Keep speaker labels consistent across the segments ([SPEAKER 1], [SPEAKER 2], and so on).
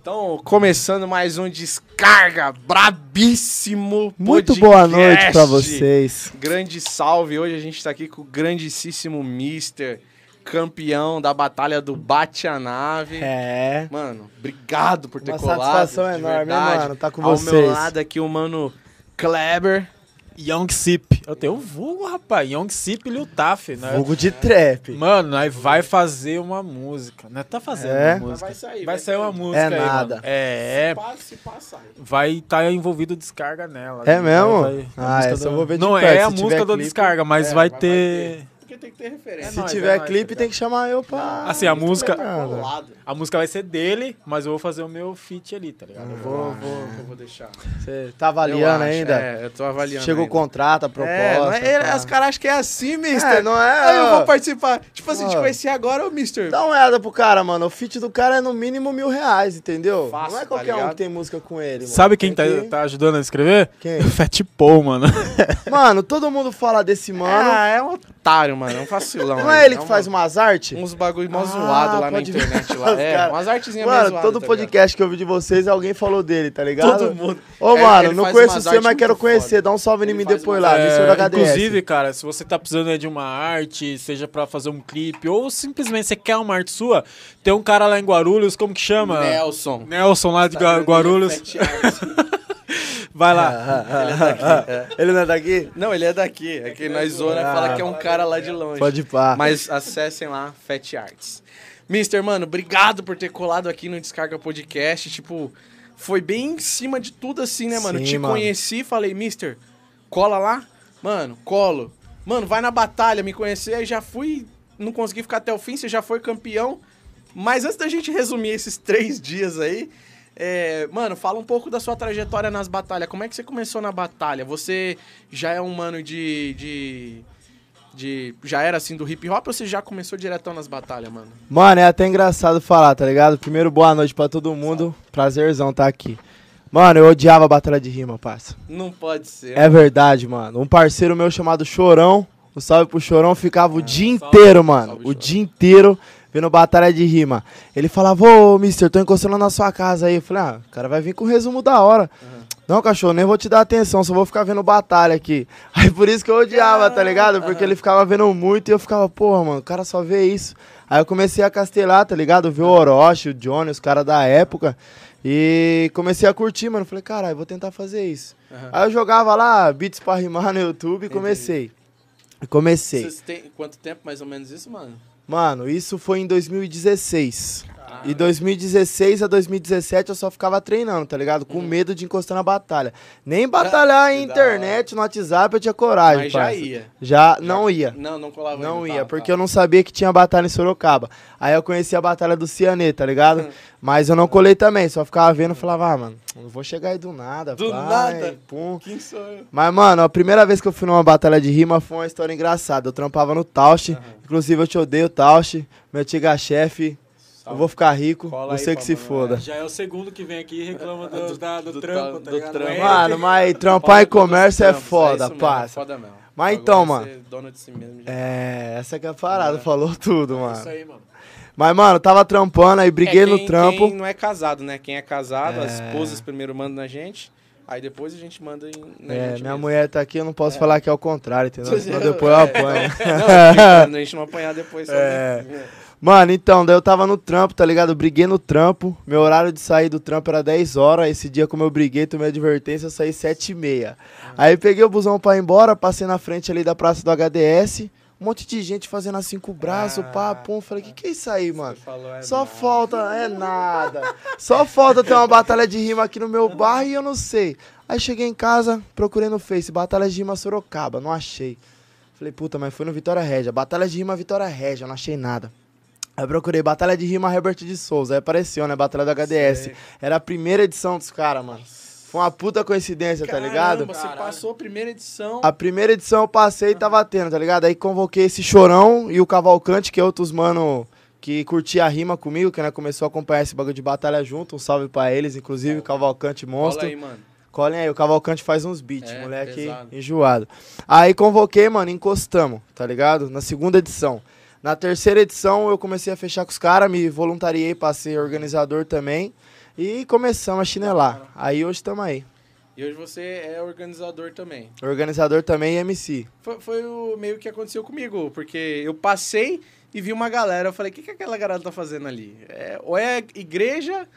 [SPEAKER 1] Então, começando mais um Descarga Brabíssimo
[SPEAKER 2] Muito
[SPEAKER 1] podcast.
[SPEAKER 2] boa noite pra vocês.
[SPEAKER 1] Grande salve. Hoje a gente tá aqui com o grandíssimo Mister, campeão da Batalha do Bate a Nave.
[SPEAKER 2] É.
[SPEAKER 1] Mano, obrigado por ter
[SPEAKER 2] Uma
[SPEAKER 1] colado.
[SPEAKER 2] satisfação
[SPEAKER 1] de
[SPEAKER 2] enorme, hein,
[SPEAKER 1] verdade.
[SPEAKER 2] mano, tá com
[SPEAKER 1] Ao meu
[SPEAKER 2] vocês.
[SPEAKER 1] lado aqui o mano Kleber.
[SPEAKER 3] Young Sip. Eu tenho um vulgo, rapaz. Young Sip Lil Taf, né?
[SPEAKER 2] Fogo de trap.
[SPEAKER 3] Mano, nós vai fazer uma música. Nós tá fazendo
[SPEAKER 2] É?
[SPEAKER 3] uma música.
[SPEAKER 1] sair.
[SPEAKER 3] Vai sair uma música aí, mano.
[SPEAKER 2] nada.
[SPEAKER 3] É, é.
[SPEAKER 1] Passe, passa aí.
[SPEAKER 3] Vai estar envolvido descarga nela.
[SPEAKER 2] É
[SPEAKER 3] Vai-
[SPEAKER 2] mesmo?
[SPEAKER 3] vai- a
[SPEAKER 2] Ah,
[SPEAKER 3] música
[SPEAKER 2] essa eu
[SPEAKER 3] do-
[SPEAKER 2] vou ver de
[SPEAKER 3] Não
[SPEAKER 2] perto,
[SPEAKER 3] é
[SPEAKER 2] se
[SPEAKER 3] a
[SPEAKER 2] tiver
[SPEAKER 3] música do
[SPEAKER 2] clipe,
[SPEAKER 3] descarga, É, mas vai ter...
[SPEAKER 1] Porque tem que ter referência.
[SPEAKER 2] Se
[SPEAKER 3] nóis, é
[SPEAKER 2] tiver
[SPEAKER 3] nóis,
[SPEAKER 2] clipe,
[SPEAKER 3] tá
[SPEAKER 2] tem que chamar eu pra.
[SPEAKER 3] Assim, a música-
[SPEAKER 2] Cara.
[SPEAKER 3] A música vai ser dele, mas eu vou fazer o meu feat ali, tá ligado? Eu vou, vou...
[SPEAKER 1] Eu vou deixar.
[SPEAKER 2] Você tá
[SPEAKER 1] Eu acho,
[SPEAKER 2] avaliando ainda?
[SPEAKER 1] É, eu tô avaliando.
[SPEAKER 2] Chegou o
[SPEAKER 1] ainda.
[SPEAKER 2] contrato, a proposta. tá?
[SPEAKER 1] É, não é,
[SPEAKER 2] pá.
[SPEAKER 1] os caras acham que é assim, mister.
[SPEAKER 2] É, não é, Tá,
[SPEAKER 1] Aí eu
[SPEAKER 2] ó.
[SPEAKER 1] vou participar. Tipo assim, te
[SPEAKER 2] Ó.
[SPEAKER 1] conheci agora, ô mister.
[SPEAKER 2] Dá uma olhada pro cara, mano. O feat do cara é no mínimo mil reais, entendeu?
[SPEAKER 1] Fácil,
[SPEAKER 2] não é
[SPEAKER 1] tá
[SPEAKER 2] qualquer um
[SPEAKER 1] ligado?
[SPEAKER 2] que tem música com ele. Mano.
[SPEAKER 3] Sabe quem tá,
[SPEAKER 2] Tem que-
[SPEAKER 3] tá ajudando a escrever?
[SPEAKER 2] Quem?
[SPEAKER 3] O Fat Paul, mano.
[SPEAKER 2] Mano, todo mundo fala desse mano.
[SPEAKER 1] Ah, é um otário, mano. É um vacilão.
[SPEAKER 2] não é ele que faz umas artes?
[SPEAKER 1] Uns bagulho mó
[SPEAKER 2] Ah,
[SPEAKER 1] zoado lá na
[SPEAKER 2] pode ver.
[SPEAKER 1] internet. Lá. É,
[SPEAKER 2] Os cara-
[SPEAKER 1] umas artezinhas meio
[SPEAKER 2] Mano,
[SPEAKER 1] zoadas,
[SPEAKER 2] todo
[SPEAKER 1] tá ligado?
[SPEAKER 2] podcast que eu vi de vocês, alguém falou dele, tá ligado?
[SPEAKER 1] Todo mundo.
[SPEAKER 2] Ô,
[SPEAKER 1] É,
[SPEAKER 2] mano,
[SPEAKER 1] ele
[SPEAKER 2] não
[SPEAKER 1] faz
[SPEAKER 2] conheço
[SPEAKER 1] umas
[SPEAKER 2] você,
[SPEAKER 1] artes
[SPEAKER 2] mas quero
[SPEAKER 1] muito
[SPEAKER 2] conhecer.
[SPEAKER 1] foda.
[SPEAKER 2] Dá um salve em
[SPEAKER 1] Ele
[SPEAKER 2] mim
[SPEAKER 1] faz
[SPEAKER 2] depois
[SPEAKER 1] umas
[SPEAKER 2] lá, Mr.
[SPEAKER 3] É,
[SPEAKER 2] HDS.
[SPEAKER 3] inclusive, cara, se você tá precisando né, de uma arte, seja pra fazer um clipe, ou simplesmente você quer uma arte sua, tem um cara lá em Guarulhos, como que chama?
[SPEAKER 1] Nelson.
[SPEAKER 3] Nelson lá de Gua- Guarulhos. Vai lá.
[SPEAKER 2] Ele não é daqui?
[SPEAKER 1] Não, ele é daqui. É que nós zona
[SPEAKER 2] Ah.
[SPEAKER 1] fala que é um cara lá de longe.
[SPEAKER 2] Pode ir pá.
[SPEAKER 1] Mas acessem lá, Fat Arts. Mister, mano, obrigado por ter colado aqui no Descarga Podcast. Tipo, foi bem em cima de tudo assim, né, mano?
[SPEAKER 2] Sim,
[SPEAKER 1] Te
[SPEAKER 2] mano.
[SPEAKER 1] conheci, falei, Mister, cola lá? Mano, colo. Mano, vai na batalha, me conhecer. Aí já fui, não consegui ficar até o fim, você já foi campeão. Mas antes da gente resumir esses três dias aí, é, mano, fala um pouco da sua trajetória nas batalhas. Como é que você começou na batalha? Você já é um mano de- de de. Já era assim do hip hop ou você já começou diretão nas batalhas, mano?
[SPEAKER 2] Mano, é até engraçado falar, tá ligado? Primeiro, boa noite pra todo mundo. Prazerzão tá aqui. Mano, eu odiava a batalha de rima, parça.
[SPEAKER 1] Não pode ser.
[SPEAKER 2] É verdade, mano. Um parceiro meu chamado Chorão, um salve pro Chorão, ficava o dia inteiro, mano.
[SPEAKER 1] É, salve,
[SPEAKER 2] o
[SPEAKER 1] Chorão.
[SPEAKER 2] dia inteiro vendo batalha de rima. Ele falava, ô, mister, tô encostando na sua casa aí. Eu falei, ah, o cara vai vir com resumo da hora. Não, cachorro, nem vou te dar atenção, só vou ficar vendo batalha aqui. Aí por isso que eu odiava, tá ligado? Porque ele ficava vendo muito e eu ficava, porra, mano, o cara só vê isso. Aí eu comecei a castelar, tá ligado? Ver o Orochi, o Johnny, os caras da época. E comecei a curtir, mano. Falei, caralho, vou tentar fazer isso.
[SPEAKER 1] Aham.
[SPEAKER 2] Aí eu jogava lá beats pra rimar no YouTube e comecei. E Comecei.
[SPEAKER 1] Vocês têm quanto tempo mais ou menos isso, mano?
[SPEAKER 2] Mano, isso foi em 2016. E 2016 a 2017 eu só ficava treinando, tá ligado?
[SPEAKER 1] Uhum.
[SPEAKER 2] Com medo de encostar na batalha. Nem batalhar em
[SPEAKER 1] da
[SPEAKER 2] internet, no WhatsApp eu tinha coragem.
[SPEAKER 1] Tá Mas já
[SPEAKER 2] parça.
[SPEAKER 1] ia.
[SPEAKER 2] Já não ia.
[SPEAKER 1] Não, não colava
[SPEAKER 2] Não
[SPEAKER 1] ainda,
[SPEAKER 2] ia,
[SPEAKER 1] tá,
[SPEAKER 2] porque
[SPEAKER 1] tá.
[SPEAKER 2] eu não sabia que tinha batalha em Sorocaba. Aí eu conheci a batalha do Cianê, tá
[SPEAKER 1] Hum.
[SPEAKER 2] ligado? Mas eu não colei também, só ficava vendo e falava, ah, mano, não vou chegar aí do nada.
[SPEAKER 1] Do
[SPEAKER 2] vai,
[SPEAKER 1] nada?
[SPEAKER 2] Pum.
[SPEAKER 1] Quem sou eu?
[SPEAKER 2] Mas, mano, a primeira vez que eu fui numa batalha de rima foi uma história engraçada. Eu trampava no Tausch. Inclusive, eu te odeio, Tausch. Meu antiga chefe. Eu vou ficar rico.
[SPEAKER 3] Cola
[SPEAKER 2] você
[SPEAKER 3] aí
[SPEAKER 2] que
[SPEAKER 3] pra
[SPEAKER 2] se
[SPEAKER 3] mano,
[SPEAKER 2] foda.
[SPEAKER 3] né? Já é o segundo que vem aqui e reclama do,
[SPEAKER 1] Ah, Do-
[SPEAKER 3] da- do
[SPEAKER 1] do
[SPEAKER 3] trampo,
[SPEAKER 1] tra- do
[SPEAKER 3] tá ligado?
[SPEAKER 1] trampo. Ah,
[SPEAKER 3] É ele
[SPEAKER 2] Mano, mas trampar em comércio é foda, parça.
[SPEAKER 1] Foda mesmo.
[SPEAKER 2] Mas
[SPEAKER 1] Agora
[SPEAKER 2] então,
[SPEAKER 1] você
[SPEAKER 2] mano.
[SPEAKER 1] é dono de si mesmo. já.
[SPEAKER 2] É, essa que é a parada. Falou tudo,
[SPEAKER 3] que- Isso
[SPEAKER 2] mano.
[SPEAKER 3] aí, mano.
[SPEAKER 2] Mas, mano, tava trampando, aí briguei
[SPEAKER 1] É,
[SPEAKER 2] no
[SPEAKER 1] quem-
[SPEAKER 2] trampo.
[SPEAKER 1] Quem não é casado, né? Quem é casado, as esposas primeiro mandam na gente, aí depois a gente manda em, na
[SPEAKER 2] É,
[SPEAKER 1] gente
[SPEAKER 2] minha
[SPEAKER 1] mesmo.
[SPEAKER 2] mulher tá aqui, eu não posso falar que é o contrário, entendeu? Senão depois eu
[SPEAKER 1] É,
[SPEAKER 2] apanho.
[SPEAKER 1] Não, não, a gente não apanhar depois. só,
[SPEAKER 2] É.
[SPEAKER 1] né?
[SPEAKER 2] Mano, então, daí eu tava no trampo, tá ligado? Eu briguei no trampo. Meu horário de sair do trampo era 10 horas. Esse dia, como eu briguei, tomei advertência, eu saí 7 e meia. Aí peguei o busão pra ir embora, passei na frente ali da praça do HDS. Um monte de gente fazendo assim com o braço, pá, pum. Falei, que que é isso aí, mano?
[SPEAKER 1] Falou, é
[SPEAKER 2] Só
[SPEAKER 1] nada.
[SPEAKER 2] falta, é nada. Só falta ter uma batalha de rima aqui no meu bairro e eu não sei. Aí cheguei em casa, procurei no Face, batalha de rima Sorocaba, não achei. Falei, puta, mas foi no Vitória Régia. Batalha de rima Vitória Régia, não achei nada. Aí eu procurei Batalha de Rima Herbert de Souza, aí apareceu, né? Batalha do HDS. Era a primeira edição dos caras, mano. Foi uma puta coincidência, tá ligado? Ah,
[SPEAKER 1] Você passou a primeira edição.
[SPEAKER 2] A primeira edição eu passei e tava tendo, tá ligado? Aí convoquei esse Chorão e o Cavalcante, que é outros mano que curtia a rima comigo, que né, começou a acompanhar esse bagulho de batalha junto. Um salve pra eles, inclusive, Cavalcante
[SPEAKER 1] É. Cola
[SPEAKER 2] Monstro.
[SPEAKER 1] aí, mano.
[SPEAKER 2] Colhem aí, o Cavalcante faz uns beats,
[SPEAKER 1] É,
[SPEAKER 2] moleque
[SPEAKER 1] pesado.
[SPEAKER 2] enjoado. Aí convoquei, mano, encostamos, tá ligado? Na segunda edição. Na terceira edição eu comecei a fechar com os caras, me voluntariei pra ser organizador também. E começamos a chinelar. Aí hoje estamos aí.
[SPEAKER 1] E hoje você é organizador também.
[SPEAKER 2] Organizador também e MC.
[SPEAKER 1] Foi, foi o meio que aconteceu comigo, porque eu passei e vi uma galera. Eu falei, o que, que aquela galera tá fazendo ali? É, ou é igreja,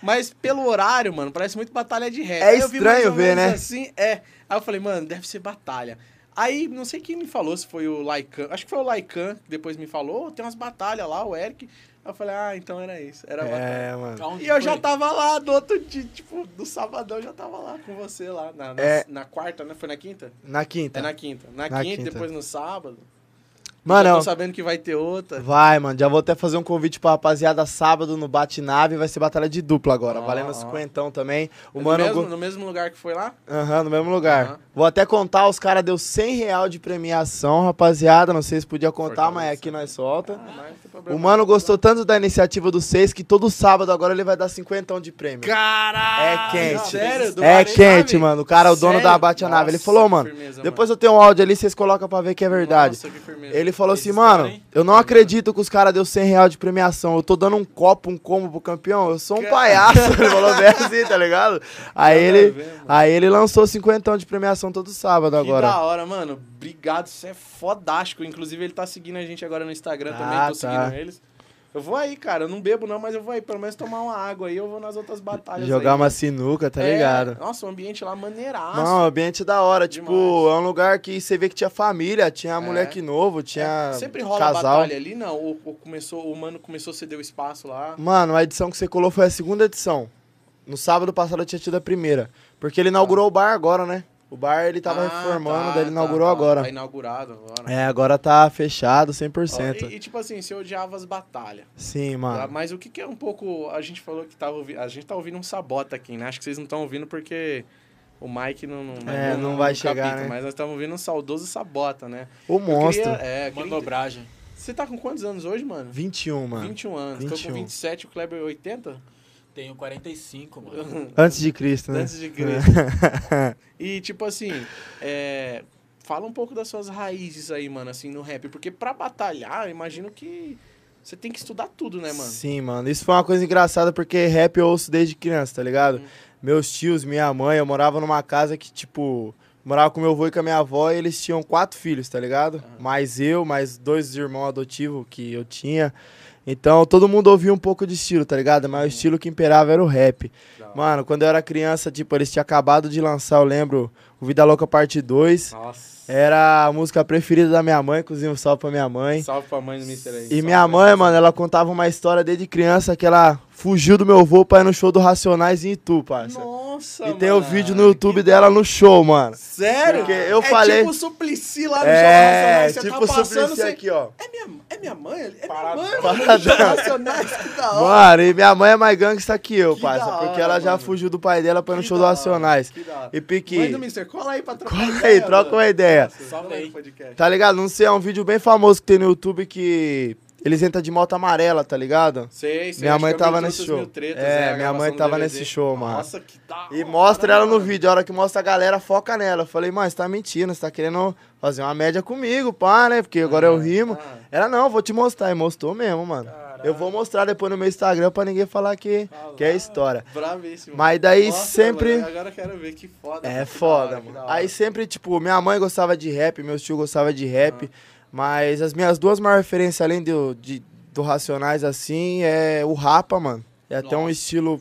[SPEAKER 1] mas pelo horário, mano, parece muito batalha de rap.
[SPEAKER 2] É
[SPEAKER 1] Aí eu vi mais
[SPEAKER 2] estranho
[SPEAKER 1] ou
[SPEAKER 2] ver,
[SPEAKER 1] menos
[SPEAKER 2] né?
[SPEAKER 1] Assim, é. Aí eu falei, mano, deve ser batalha. Aí, não sei quem me falou, se foi o Laikan. Acho que foi o Laikan que depois me falou, "Ô, tem umas batalhas lá, o Eric. Aí eu falei, ah, então era isso. Era batalha.
[SPEAKER 2] É, mano.
[SPEAKER 3] Aonde
[SPEAKER 1] E eu
[SPEAKER 3] foi?
[SPEAKER 1] já tava lá do outro dia, tipo, do sabadão eu já tava lá com você lá. Na, na,
[SPEAKER 2] É.
[SPEAKER 1] na quarta, né? Foi na quinta?
[SPEAKER 2] Na quinta.
[SPEAKER 1] É na quinta. Na,
[SPEAKER 2] Na
[SPEAKER 1] quinta,
[SPEAKER 2] quinta.
[SPEAKER 1] depois no sábado.
[SPEAKER 2] Mano, é um-
[SPEAKER 1] já tô sabendo que vai ter outra.
[SPEAKER 2] Vai, mano. Já vou até fazer um convite pra rapaziada sábado no Bate Nave. Vai ser batalha de dupla agora.
[SPEAKER 1] Ó, ó.
[SPEAKER 2] valendo cinquentão também. O
[SPEAKER 1] no,
[SPEAKER 2] mano.
[SPEAKER 1] Ah. É mesmo,
[SPEAKER 2] go-
[SPEAKER 1] no mesmo lugar que foi lá?
[SPEAKER 2] Aham, no mesmo lugar.
[SPEAKER 1] Aham.
[SPEAKER 2] Vou até contar, os caras deu 100 real de premiação, rapaziada. Não sei se podia contar,
[SPEAKER 1] Fortaleza.
[SPEAKER 2] mas é aqui nós solta.
[SPEAKER 1] Ah, mas não tem problema. Ah,
[SPEAKER 2] o mano gostou tanto da iniciativa do seis que todo sábado agora ele vai dar cinquentão de prêmio.
[SPEAKER 1] Caralho!
[SPEAKER 2] É quente.
[SPEAKER 1] Sério? Do
[SPEAKER 2] é
[SPEAKER 1] Bate
[SPEAKER 2] quente,
[SPEAKER 1] Nave?
[SPEAKER 2] mano. O cara, o dono
[SPEAKER 1] Sério?
[SPEAKER 2] da Bate Nave. Ele
[SPEAKER 1] Nossa,
[SPEAKER 2] falou,
[SPEAKER 1] que
[SPEAKER 2] mano.
[SPEAKER 1] firmeza,
[SPEAKER 2] depois eu tenho um áudio ali, vocês colocam pra ver que é verdade.
[SPEAKER 1] Nossa, que firmeza.
[SPEAKER 2] Ele falou
[SPEAKER 3] Eles
[SPEAKER 2] assim, mano,
[SPEAKER 3] querem-
[SPEAKER 2] eu não acredito que os caras deu 100 reais de premiação. Eu tô dando um copo, um combo pro campeão. Eu sou um
[SPEAKER 1] Cara.
[SPEAKER 2] palhaço. Ele falou bem assim, tá ligado? Aí
[SPEAKER 1] Nada a
[SPEAKER 2] ele,
[SPEAKER 1] ver, mano.
[SPEAKER 2] aí ele lançou 50 de premiação todo sábado
[SPEAKER 1] Que
[SPEAKER 2] agora.
[SPEAKER 1] da hora, mano. Obrigado, você é fodástico. Inclusive, ele tá seguindo a gente agora no Instagram também,
[SPEAKER 2] Ah,
[SPEAKER 1] tô
[SPEAKER 2] tá.
[SPEAKER 1] seguindo eles. Eu vou aí, cara. Eu não bebo não, mas eu vou aí. Pelo menos tomar uma água aí, eu vou nas outras batalhas
[SPEAKER 2] Jogar
[SPEAKER 1] aí.
[SPEAKER 2] uma sinuca, tá
[SPEAKER 1] É,
[SPEAKER 2] ligado?
[SPEAKER 1] Nossa, o ambiente lá maneiraço.
[SPEAKER 2] Não, o ambiente é da hora. Tipo,
[SPEAKER 1] Demais.
[SPEAKER 2] é um lugar que você vê que tinha família, tinha moleque novo, tinha
[SPEAKER 1] É, sempre rola
[SPEAKER 2] casal.
[SPEAKER 1] batalha ali, não? Ou, ou começou, o mano começou a ceder o espaço lá.
[SPEAKER 2] Mano, a edição que você colou foi a segunda edição. No sábado passado eu tinha tido a primeira. Porque ele inaugurou o bar agora, né? O bar ele tava
[SPEAKER 1] Ah,
[SPEAKER 2] reformando,
[SPEAKER 1] tá,
[SPEAKER 2] daí ele
[SPEAKER 1] tá,
[SPEAKER 2] inaugurou
[SPEAKER 1] tá.
[SPEAKER 2] agora.
[SPEAKER 1] Tá inaugurado agora.
[SPEAKER 2] É, agora tá fechado
[SPEAKER 1] Ó,
[SPEAKER 2] 100%.
[SPEAKER 1] E, e, tipo assim, você odiava as batalhas.
[SPEAKER 2] Sim,
[SPEAKER 1] tá?
[SPEAKER 2] mano.
[SPEAKER 1] Mas o que, que é um pouco. A gente falou que tava ouvindo. A gente tá ouvindo um sabota aqui, né? Acho que vocês não estão ouvindo porque o Mike não. não
[SPEAKER 2] É, não vai chegar, né?
[SPEAKER 1] Mas nós estamos ouvindo um saudoso sabota, né?
[SPEAKER 2] O
[SPEAKER 1] Eu
[SPEAKER 2] monstro.
[SPEAKER 1] Queria, é, queria-
[SPEAKER 3] um Manobragem.
[SPEAKER 1] Você tá com quantos anos hoje, mano?
[SPEAKER 2] 21, mano.
[SPEAKER 1] 21 anos. Tô
[SPEAKER 2] 21.
[SPEAKER 1] com 27, o Kleber 80?
[SPEAKER 3] Tenho 45, mano.
[SPEAKER 2] Antes de Cristo, né?
[SPEAKER 1] um. Antes de Cristo. E, tipo assim, é, fala um pouco das suas raízes aí, mano, assim, no rap. Porque pra batalhar, eu imagino que você tem que estudar tudo, né, mano?
[SPEAKER 2] Sim, mano. Isso foi uma coisa engraçada porque rap eu ouço desde criança, tá ligado?
[SPEAKER 1] Uhum.
[SPEAKER 2] Meus tios, minha mãe, eu morava numa casa que, tipo, morava com meu avô e com a minha avó e eles tinham quatro filhos, tá ligado? Mais eu, mais dois irmãos adotivos que eu tinha. Então todo mundo ouvia um pouco de estilo, tá ligado? Mas o estilo que imperava era o rap.
[SPEAKER 1] Uhum. Da hora.
[SPEAKER 2] Mano, quando eu era criança, tipo, eles tinham acabado de lançar, eu lembro, o Vida Louca Parte 2.
[SPEAKER 1] Nossa.
[SPEAKER 2] É, Era a música preferida da minha mãe, inclusive um salve pra minha mãe.
[SPEAKER 1] Salve pra mãe do Mr. aí.
[SPEAKER 2] E minha mãe, mano, ela contava uma história desde criança que ela fugiu do meu avô pra ir no show do Racionais em Itu, parça.
[SPEAKER 1] Nossa,
[SPEAKER 2] e tem o
[SPEAKER 1] mano.
[SPEAKER 2] vídeo no YouTube dela no show, mano.
[SPEAKER 1] Sério?
[SPEAKER 2] Porque eu
[SPEAKER 1] é
[SPEAKER 2] falei-
[SPEAKER 1] tipo o Suplicy lá no
[SPEAKER 2] É,
[SPEAKER 1] Jornal Nacional. Você
[SPEAKER 2] tipo
[SPEAKER 1] tá
[SPEAKER 2] o
[SPEAKER 1] passando,
[SPEAKER 2] Suplicy
[SPEAKER 1] você-
[SPEAKER 2] aqui, ó.
[SPEAKER 1] É minha, é minha mãe? É
[SPEAKER 3] Parado-
[SPEAKER 1] minha mãe?
[SPEAKER 2] paradão.
[SPEAKER 1] Jornal Nacionais, que da hora.
[SPEAKER 2] Mano, e minha mãe é mais gangsta que eu,
[SPEAKER 1] Que
[SPEAKER 2] parça.
[SPEAKER 1] da
[SPEAKER 2] Porque
[SPEAKER 1] hora,
[SPEAKER 2] ela já
[SPEAKER 1] mano.
[SPEAKER 2] fugiu do pai dela pra ir no
[SPEAKER 1] Que
[SPEAKER 2] show
[SPEAKER 1] da
[SPEAKER 2] do
[SPEAKER 1] hora,
[SPEAKER 2] Racionais.
[SPEAKER 1] que da hora.
[SPEAKER 2] E
[SPEAKER 1] Mãe do
[SPEAKER 2] pique,
[SPEAKER 1] Mr. cola aí pra trocar
[SPEAKER 2] cola aí, troca
[SPEAKER 1] mano.
[SPEAKER 2] uma ideia.
[SPEAKER 1] Nossa,
[SPEAKER 3] Salve
[SPEAKER 1] cola aí
[SPEAKER 3] aí.
[SPEAKER 1] no podcast.
[SPEAKER 2] Tá ligado? Não sei, é um vídeo bem famoso que tem no YouTube que eles entram de moto amarela, tá ligado?
[SPEAKER 1] Sei, sei,
[SPEAKER 2] Minha
[SPEAKER 1] acho
[SPEAKER 2] mãe
[SPEAKER 1] que é
[SPEAKER 2] tava
[SPEAKER 1] Mil
[SPEAKER 2] nesse
[SPEAKER 1] Tretas,
[SPEAKER 2] show.
[SPEAKER 1] Mil Tretas,
[SPEAKER 2] É,
[SPEAKER 1] né, a
[SPEAKER 2] minha
[SPEAKER 1] gravação
[SPEAKER 2] mãe
[SPEAKER 1] do
[SPEAKER 2] tava
[SPEAKER 1] DVD.
[SPEAKER 2] nesse show, mano.
[SPEAKER 1] Nossa, que da
[SPEAKER 2] E
[SPEAKER 1] hora,
[SPEAKER 2] mostra ela no
[SPEAKER 1] mano.
[SPEAKER 2] vídeo. A hora que mostra a galera, foca nela. Eu falei, mãe, você tá mentindo, você tá querendo fazer uma média comigo, pá, né? Porque agora eu rimo.
[SPEAKER 1] ah.
[SPEAKER 2] Ela, não, vou te mostrar. E mostrou mesmo, mano.
[SPEAKER 1] Caralho.
[SPEAKER 2] Eu vou mostrar depois no meu Instagram pra ninguém falar que, que é história.
[SPEAKER 1] Bravíssimo.
[SPEAKER 2] Mas daí
[SPEAKER 1] Nossa,
[SPEAKER 2] sempre.
[SPEAKER 1] mano, agora eu quero ver, que foda.
[SPEAKER 2] É
[SPEAKER 1] mano, que da
[SPEAKER 2] foda,
[SPEAKER 1] hora, que da
[SPEAKER 2] mano.
[SPEAKER 1] hora.
[SPEAKER 2] Aí sempre, tipo, minha mãe gostava de rap, meus tios gostavam de rap,
[SPEAKER 1] Ah.
[SPEAKER 2] mas as minhas duas maiores referências, além do, de- do Racionais, assim, é o Rapa, mano. É até um
[SPEAKER 3] Nossa.
[SPEAKER 2] estilo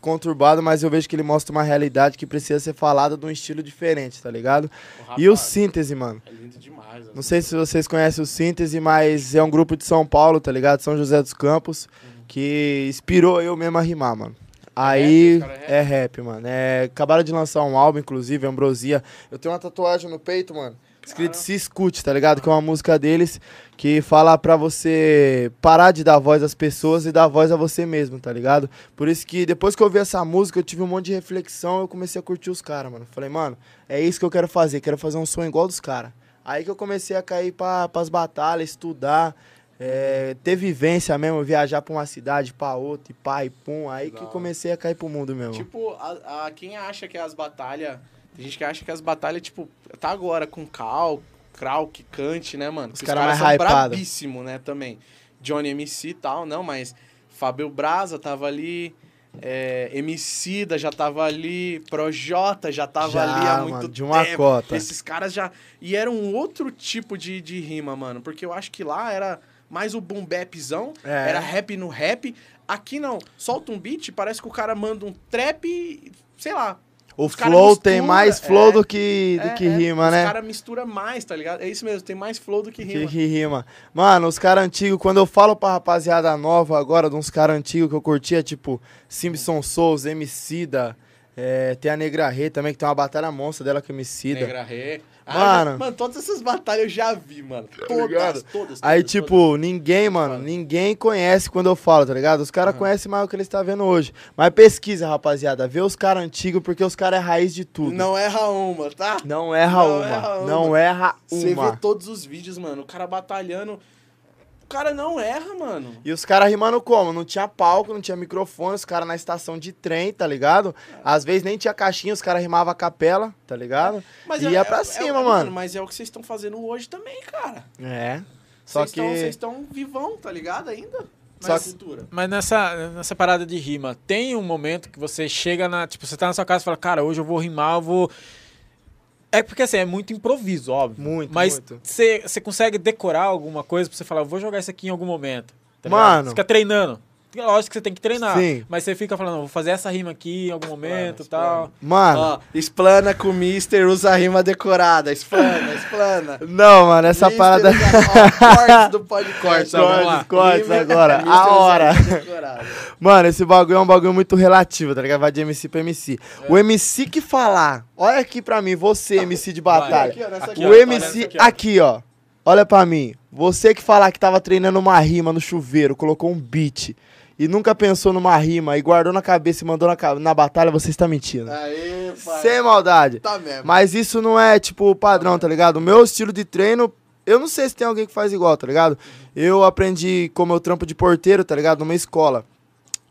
[SPEAKER 2] conturbado, mas eu vejo que ele mostra uma realidade que precisa ser falada de um estilo diferente, tá ligado? E o
[SPEAKER 3] Rapaz,
[SPEAKER 2] Síntese, mano.
[SPEAKER 1] É lindo demais.
[SPEAKER 2] Não sei se vocês conhecem o Síntese, mas é um grupo de São Paulo, tá ligado? São José dos Campos, que inspirou eu mesmo a rimar, mano. Aí
[SPEAKER 1] Uhum. É rap? Os caras
[SPEAKER 2] é rap, mano. É, acabaram de lançar um álbum, inclusive, Ambrosia. Eu tenho uma tatuagem no peito, mano. Escrito Se Escute, tá ligado? Que é uma música deles que fala pra você parar de dar voz às pessoas e dar voz a você mesmo, tá ligado? Por isso que depois que eu ouvi essa música, eu tive um monte de reflexão eu comecei a curtir os caras, mano. Falei, mano, é isso que eu quero fazer, quero fazer um som igual dos caras. Aí que eu comecei a cair pra, pras batalhas, estudar, é, ter vivência mesmo, viajar pra uma cidade, pra outra, e pá, e pum. Aí
[SPEAKER 1] Da
[SPEAKER 2] que
[SPEAKER 1] hora.
[SPEAKER 2] comecei a cair pro mundo mesmo.
[SPEAKER 1] Tipo, a, a- quem acha que as batalhas. Tem gente que acha que as batalhas, tipo, tá agora com Cal, Krauk, Kant, né, mano?
[SPEAKER 2] Os
[SPEAKER 1] Que
[SPEAKER 2] cara
[SPEAKER 1] caras
[SPEAKER 2] mais
[SPEAKER 1] são
[SPEAKER 2] hypado.
[SPEAKER 1] brabíssimo, né, também. Johnny MC e tal, não, mas Fábio Braza tava ali. É, Emicida já tava ali, Projota já tava
[SPEAKER 2] Já,
[SPEAKER 1] ali há muito
[SPEAKER 2] mano, de
[SPEAKER 1] tempo.
[SPEAKER 2] uma cota.
[SPEAKER 1] Esses caras já... E era um outro tipo de, de rima, mano. Porque eu acho que lá era mais o boom bapzão,
[SPEAKER 2] É.
[SPEAKER 1] era rap no rap. Aqui não, solta um beat, parece que o cara manda um trap, e, sei lá.
[SPEAKER 2] O
[SPEAKER 1] Os cara
[SPEAKER 2] flow
[SPEAKER 1] mistura,
[SPEAKER 2] tem mais flow
[SPEAKER 1] é.
[SPEAKER 2] do que, do
[SPEAKER 1] É,
[SPEAKER 2] que
[SPEAKER 1] é,
[SPEAKER 2] rima, né?
[SPEAKER 1] Os caras misturam mais, tá ligado? É isso mesmo, tem mais flow do que
[SPEAKER 2] Que,
[SPEAKER 1] rima.
[SPEAKER 2] que rima. Mano, os caras antigos, quando eu falo pra rapaziada nova agora, de uns caras antigos que eu curtia, tipo Simpson Souls, Emicida, é, tem a Negra Rei também, que tem uma batalha monstra dela com a Emicida.
[SPEAKER 1] Negra Ré.
[SPEAKER 2] Mano.
[SPEAKER 1] já- mano, todas essas batalhas eu já vi, mano. Todas,
[SPEAKER 2] ligado?
[SPEAKER 1] todas, todas.
[SPEAKER 2] Aí,
[SPEAKER 1] todas.
[SPEAKER 2] tipo, ninguém, mano,
[SPEAKER 1] Fala.
[SPEAKER 2] ninguém conhece quando eu falo, tá ligado? Os caras conhecem mais o que eles estão vendo hoje. Mas pesquisa, rapaziada, vê os caras antigos, porque os caras é raiz de tudo.
[SPEAKER 1] Não erra uma, tá?
[SPEAKER 2] Não erra
[SPEAKER 1] Não
[SPEAKER 2] uma.
[SPEAKER 1] erra uma.
[SPEAKER 2] Não erra
[SPEAKER 1] Você
[SPEAKER 2] uma.
[SPEAKER 1] vê todos os vídeos, mano. O cara batalhando. O cara não erra, mano.
[SPEAKER 2] E os caras rimando como? Não tinha palco, não tinha microfone, os caras na estação de trem, tá ligado? Às vezes nem tinha caixinha, os caras rimavam a capela, tá ligado?
[SPEAKER 1] é,
[SPEAKER 2] E ia pra cima, mano.
[SPEAKER 1] Mas é o que vocês estão fazendo hoje também, cara.
[SPEAKER 2] É. Só
[SPEAKER 1] Vocês
[SPEAKER 2] que.
[SPEAKER 1] tão- Vocês estão vivão, tá ligado? Ainda?
[SPEAKER 2] Só
[SPEAKER 1] Mas
[SPEAKER 2] que-
[SPEAKER 1] cultura.
[SPEAKER 3] Mas nessa, nessa parada de rima, tem um momento que você chega na. Tipo, você tá na sua casa e fala, cara, hoje eu vou rimar, eu vou. É porque assim, é muito improviso, óbvio.
[SPEAKER 2] Muito,
[SPEAKER 3] Mas
[SPEAKER 2] muito.
[SPEAKER 3] você você consegue decorar alguma coisa pra você falar, eu vou jogar isso aqui em algum momento. tá ligado?
[SPEAKER 2] Mano.
[SPEAKER 3] Você fica treinando. Lógico que você tem que treinar.
[SPEAKER 2] Sim. tipo, é,
[SPEAKER 3] Mas você fica falando, "Não, vou fazer essa rima aqui em algum momento e
[SPEAKER 1] explana.
[SPEAKER 3] tal.
[SPEAKER 2] Mano.
[SPEAKER 1] Ó, explana com o Mister, usa a rima decorada. Explana, explana.
[SPEAKER 2] Não, mano, essa
[SPEAKER 1] Mister
[SPEAKER 2] parada.
[SPEAKER 1] usa- ó, cortes do podcast.
[SPEAKER 3] Cortes,
[SPEAKER 1] vamos
[SPEAKER 3] cortes,
[SPEAKER 1] lá.
[SPEAKER 2] cortes
[SPEAKER 1] Rima-
[SPEAKER 2] agora,
[SPEAKER 1] Mister
[SPEAKER 2] a
[SPEAKER 1] usa
[SPEAKER 2] hora.
[SPEAKER 1] rima decorada.
[SPEAKER 2] Mano, esse bagulho é um bagulho muito relativo, tá ligado? Vai de MC pra MC.
[SPEAKER 1] É.
[SPEAKER 2] O MC que falar, olha aqui pra mim, você, MC de batalha.
[SPEAKER 1] Aqui, ó, nessa
[SPEAKER 3] Aqui,
[SPEAKER 1] aqui,
[SPEAKER 2] o
[SPEAKER 1] ó.
[SPEAKER 2] MC,
[SPEAKER 3] nessa
[SPEAKER 2] aqui
[SPEAKER 3] aqui,
[SPEAKER 2] ó.
[SPEAKER 3] ó.
[SPEAKER 2] olha pra mim. Você que falar que tava treinando uma rima no chuveiro, colocou um beat e nunca pensou numa rima e guardou na cabeça e mandou na, ca- na batalha, você está mentindo.
[SPEAKER 1] Aê, É, pai.
[SPEAKER 2] Sem maldade.
[SPEAKER 1] Tá mesmo.
[SPEAKER 2] Mas isso não é, tipo, o padrão, tá ligado? O meu estilo de treino, eu não sei se tem alguém que faz igual, tá ligado? Eu aprendi como eu trampo de porteiro, tá ligado? Numa escola.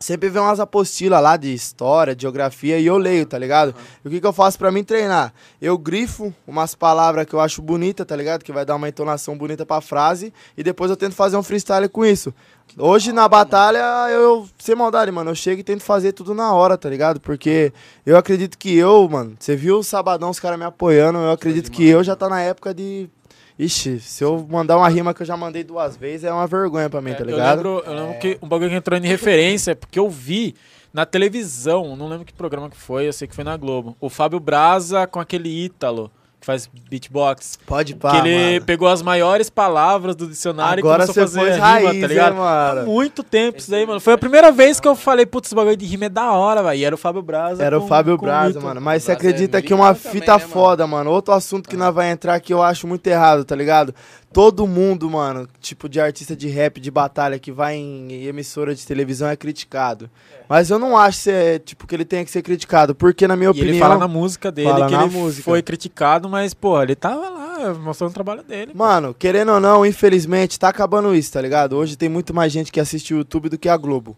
[SPEAKER 2] Sempre vem umas apostilas lá de história, de geografia, e eu leio, tá ligado? E o que, que eu faço pra mim treinar? Eu grifo umas palavras que eu acho bonita, tá ligado? Que vai dar uma entonação bonita pra frase, e depois eu tento fazer um freestyle com isso. Hoje na batalha, eu, sem maldade, mano, eu chego e tento fazer tudo na hora, tá ligado? Porque eu acredito que eu, mano, você viu o sabadão os caras me apoiando, eu acredito que eu já tá na época de. Ixi, se eu mandar uma rima que eu já mandei duas vezes, é uma vergonha pra mim, tá
[SPEAKER 3] É,
[SPEAKER 2] ligado?
[SPEAKER 3] Eu lembro, eu lembro que um bagulho que entrou em referência, é porque eu vi na televisão, não lembro que programa que foi, eu sei que foi na Globo. O Fábio Braza com aquele Ítalo, que faz beatbox.
[SPEAKER 2] Pode pá,
[SPEAKER 3] que ele
[SPEAKER 2] mano.
[SPEAKER 3] pegou as maiores palavras do dicionário
[SPEAKER 2] Agora
[SPEAKER 3] e
[SPEAKER 2] você
[SPEAKER 3] começou a
[SPEAKER 2] foi
[SPEAKER 3] fazer rima,
[SPEAKER 2] raiz,
[SPEAKER 3] tá ligado?
[SPEAKER 2] hein, mano?
[SPEAKER 3] Há muito tempo isso daí, mano. Foi a primeira vez que eu falei, putz, esse bagulho de rima é da hora, velho. E era o Fábio Braza.
[SPEAKER 2] Era
[SPEAKER 3] com-
[SPEAKER 2] o Fábio
[SPEAKER 3] com
[SPEAKER 2] Braza,
[SPEAKER 3] Ítalo.
[SPEAKER 2] mano. Mas você
[SPEAKER 1] Braza é
[SPEAKER 2] acredita que
[SPEAKER 1] militar
[SPEAKER 2] uma
[SPEAKER 1] também,
[SPEAKER 2] fita
[SPEAKER 1] né, mano? Ah.
[SPEAKER 2] foda, mano? Outro assunto que nós vai entrar que eu acho muito errado, tá ligado? Todo mundo, mano, tipo de artista de rap, de batalha, que vai em emissora de televisão é criticado. Mas eu não acho que, é, tipo, que ele tenha que ser criticado, porque na minha
[SPEAKER 3] E
[SPEAKER 2] opinião...
[SPEAKER 3] ele fala na música dele
[SPEAKER 2] Fala
[SPEAKER 3] que
[SPEAKER 2] na
[SPEAKER 3] ele
[SPEAKER 2] música.
[SPEAKER 3] foi criticado, mas, pô, ele tava lá mostrando o trabalho dele.
[SPEAKER 2] Mano, querendo ou não, infelizmente, tá acabando isso, tá ligado? Hoje tem muito mais gente que assiste o YouTube do que a Globo.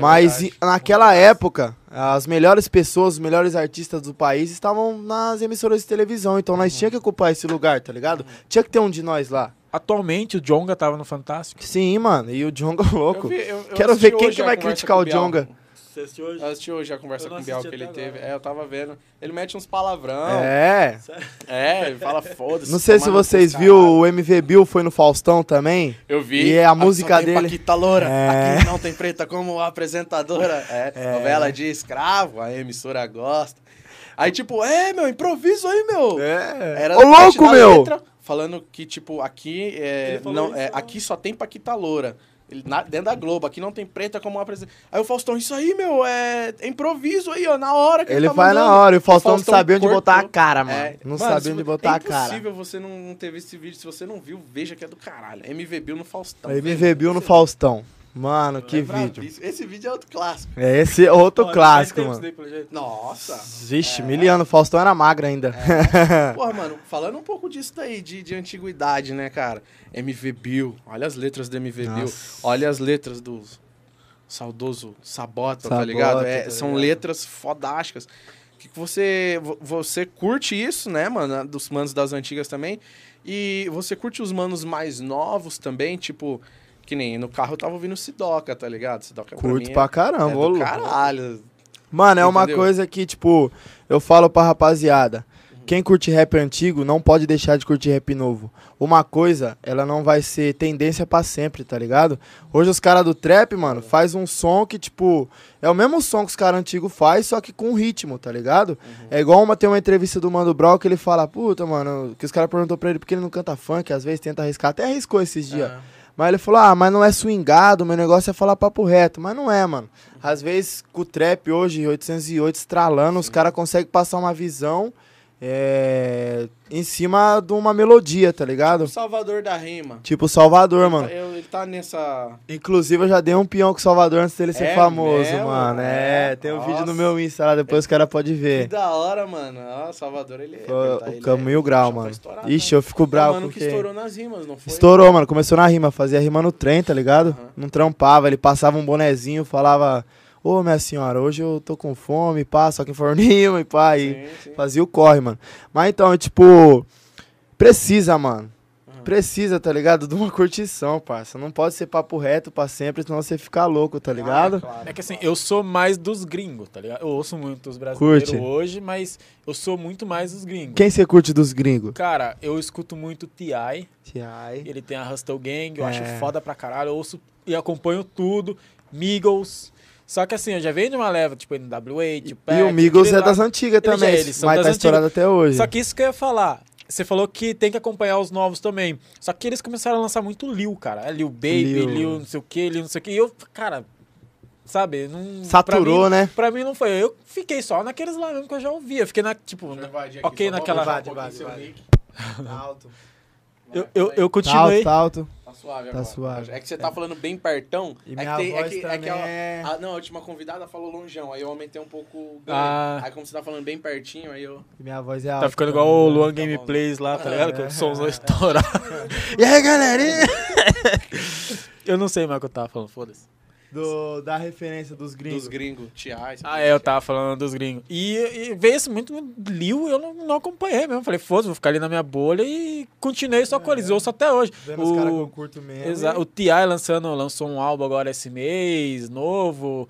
[SPEAKER 2] Mas
[SPEAKER 1] É verdade.
[SPEAKER 2] e- naquela época, as melhores pessoas, os melhores artistas do país estavam nas emissoras de televisão. Então nós
[SPEAKER 1] Uhum.
[SPEAKER 2] tinha que ocupar esse lugar, tá ligado? Tinha que ter um de nós lá.
[SPEAKER 3] Atualmente o Jonga tava no Fantástico.
[SPEAKER 2] Sim, mano. E o Djonga é
[SPEAKER 1] Eu
[SPEAKER 2] louco.
[SPEAKER 1] vi- eu- eu
[SPEAKER 2] Quero
[SPEAKER 1] assisti
[SPEAKER 2] ver quem
[SPEAKER 1] hoje
[SPEAKER 2] que
[SPEAKER 1] a
[SPEAKER 2] vai
[SPEAKER 1] conversa
[SPEAKER 2] criticar
[SPEAKER 1] com
[SPEAKER 2] o
[SPEAKER 1] Bial.
[SPEAKER 2] Djonga.
[SPEAKER 1] Eu
[SPEAKER 2] Ah,
[SPEAKER 1] assisti hoje a conversa
[SPEAKER 3] Eu
[SPEAKER 1] com
[SPEAKER 3] não
[SPEAKER 1] o Bial que
[SPEAKER 3] assisti
[SPEAKER 1] ele
[SPEAKER 3] até
[SPEAKER 1] teve.
[SPEAKER 3] agora.
[SPEAKER 1] É, eu tava vendo. Ele mete uns palavrão. É,
[SPEAKER 2] É.
[SPEAKER 1] ele fala foda-se.
[SPEAKER 2] Não sei
[SPEAKER 1] tomar
[SPEAKER 2] se
[SPEAKER 1] no cu,
[SPEAKER 2] vocês
[SPEAKER 1] caralho.
[SPEAKER 2] viu o MV Bill foi no Faustão também.
[SPEAKER 1] Eu vi.
[SPEAKER 2] E é a
[SPEAKER 1] Aqui
[SPEAKER 2] música
[SPEAKER 1] só tem
[SPEAKER 2] dele.
[SPEAKER 1] Paquita Loura.
[SPEAKER 2] É.
[SPEAKER 1] Aqui não tem preta como apresentadora. É, Novela de escravo. A emissora gosta. Aí, tipo, é, meu, improviso aí, meu.
[SPEAKER 2] É.
[SPEAKER 1] Era
[SPEAKER 2] Ô,
[SPEAKER 1] no teste
[SPEAKER 2] louco,
[SPEAKER 1] da
[SPEAKER 2] meu!
[SPEAKER 1] letra, falando que, tipo, aqui é, não, é, aqui só tem Paquita Loura. Ele- na- dentro da Globo, aqui não tem preta como apresenta. Aí o Faustão, isso aí, meu, é é improviso aí, ó, na hora que
[SPEAKER 2] Ele
[SPEAKER 1] tá
[SPEAKER 2] vai na
[SPEAKER 1] mandando.
[SPEAKER 2] hora. E o Faustão,
[SPEAKER 1] Faustão
[SPEAKER 2] não sabia onde
[SPEAKER 1] cortou.
[SPEAKER 2] botar a cara, Ah, mano.
[SPEAKER 1] É,
[SPEAKER 2] não
[SPEAKER 1] mano,
[SPEAKER 2] sabia
[SPEAKER 1] se-
[SPEAKER 2] onde botar
[SPEAKER 1] é
[SPEAKER 2] a cara.
[SPEAKER 1] impossível você não, não ter visto esse vídeo. Se você não viu, veja que é do caralho. MV Bill no Faustão.
[SPEAKER 2] MV Bill no Faustão. Mano, que
[SPEAKER 1] É
[SPEAKER 2] vídeo.
[SPEAKER 1] bravíssimo. Esse vídeo é outro clássico.
[SPEAKER 2] É esse é outro clássico, mano.
[SPEAKER 1] Nossa.
[SPEAKER 2] Vixe, miliano, Faustão era magro ainda.
[SPEAKER 1] É, Porra, mano, falando um pouco disso daí, de, de antiguidade, né, cara? MV Bill, olha as letras do MV Bill,
[SPEAKER 2] Nossa.
[SPEAKER 1] olha as letras do saudoso Sabota, tá
[SPEAKER 2] Sabota,
[SPEAKER 1] ligado? É,
[SPEAKER 2] tá
[SPEAKER 1] São
[SPEAKER 2] ligado.
[SPEAKER 1] letras fodásticas. Que que você, vo- você curte isso, né, mano? Dos manos das antigas também. E você curte os manos mais novos também, tipo, Que nem no carro eu tava ouvindo Sidoca, tá ligado? Sidoca pra
[SPEAKER 2] Curto
[SPEAKER 1] mim é-
[SPEAKER 2] pra caramba,
[SPEAKER 1] é
[SPEAKER 2] ô
[SPEAKER 1] do
[SPEAKER 2] louco.
[SPEAKER 1] caralho.
[SPEAKER 2] Mano, é uma
[SPEAKER 1] Entendeu?
[SPEAKER 2] coisa que, tipo, eu falo pra rapaziada.
[SPEAKER 1] Uhum.
[SPEAKER 2] Quem curte rap antigo não pode deixar de curtir rap novo. Uma coisa, ela não vai ser tendência pra sempre, tá ligado? Hoje os caras do trap,
[SPEAKER 1] Uhum.
[SPEAKER 2] mano, faz um som que, tipo, é o mesmo som que os caras antigos faz, só que com ritmo, tá ligado?
[SPEAKER 1] Uhum.
[SPEAKER 2] É igual uma, tem uma entrevista do Mando Brown que ele fala, puta, mano, que os caras perguntou pra ele porque ele não canta funk, às vezes tenta arriscar, até arriscou esses dias.
[SPEAKER 1] Ah.
[SPEAKER 2] Mas ele falou, ah, mas não é swingado, meu negócio é falar papo reto. Mas não é, mano. Às vezes, com o trap hoje, 808 estralando, os caras conseguem passar uma visão é, em cima de uma melodia, tá
[SPEAKER 1] O
[SPEAKER 2] ligado?
[SPEAKER 1] Salvador da Rima.
[SPEAKER 2] Tipo Salvador,
[SPEAKER 1] Ele tá-
[SPEAKER 2] mano.
[SPEAKER 1] eu- ele tá nessa.
[SPEAKER 2] Inclusive, eu já dei um peão com Salvador antes dele ser
[SPEAKER 1] É
[SPEAKER 2] famoso,
[SPEAKER 1] mesmo?
[SPEAKER 2] mano. É,
[SPEAKER 1] É,
[SPEAKER 2] tem um
[SPEAKER 1] nossa. É.
[SPEAKER 2] vídeo no meu Insta lá, depois os caras podem
[SPEAKER 1] Que
[SPEAKER 2] ver.
[SPEAKER 1] da hora, mano. Ó, Salvador, ele é.
[SPEAKER 2] É. Foi
[SPEAKER 1] tá, ele
[SPEAKER 2] o Camil
[SPEAKER 1] é-
[SPEAKER 2] Grau,
[SPEAKER 1] já tá
[SPEAKER 2] mano.
[SPEAKER 1] estourado,
[SPEAKER 2] Ixi,
[SPEAKER 1] né?
[SPEAKER 2] eu
[SPEAKER 1] É
[SPEAKER 2] fico
[SPEAKER 1] o
[SPEAKER 2] bravo
[SPEAKER 1] mano que
[SPEAKER 2] porque...
[SPEAKER 1] estourou nas rimas, não foi?
[SPEAKER 2] Estourou, mano. Começou na rima, fazia rima no trem, tá ligado?
[SPEAKER 1] Aham.
[SPEAKER 2] Não trampava, ele passava um bonezinho, falava, ô minha senhora, hoje eu tô com fome, pá, só que forninho e pá, e
[SPEAKER 1] Sim, sim.
[SPEAKER 2] fazia o corre, mano. Mas então, é tipo, precisa, mano.
[SPEAKER 1] Aham.
[SPEAKER 2] Precisa, tá ligado? De uma curtição, parça. Não pode ser papo reto pra sempre, senão você fica louco, tá ligado?
[SPEAKER 1] Ah, claro.
[SPEAKER 3] É que assim, eu sou mais dos gringos, tá ligado? Eu ouço muito os brasileiros
[SPEAKER 2] Curte.
[SPEAKER 3] hoje, mas eu sou muito mais dos gringos.
[SPEAKER 2] Quem você curte dos gringos?
[SPEAKER 3] Cara, eu escuto muito T.I.,
[SPEAKER 2] Tiai.
[SPEAKER 3] ele tem a Hustle Gang, eu
[SPEAKER 2] É.
[SPEAKER 3] acho foda pra caralho, eu ouço e acompanho tudo, Migos. Só que assim, eu já venho de uma leva, tipo NWA, de
[SPEAKER 2] E o Migos é das antigas
[SPEAKER 3] Ele já
[SPEAKER 2] também,
[SPEAKER 3] é, eles são
[SPEAKER 2] mas
[SPEAKER 3] das
[SPEAKER 2] tá
[SPEAKER 3] antigas.
[SPEAKER 2] estourado até hoje.
[SPEAKER 3] Só que isso que eu ia falar. Você falou que tem que acompanhar os novos também. Só que eles começaram a lançar muito Lil, cara. É Lil Baby,
[SPEAKER 2] Lil.
[SPEAKER 3] Lil, não sei o que, Lil não sei o que. E eu, cara, sabe, não.
[SPEAKER 2] Saturou,
[SPEAKER 3] pra mim,
[SPEAKER 2] né?
[SPEAKER 3] Pra mim não foi. Eu fiquei só naqueles lá mesmo que eu já ouvia. Fiquei na, tipo,
[SPEAKER 1] Deixa eu
[SPEAKER 3] na-
[SPEAKER 1] invadir aqui,
[SPEAKER 3] ok,
[SPEAKER 1] só vou
[SPEAKER 3] naquela.
[SPEAKER 1] aumentar um
[SPEAKER 2] Vai,
[SPEAKER 1] pouquinho
[SPEAKER 2] vai,
[SPEAKER 1] seu
[SPEAKER 2] vai.
[SPEAKER 1] mic.
[SPEAKER 2] Tá Alto.
[SPEAKER 3] Eu, eu, eu
[SPEAKER 2] Tá alto,
[SPEAKER 3] continuei.
[SPEAKER 2] tá alto.
[SPEAKER 1] Tá suave
[SPEAKER 2] Tá
[SPEAKER 1] agora.
[SPEAKER 2] suave.
[SPEAKER 1] É que você tá falando bem pertão.
[SPEAKER 2] E
[SPEAKER 1] é
[SPEAKER 2] minha
[SPEAKER 1] que tem, é
[SPEAKER 2] voz
[SPEAKER 1] que, é
[SPEAKER 2] também
[SPEAKER 1] que ela-
[SPEAKER 2] é-
[SPEAKER 1] Ah, não, a última convidada falou longeão, aí eu aumentei um pouco o ganho.
[SPEAKER 3] Ah.
[SPEAKER 1] Aí como você tá falando bem pertinho, aí eu...
[SPEAKER 2] Minha voz é alta.
[SPEAKER 3] Tá ficando igual o
[SPEAKER 2] também, né?
[SPEAKER 3] Luan Gameplays lá, tá ligado? Que o somzão estourado.
[SPEAKER 2] E aí, galerinha?
[SPEAKER 3] Eu não sei mais o que eu tava falando, foda-se.
[SPEAKER 2] Do, da referência dos gringos.
[SPEAKER 1] Dos gringos, Tiai.
[SPEAKER 3] Ah, é, eu tava falando dos gringos. E, e veio esse muito Liu, eu não, não acompanhei mesmo. Falei, foda-se, vou ficar ali na minha bolha e continuei só com eles. Eu ouço até hoje.
[SPEAKER 2] Vendo os caras com
[SPEAKER 3] O,
[SPEAKER 2] curto É mesmo.
[SPEAKER 3] exa- o T.I. lançando, lançou um álbum agora esse mês, novo.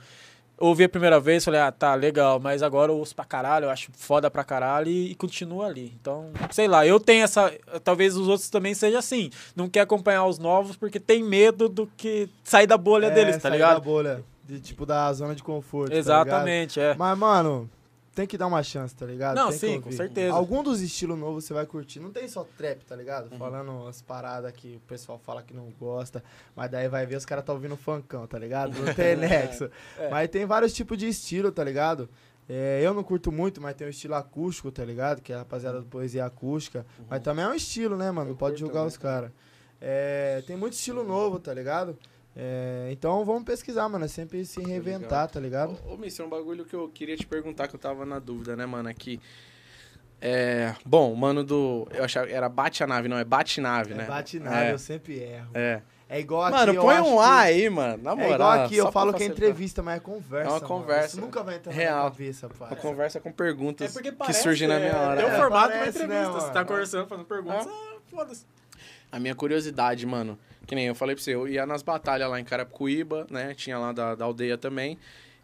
[SPEAKER 3] Ouvi a primeira vez, falei, ah, tá, legal, mas agora eu ouço pra caralho, eu acho foda pra caralho e, e continua ali. Então, sei lá, eu tenho essa. Talvez os outros também seja assim. Não quer acompanhar os novos porque tem medo do que sair da bolha deles, tá
[SPEAKER 2] É, sair Da
[SPEAKER 3] ligado?
[SPEAKER 2] bolha. De, tipo, da zona de conforto. tá
[SPEAKER 3] Exatamente, é.
[SPEAKER 2] ligado? Mas, mano, tem que dar uma chance, tá ligado?
[SPEAKER 3] Não,
[SPEAKER 2] Tem que
[SPEAKER 3] sim, com
[SPEAKER 2] ouvir.
[SPEAKER 3] certeza.
[SPEAKER 2] Algum dos estilos novos você vai curtir. Não tem só trap, tá
[SPEAKER 3] Uhum.
[SPEAKER 2] ligado? Falando as paradas que o pessoal fala que não gosta. Mas daí vai ver os caras tá ouvindo funkão, tá ligado? Não
[SPEAKER 3] É,
[SPEAKER 2] tem nexo. Mas tem vários tipos de estilo, tá ligado? É, eu não curto muito, mas tem o estilo acústico, tá ligado? Que é a
[SPEAKER 3] Uhum.
[SPEAKER 2] rapaziada do poesia acústica. Mas também é um estilo, né, mano? Não
[SPEAKER 1] Eu
[SPEAKER 2] pode
[SPEAKER 1] curto
[SPEAKER 2] julgar
[SPEAKER 1] também.
[SPEAKER 2] os caras. É, tem muito
[SPEAKER 3] Uhum.
[SPEAKER 2] estilo novo, tá ligado? É, então vamos pesquisar, mano. É sempre se reinventar, tá ligado?
[SPEAKER 1] Ô, ô Mister, um bagulho que eu queria te perguntar, que eu tava na dúvida, né, mano, aqui. É... Bom, o mano do... Eu achava... Era Bate a Nave, não, é Bate Nave, né?
[SPEAKER 2] É batinado,
[SPEAKER 1] É,
[SPEAKER 2] eu sempre erro.
[SPEAKER 1] é.
[SPEAKER 2] É igual aqui.
[SPEAKER 1] Mano,
[SPEAKER 2] eu
[SPEAKER 1] põe
[SPEAKER 2] acho
[SPEAKER 1] um A
[SPEAKER 2] que-
[SPEAKER 1] aí, mano, na moral.
[SPEAKER 2] É igual aqui,
[SPEAKER 1] só
[SPEAKER 2] eu
[SPEAKER 1] pra
[SPEAKER 2] falo que é
[SPEAKER 1] facilitar.
[SPEAKER 2] entrevista, mas é conversa.
[SPEAKER 1] É uma
[SPEAKER 2] mano.
[SPEAKER 1] conversa.
[SPEAKER 2] Isso nunca vai entrar na
[SPEAKER 1] Real. É
[SPEAKER 2] minha cabeça, pai.
[SPEAKER 1] Uma conversa com perguntas
[SPEAKER 3] É porque
[SPEAKER 1] que
[SPEAKER 3] parece,
[SPEAKER 1] surgem na minha
[SPEAKER 3] é,
[SPEAKER 1] hora.
[SPEAKER 3] É o
[SPEAKER 1] É.
[SPEAKER 3] formato de uma
[SPEAKER 2] Parece, né,
[SPEAKER 3] entrevista.
[SPEAKER 2] mano?
[SPEAKER 3] você tá conversando, fazendo perguntas. Ah, foda-se.
[SPEAKER 1] A minha curiosidade, mano, que nem eu falei pra você, eu ia nas batalhas lá em Carapicuíba, né? Tinha lá da, da aldeia também.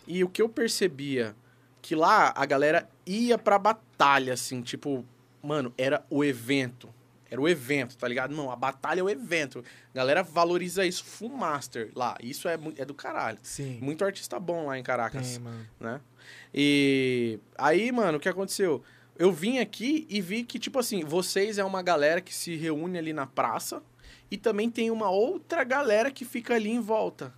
[SPEAKER 1] E o que eu percebia, que lá a galera ia pra batalha, assim, tipo, mano, era o evento. Era o evento, tá ligado? Não, a batalha é o evento. A galera valoriza isso, full master lá. Isso é, mu- é do caralho.
[SPEAKER 2] Sim.
[SPEAKER 1] Muito artista bom lá em Caracas
[SPEAKER 2] Tem, mano.
[SPEAKER 1] né? E aí, mano, o que aconteceu? Eu vim aqui e vi que, tipo assim, vocês é uma galera que se reúne ali na praça e também tem uma outra galera que fica ali em volta.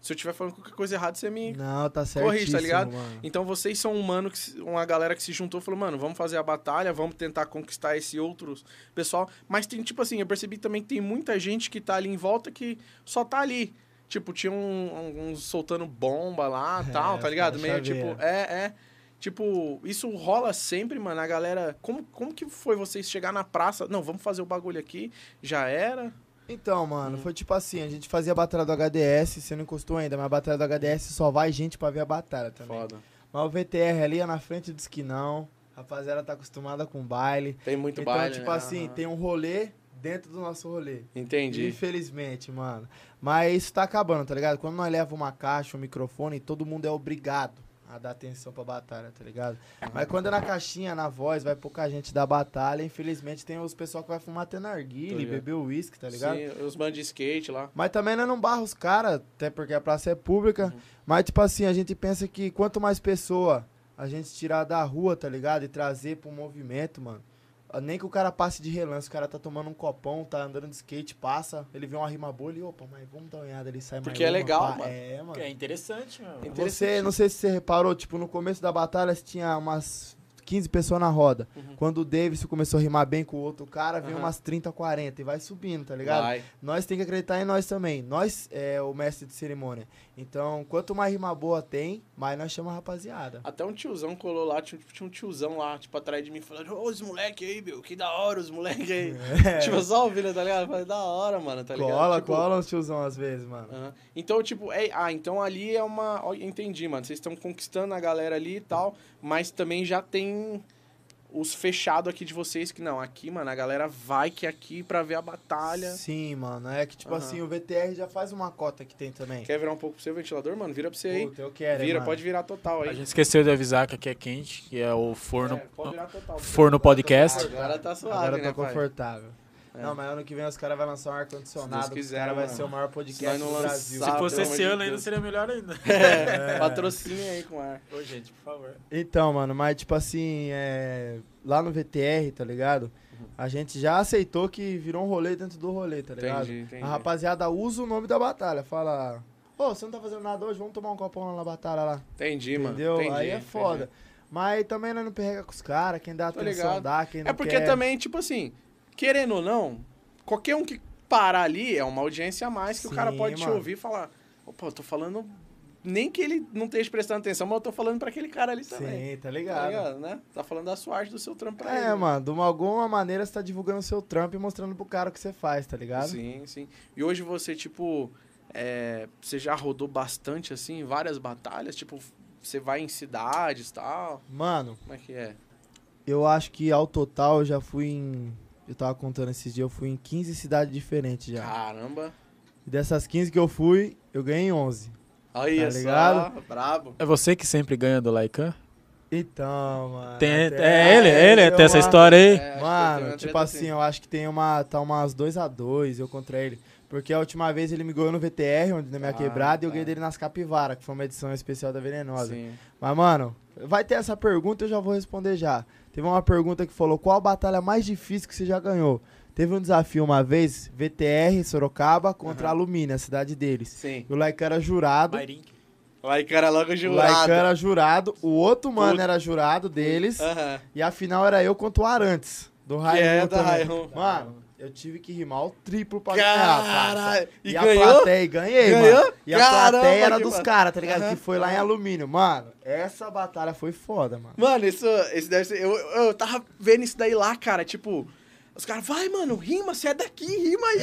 [SPEAKER 1] Se eu estiver falando qualquer coisa errada, você me.
[SPEAKER 2] Não, tá certo.
[SPEAKER 1] Corrige, tá ligado?
[SPEAKER 2] Mano.
[SPEAKER 1] Então vocês são um mano que se- uma galera que se juntou e falou, mano, vamos fazer a batalha, vamos tentar conquistar esse outro pessoal. Mas tem, tipo assim, eu percebi também que tem muita gente que tá ali em volta que só tá ali. Tipo, tinha um, um- uns soltando bomba lá
[SPEAKER 2] É,
[SPEAKER 1] e tal, tá
[SPEAKER 2] os
[SPEAKER 1] ligado?
[SPEAKER 2] caras
[SPEAKER 1] Meio
[SPEAKER 2] chaveira.
[SPEAKER 1] tipo, é, é. Tipo, isso rola sempre, mano. A galera. Como, como que foi vocês chegar na praça? Não, vamos fazer o bagulho aqui. Já era.
[SPEAKER 2] Então, mano, foi tipo assim, a gente fazia a batalha do HDS, você não encostou ainda, mas a batalha do HDS só vai gente pra ver a batalha também.
[SPEAKER 1] Foda.
[SPEAKER 2] Mas o VTR ali é na frente diz que não. Rapaziada tá acostumada com baile.
[SPEAKER 1] Tem muito
[SPEAKER 2] então,
[SPEAKER 1] baile.
[SPEAKER 2] tipo
[SPEAKER 1] né?
[SPEAKER 2] assim,
[SPEAKER 1] Aham.
[SPEAKER 2] tem um rolê dentro do nosso rolê.
[SPEAKER 1] Entendi.
[SPEAKER 2] Infelizmente, mano. Mas isso tá acabando, tá ligado? Quando nós leva uma caixa, um microfone, todo mundo é obrigado a dar atenção pra batalha, tá ligado? Mas quando é na caixinha, na voz, vai pouca gente da batalha, infelizmente tem os pessoal que vai fumar até
[SPEAKER 1] Tô
[SPEAKER 2] narguile,
[SPEAKER 1] ligado.
[SPEAKER 2] beber uísque, tá ligado? Tá
[SPEAKER 1] Sim, os bandos de skate lá.
[SPEAKER 2] Mas também nós não barra os caras, até porque a praça é pública.
[SPEAKER 1] Uhum.
[SPEAKER 2] Mas, tipo assim, a gente pensa que quanto mais pessoa a gente tirar da rua, tá ligado? E trazer pro movimento, mano. Ah, Nem que o cara passe de relance, o cara tá tomando um copão, tá andando de skate, passa, ele vê uma rima boa e, opa, mas vamos dar uma olhada ali, sai mais
[SPEAKER 1] Porque é
[SPEAKER 2] uma,
[SPEAKER 1] legal,
[SPEAKER 2] pá.
[SPEAKER 1] mano.
[SPEAKER 2] É, mano.
[SPEAKER 3] É interessante, mano.
[SPEAKER 2] Você, não sei se você reparou, tipo, no começo da batalha tinha umas 15 pessoas na roda. Quando o Davidson começou a rimar bem com o outro cara, veio
[SPEAKER 1] Uhum. Aham.
[SPEAKER 2] umas 30, 40 e vai subindo, tá ligado?
[SPEAKER 1] Vai.
[SPEAKER 2] Nós tem que acreditar em nós também. Nós é o mestre de cerimônia. Então, quanto mais rima boa tem, mais nós chama a rapaziada.
[SPEAKER 1] Até um tiozão colou lá, tinha, tinha um tiozão lá, tipo, atrás de mim, falando, ô, os moleque aí, meu, que da hora os moleque aí. Tipo, só ouvindo, tá ligado? Eu Falei, da hora, mano, tá ligado?
[SPEAKER 2] É. cola,
[SPEAKER 1] Tipo,
[SPEAKER 2] cola os tiozão às vezes, mano.
[SPEAKER 1] Aham. Então, tipo, é, ah, então ali é uma. ó, Entendi, mano. Vocês estão conquistando a galera ali e tal, mas também já tem os fechados aqui de vocês que não. Aqui, mano, a galera vai que é aqui pra ver a batalha.
[SPEAKER 2] Sim, mano. É que, tipo
[SPEAKER 1] Aham.
[SPEAKER 2] assim, o VTR já faz uma cota que tem também.
[SPEAKER 1] Quer virar um pouco pro seu ventilador, mano? Vira pra você aí.
[SPEAKER 2] Puta, eu quero, hein,
[SPEAKER 1] Vira,
[SPEAKER 2] mano.
[SPEAKER 1] pode virar total
[SPEAKER 3] A
[SPEAKER 1] aí.
[SPEAKER 3] gente esqueceu de avisar que aqui é quente, que é o forno,
[SPEAKER 1] É, pode virar total.
[SPEAKER 3] forno podcast.
[SPEAKER 1] Agora tá suave,
[SPEAKER 2] Agora eu tô
[SPEAKER 1] né, pai?
[SPEAKER 2] confortável.
[SPEAKER 1] É.
[SPEAKER 2] Não, mas ano que vem os caras vão lançar um
[SPEAKER 1] Se
[SPEAKER 2] ar-condicionado.
[SPEAKER 1] Deus
[SPEAKER 2] que Os
[SPEAKER 1] quiser,
[SPEAKER 2] caras vai
[SPEAKER 1] mano.
[SPEAKER 2] ser o maior
[SPEAKER 1] Se
[SPEAKER 2] podcast
[SPEAKER 1] nós
[SPEAKER 2] do
[SPEAKER 1] não
[SPEAKER 2] Brasil.
[SPEAKER 1] lançar-
[SPEAKER 3] Se fosse
[SPEAKER 1] Ah, pelo amor
[SPEAKER 3] esse
[SPEAKER 1] de
[SPEAKER 3] ano ainda,
[SPEAKER 1] Deus.
[SPEAKER 3] seria melhor ainda.
[SPEAKER 1] É, Patrocínio aí com ar.
[SPEAKER 3] Ô, gente, por favor.
[SPEAKER 2] Então, mano, mas tipo assim, é... lá no VTR, tá ligado?
[SPEAKER 1] Uhum.
[SPEAKER 2] A gente já aceitou que virou um rolê dentro do rolê, tá ligado?
[SPEAKER 1] Entendi, entendi.
[SPEAKER 2] A rapaziada usa o nome da batalha, fala. Ô, você não tá fazendo nada hoje, vamos tomar um copão lá na batalha lá.
[SPEAKER 1] Entendi, mano.
[SPEAKER 2] Entendeu?
[SPEAKER 1] Entendi,
[SPEAKER 2] Aí é
[SPEAKER 1] entendi.
[SPEAKER 2] foda. Mas também nós não perrega com os caras, quem dá
[SPEAKER 1] Tô
[SPEAKER 2] atenção
[SPEAKER 1] ligado.
[SPEAKER 2] dá, quem não
[SPEAKER 1] É porque
[SPEAKER 2] quer.
[SPEAKER 1] também, tipo assim, querendo ou não, qualquer um que parar ali é uma audiência a mais que o
[SPEAKER 2] Sim,
[SPEAKER 1] cara pode te
[SPEAKER 2] mano.
[SPEAKER 1] ouvir e falar: opa, eu tô falando. Nem que ele não esteja prestando atenção, mas eu tô falando pra aquele cara ali também.
[SPEAKER 2] Sim, tá
[SPEAKER 1] Tá
[SPEAKER 2] ligado?
[SPEAKER 1] ligado, né? Tá falando da sua arte, do seu trampo pra ele.
[SPEAKER 2] É, mano, de uma, alguma maneira você tá divulgando o seu trampo e mostrando pro cara o que você faz, tá ligado?
[SPEAKER 1] Sim, sim. E hoje você, tipo, é, você já rodou bastante, assim, várias batalhas? Tipo, você vai em cidades e tal?
[SPEAKER 2] Mano,
[SPEAKER 1] Como é que é?
[SPEAKER 2] Eu acho que ao total eu já fui em. Eu tava contando esses dias, eu fui em 15 cidades diferentes já.
[SPEAKER 1] Caramba.
[SPEAKER 2] E dessas 15 que eu fui, eu ganhei 11.
[SPEAKER 1] Aí,
[SPEAKER 2] Tá
[SPEAKER 1] é só.
[SPEAKER 2] ligado?
[SPEAKER 1] Brabo.
[SPEAKER 3] É você que sempre ganha do Laikan?
[SPEAKER 2] Então, mano.
[SPEAKER 3] Tem, é,
[SPEAKER 2] até-
[SPEAKER 3] ele, é ele,
[SPEAKER 2] deu
[SPEAKER 3] tem essa
[SPEAKER 2] uma-
[SPEAKER 3] história
[SPEAKER 1] É,
[SPEAKER 3] aí.
[SPEAKER 1] acho que eu tenho
[SPEAKER 2] Mano,
[SPEAKER 1] uma
[SPEAKER 2] tipo
[SPEAKER 1] treta
[SPEAKER 2] assim, eu acho que tem uma. Tá umas 2 a 2 eu contra ele. Porque a última vez ele me ganhou no VTR, onde na minha
[SPEAKER 1] Ah,
[SPEAKER 2] quebrada, e eu
[SPEAKER 1] tá.
[SPEAKER 2] ganhei dele nas Capivara, que foi uma edição especial da Venenosa.
[SPEAKER 1] Sim.
[SPEAKER 2] Mas, mano, vai ter essa pergunta, eu já vou responder já. Teve uma pergunta que falou: qual a batalha mais difícil que você já ganhou? Teve um desafio uma vez, VTR, Sorocaba, contra a Alumínio, a cidade deles.
[SPEAKER 1] Sim.
[SPEAKER 2] E o Laica era jurado.
[SPEAKER 1] Laicana logo um
[SPEAKER 2] O Laica
[SPEAKER 1] jurado.
[SPEAKER 2] era jurado, o outro mano
[SPEAKER 1] Puta.
[SPEAKER 2] era jurado deles.
[SPEAKER 1] Aham.
[SPEAKER 2] E a final era eu contra o Arantes, do Raio.
[SPEAKER 1] é, da Raimundo.
[SPEAKER 2] Mano, eu tive que rimar o triplo pra ganhar. parça.
[SPEAKER 1] Caralho. E,
[SPEAKER 2] E, a
[SPEAKER 1] ganhou?
[SPEAKER 2] plateia, e ganhei,
[SPEAKER 1] Ganhou?
[SPEAKER 2] mano. E a
[SPEAKER 1] Caramba,
[SPEAKER 2] plateia era
[SPEAKER 1] que
[SPEAKER 2] dos
[SPEAKER 1] ba-
[SPEAKER 2] caras, tá ligado?
[SPEAKER 1] Aham.
[SPEAKER 2] Que foi lá em alumínio. Mano, essa batalha foi foda, mano.
[SPEAKER 1] Mano, isso, esse deve ser. Eu, eu tava vendo isso daí lá, cara. Tipo, os caras, vai, mano, rima, você é daqui, rima aí.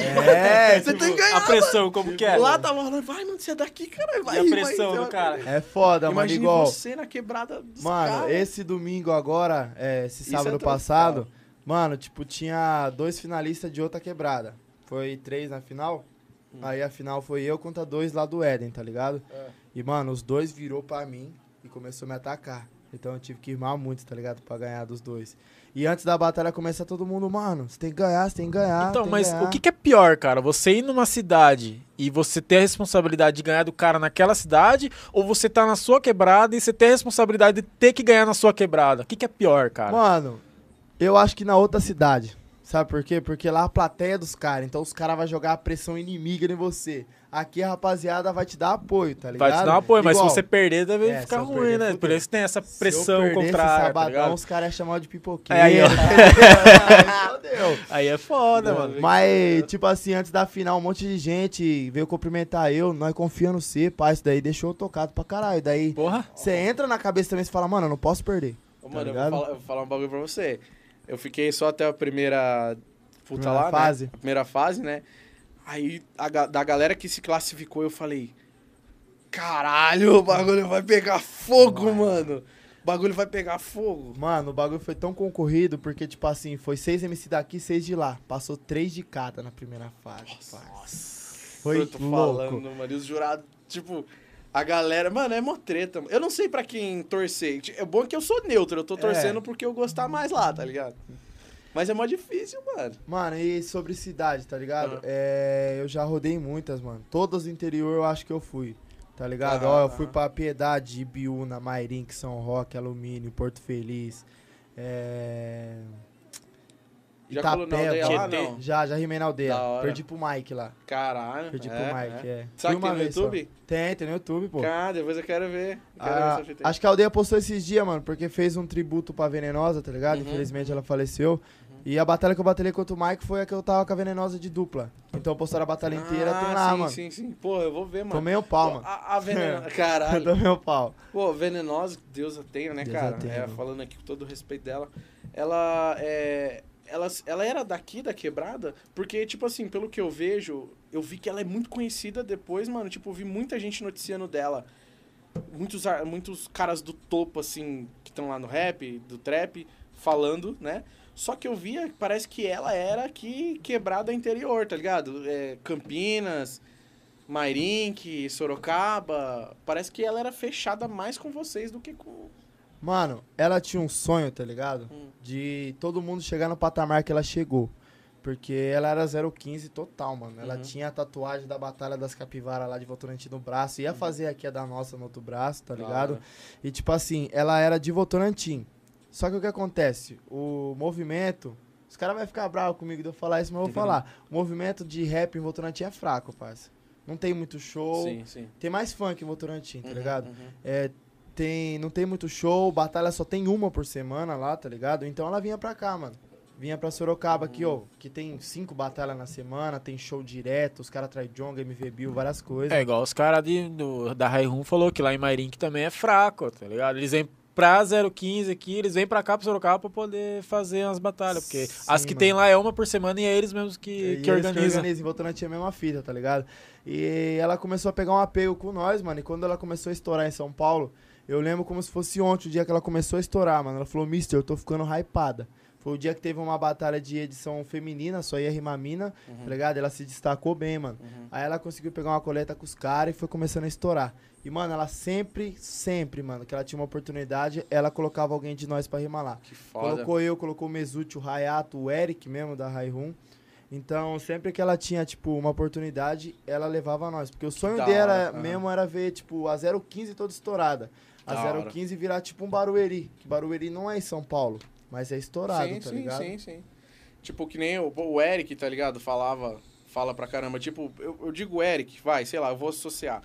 [SPEAKER 2] É,
[SPEAKER 1] você tem que
[SPEAKER 3] A
[SPEAKER 1] ganhar.
[SPEAKER 3] pressão, como que é?
[SPEAKER 1] Lá
[SPEAKER 2] tá
[SPEAKER 1] tava falando, vai, mano, você é daqui, caralho, vai.
[SPEAKER 3] e a
[SPEAKER 1] rima aí,
[SPEAKER 3] pressão
[SPEAKER 1] você
[SPEAKER 3] do
[SPEAKER 1] vai-
[SPEAKER 3] cara.
[SPEAKER 2] É foda, mano.
[SPEAKER 1] Imagine
[SPEAKER 2] Igual.
[SPEAKER 1] você na quebrada dos
[SPEAKER 2] Mano,
[SPEAKER 1] caras.
[SPEAKER 2] esse domingo agora, é, esse
[SPEAKER 1] Isso
[SPEAKER 2] sábado
[SPEAKER 1] é todo
[SPEAKER 2] passado, mano, tipo, tinha dois finalistas de outra quebrada. Foi três na final. Aí a final foi eu contra dois lá do Éden, tá ligado?
[SPEAKER 1] Hum. É.
[SPEAKER 2] E, mano, os dois virou pra mim e começou a me atacar. Então eu tive que irmar muito, tá ligado? Pra ganhar dos dois. E antes da batalha começar, todo mundo, mano, você tem que ganhar, você tem que ganhar.
[SPEAKER 3] Então,
[SPEAKER 2] Ah, tem
[SPEAKER 3] mas
[SPEAKER 2] ganhar."
[SPEAKER 3] o que, que é pior, cara? Você ir numa cidade e você ter a responsabilidade de ganhar do cara naquela cidade, ou você tá na sua quebrada e você ter a responsabilidade de ter que ganhar na sua quebrada? O que, que é pior, cara?
[SPEAKER 2] Mano, eu acho que na outra cidade. Sabe por quê? Porque lá a plateia é dos caras, então os caras vão jogar a pressão inimiga em você. Aqui a rapaziada vai te dar apoio, tá ligado?
[SPEAKER 3] Vai te dar um apoio, mas se
[SPEAKER 2] Igual,
[SPEAKER 3] você perder, deve
[SPEAKER 2] É,
[SPEAKER 3] ficar
[SPEAKER 2] se eu
[SPEAKER 3] ruim,
[SPEAKER 2] perder,
[SPEAKER 3] né?
[SPEAKER 2] fudeu.
[SPEAKER 3] Por isso tem essa
[SPEAKER 2] se eu
[SPEAKER 3] pressão
[SPEAKER 2] perder esse
[SPEAKER 3] contrária, tá
[SPEAKER 2] sabadão,
[SPEAKER 3] ligado?
[SPEAKER 2] os caras iam chamar de pipoqueiro.
[SPEAKER 3] É, aí, ó.
[SPEAKER 2] Aí, fodeu.
[SPEAKER 3] Aí é foda, mano.
[SPEAKER 2] Mas, tipo assim, antes da final, um monte de gente veio cumprimentar eu, nós confiando no C, pá, isso daí deixou eu tocado pra caralho. Daí
[SPEAKER 3] Porra.
[SPEAKER 2] você entra na cabeça também e fala, mano, eu não posso perder.
[SPEAKER 1] Ô, mano, eu, vou
[SPEAKER 2] Tá ligado?
[SPEAKER 1] falar, eu vou falar um bagulho pra você. Eu fiquei só até a primeira. Puta
[SPEAKER 2] Primeira
[SPEAKER 1] lá, né?
[SPEAKER 2] fase.
[SPEAKER 1] A primeira fase, né? Aí, a ga- da galera que se classificou, eu falei: Caralho, o bagulho vai pegar fogo, mano. O bagulho vai pegar fogo.
[SPEAKER 2] Mano, o bagulho foi tão concorrido porque, tipo assim, foi seis MC daqui, seis de lá. Passou três de cada na primeira fase. parça. Foi
[SPEAKER 1] eu tô
[SPEAKER 2] louco.
[SPEAKER 1] falando, mano. E os jurados, tipo, a galera. Mano, é mó treta. mano. Eu não sei pra quem torcer. É bom que eu sou neutro.
[SPEAKER 2] É.
[SPEAKER 1] Eu tô torcendo porque eu gostar mais lá, tá ligado? Mas é mó difícil, mano.
[SPEAKER 2] Mano, e sobre cidade, tá ligado?
[SPEAKER 1] Ah.
[SPEAKER 2] É, eu já rodei muitas, mano. Todas do interior eu acho que eu fui. Tá ligado?
[SPEAKER 1] Ah,
[SPEAKER 2] Ó, eu
[SPEAKER 1] ah.
[SPEAKER 2] fui pra Piedade, Ibiúna, Mairink, São Roque, Alumínio, Porto Feliz. É... Ah,
[SPEAKER 1] Já colou na aldeia lá, não?
[SPEAKER 2] Já, já rimei na aldeia.
[SPEAKER 1] Da hora.
[SPEAKER 2] Perdi pro Mike lá.
[SPEAKER 1] Caralho. é,
[SPEAKER 2] Perdi pro Mike, é.
[SPEAKER 1] Sabe que
[SPEAKER 2] Fui
[SPEAKER 1] tem
[SPEAKER 2] uma
[SPEAKER 1] no
[SPEAKER 2] vez só.
[SPEAKER 1] YouTube?
[SPEAKER 2] Tem, tem no YouTube, pô.
[SPEAKER 1] Cara, depois eu quero ver. Eu Quero ver
[SPEAKER 2] Ah,
[SPEAKER 1] essa fita aí.
[SPEAKER 2] acho que a aldeia postou esses dias, mano, porque fez um tributo pra Venenosa, tá ligado?
[SPEAKER 1] Uhum.
[SPEAKER 2] Infelizmente ela faleceu. E a batalha que eu batalhei contra o Mike foi a que eu tava com a Venenosa de dupla. Então postaram a batalha inteira, tem lá,
[SPEAKER 1] Ah, sim,
[SPEAKER 2] mano.
[SPEAKER 1] Sim, sim, Pô, eu vou ver, mano.
[SPEAKER 2] Tomei o pau,
[SPEAKER 1] Pô,
[SPEAKER 2] mano.
[SPEAKER 1] A, a venenosa. Caralho.
[SPEAKER 2] Tomei o pau.
[SPEAKER 1] Pô, venenosa, que Deus a tenha, né,
[SPEAKER 2] Deus
[SPEAKER 1] cara?
[SPEAKER 2] a tenha,
[SPEAKER 1] É,
[SPEAKER 2] mano.
[SPEAKER 1] falando aqui com todo o respeito dela. Ela é. Ela, ela era daqui da quebrada, porque, tipo assim, pelo que eu vejo, eu vi que ela é muito conhecida depois, mano. Tipo, eu vi muita gente noticiando dela. Muitos, ar- muitos caras do topo, assim, que estão lá no rap, do trap, falando, né? Só que eu via, que parece que ela era aqui quebrada interior, tá ligado? É, Campinas, Mairink, Sorocaba. Parece que ela era fechada mais com vocês do que com.
[SPEAKER 2] Mano, ela tinha um sonho, tá ligado?
[SPEAKER 1] Hum.
[SPEAKER 2] De todo mundo chegar no patamar que ela chegou. Porque ela era 015 total, mano. Ela
[SPEAKER 1] Uhum.
[SPEAKER 2] tinha a tatuagem da Batalha das Capivaras lá de Votorantim no braço.
[SPEAKER 1] Uhum.
[SPEAKER 2] Ia fazer aqui a da nossa no outro braço, tá
[SPEAKER 1] né?
[SPEAKER 2] ligado? E tipo assim, ela era de Votorantim. Só que o que acontece? O movimento. Os caras vão ficar bravos comigo de eu falar isso, mas eu vou falar. O movimento de rap em Votorantim é fraco, parça. Não tem muito show.
[SPEAKER 1] Sim, sim.
[SPEAKER 2] Tem mais funk em Votorantim, tá
[SPEAKER 1] Uhum,
[SPEAKER 2] ligado?
[SPEAKER 1] uhum.
[SPEAKER 2] É, tem, não tem muito show, batalha só tem uma por semana lá, tá ligado? Então ela vinha pra cá, mano. Vinha pra Sorocaba aqui,
[SPEAKER 1] Hum.
[SPEAKER 2] ó, que tem cinco batalhas na semana, tem show direto, os caras traem Jonga, MV Bill, várias coisas.
[SPEAKER 3] É igual os caras da Raihun falou que lá em Mairink também é fraco, tá ligado? Eles vêm pra 015 aqui, eles vêm pra cá pro Sorocaba pra poder fazer as batalhas. Porque as
[SPEAKER 2] Sim,
[SPEAKER 3] que
[SPEAKER 2] mano.
[SPEAKER 3] tem lá é uma por semana e é eles mesmos
[SPEAKER 2] E
[SPEAKER 3] que,
[SPEAKER 2] eles
[SPEAKER 3] que organizam.
[SPEAKER 2] organizam. Voltando a tia, a mesma fita, tá ligado? E ela começou a pegar um apego com nós, mano. E quando ela começou a estourar em São Paulo, eu lembro como se fosse ontem o dia que ela começou a estourar, mano. Ela falou, mister, eu tô ficando hypada. Foi o dia que teve uma batalha de edição feminina, só ia rimar mina,
[SPEAKER 3] Uhum.
[SPEAKER 2] tá ligado? Ela se destacou bem, mano. Aí ela conseguiu pegar uma coleta com os caras e foi começando a estourar. E, mano, ela sempre, sempre, mano, que ela tinha uma oportunidade, ela colocava alguém de nós pra rimar lá.
[SPEAKER 1] Que foda.
[SPEAKER 2] Colocou eu, colocou o Mesuti, o Hayato, o Eric mesmo da Raihun. Então, sempre que ela tinha, tipo, uma oportunidade, ela levava nós. Porque o sonho
[SPEAKER 1] Da
[SPEAKER 2] dela
[SPEAKER 1] hora, aham.
[SPEAKER 2] mesmo era ver, tipo, a 015 toda estourada. A
[SPEAKER 1] Da hora.
[SPEAKER 2] 015 virar, tipo, um Barueri. Que Barueri não é em São Paulo, mas é estourado,
[SPEAKER 1] sim,
[SPEAKER 2] tá
[SPEAKER 1] sim,
[SPEAKER 2] ligado?
[SPEAKER 1] sim, sim. Tipo, que nem o, o Eric, tá ligado? Falava, fala pra caramba. Tipo, eu, eu digo o Eric, vai, sei lá, eu vou associar.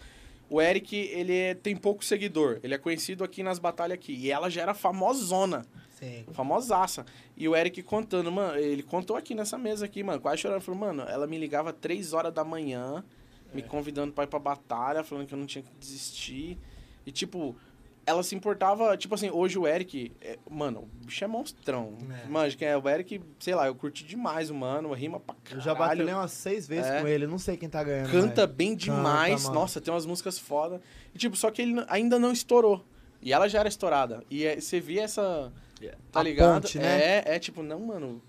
[SPEAKER 1] O Eric, ele é- tem pouco seguidor. Ele é conhecido aqui nas batalhas aqui. E ela já era famosona.
[SPEAKER 2] Sim.
[SPEAKER 1] Famosaça. E o Eric contando, mano, ele contou aqui nessa mesa aqui, mano, quase chorando. Falou, mano, ela me ligava três horas da manhã,
[SPEAKER 2] É.
[SPEAKER 1] me convidando pra ir pra batalha, falando que eu não tinha que desistir. E, tipo, ela se importava, tipo assim, hoje o Eric, é- mano, o bicho é monstrão.
[SPEAKER 2] É.
[SPEAKER 1] Mano, quem é o Eric, sei lá, eu curti demais o mano, rima pra caralho.
[SPEAKER 2] Eu já bati umas seis vezes
[SPEAKER 1] É.
[SPEAKER 2] com ele, não sei quem tá ganhando.
[SPEAKER 1] Canta
[SPEAKER 2] mas-
[SPEAKER 1] bem demais.
[SPEAKER 2] mano.
[SPEAKER 1] Nossa, tem umas músicas foda. E, tipo, só que ele n- ainda não estourou. E ela já era estourada. E é, você via essa. Tá
[SPEAKER 2] É. A
[SPEAKER 1] ligado?
[SPEAKER 2] ponte, né?
[SPEAKER 1] É, é tipo, não, mano,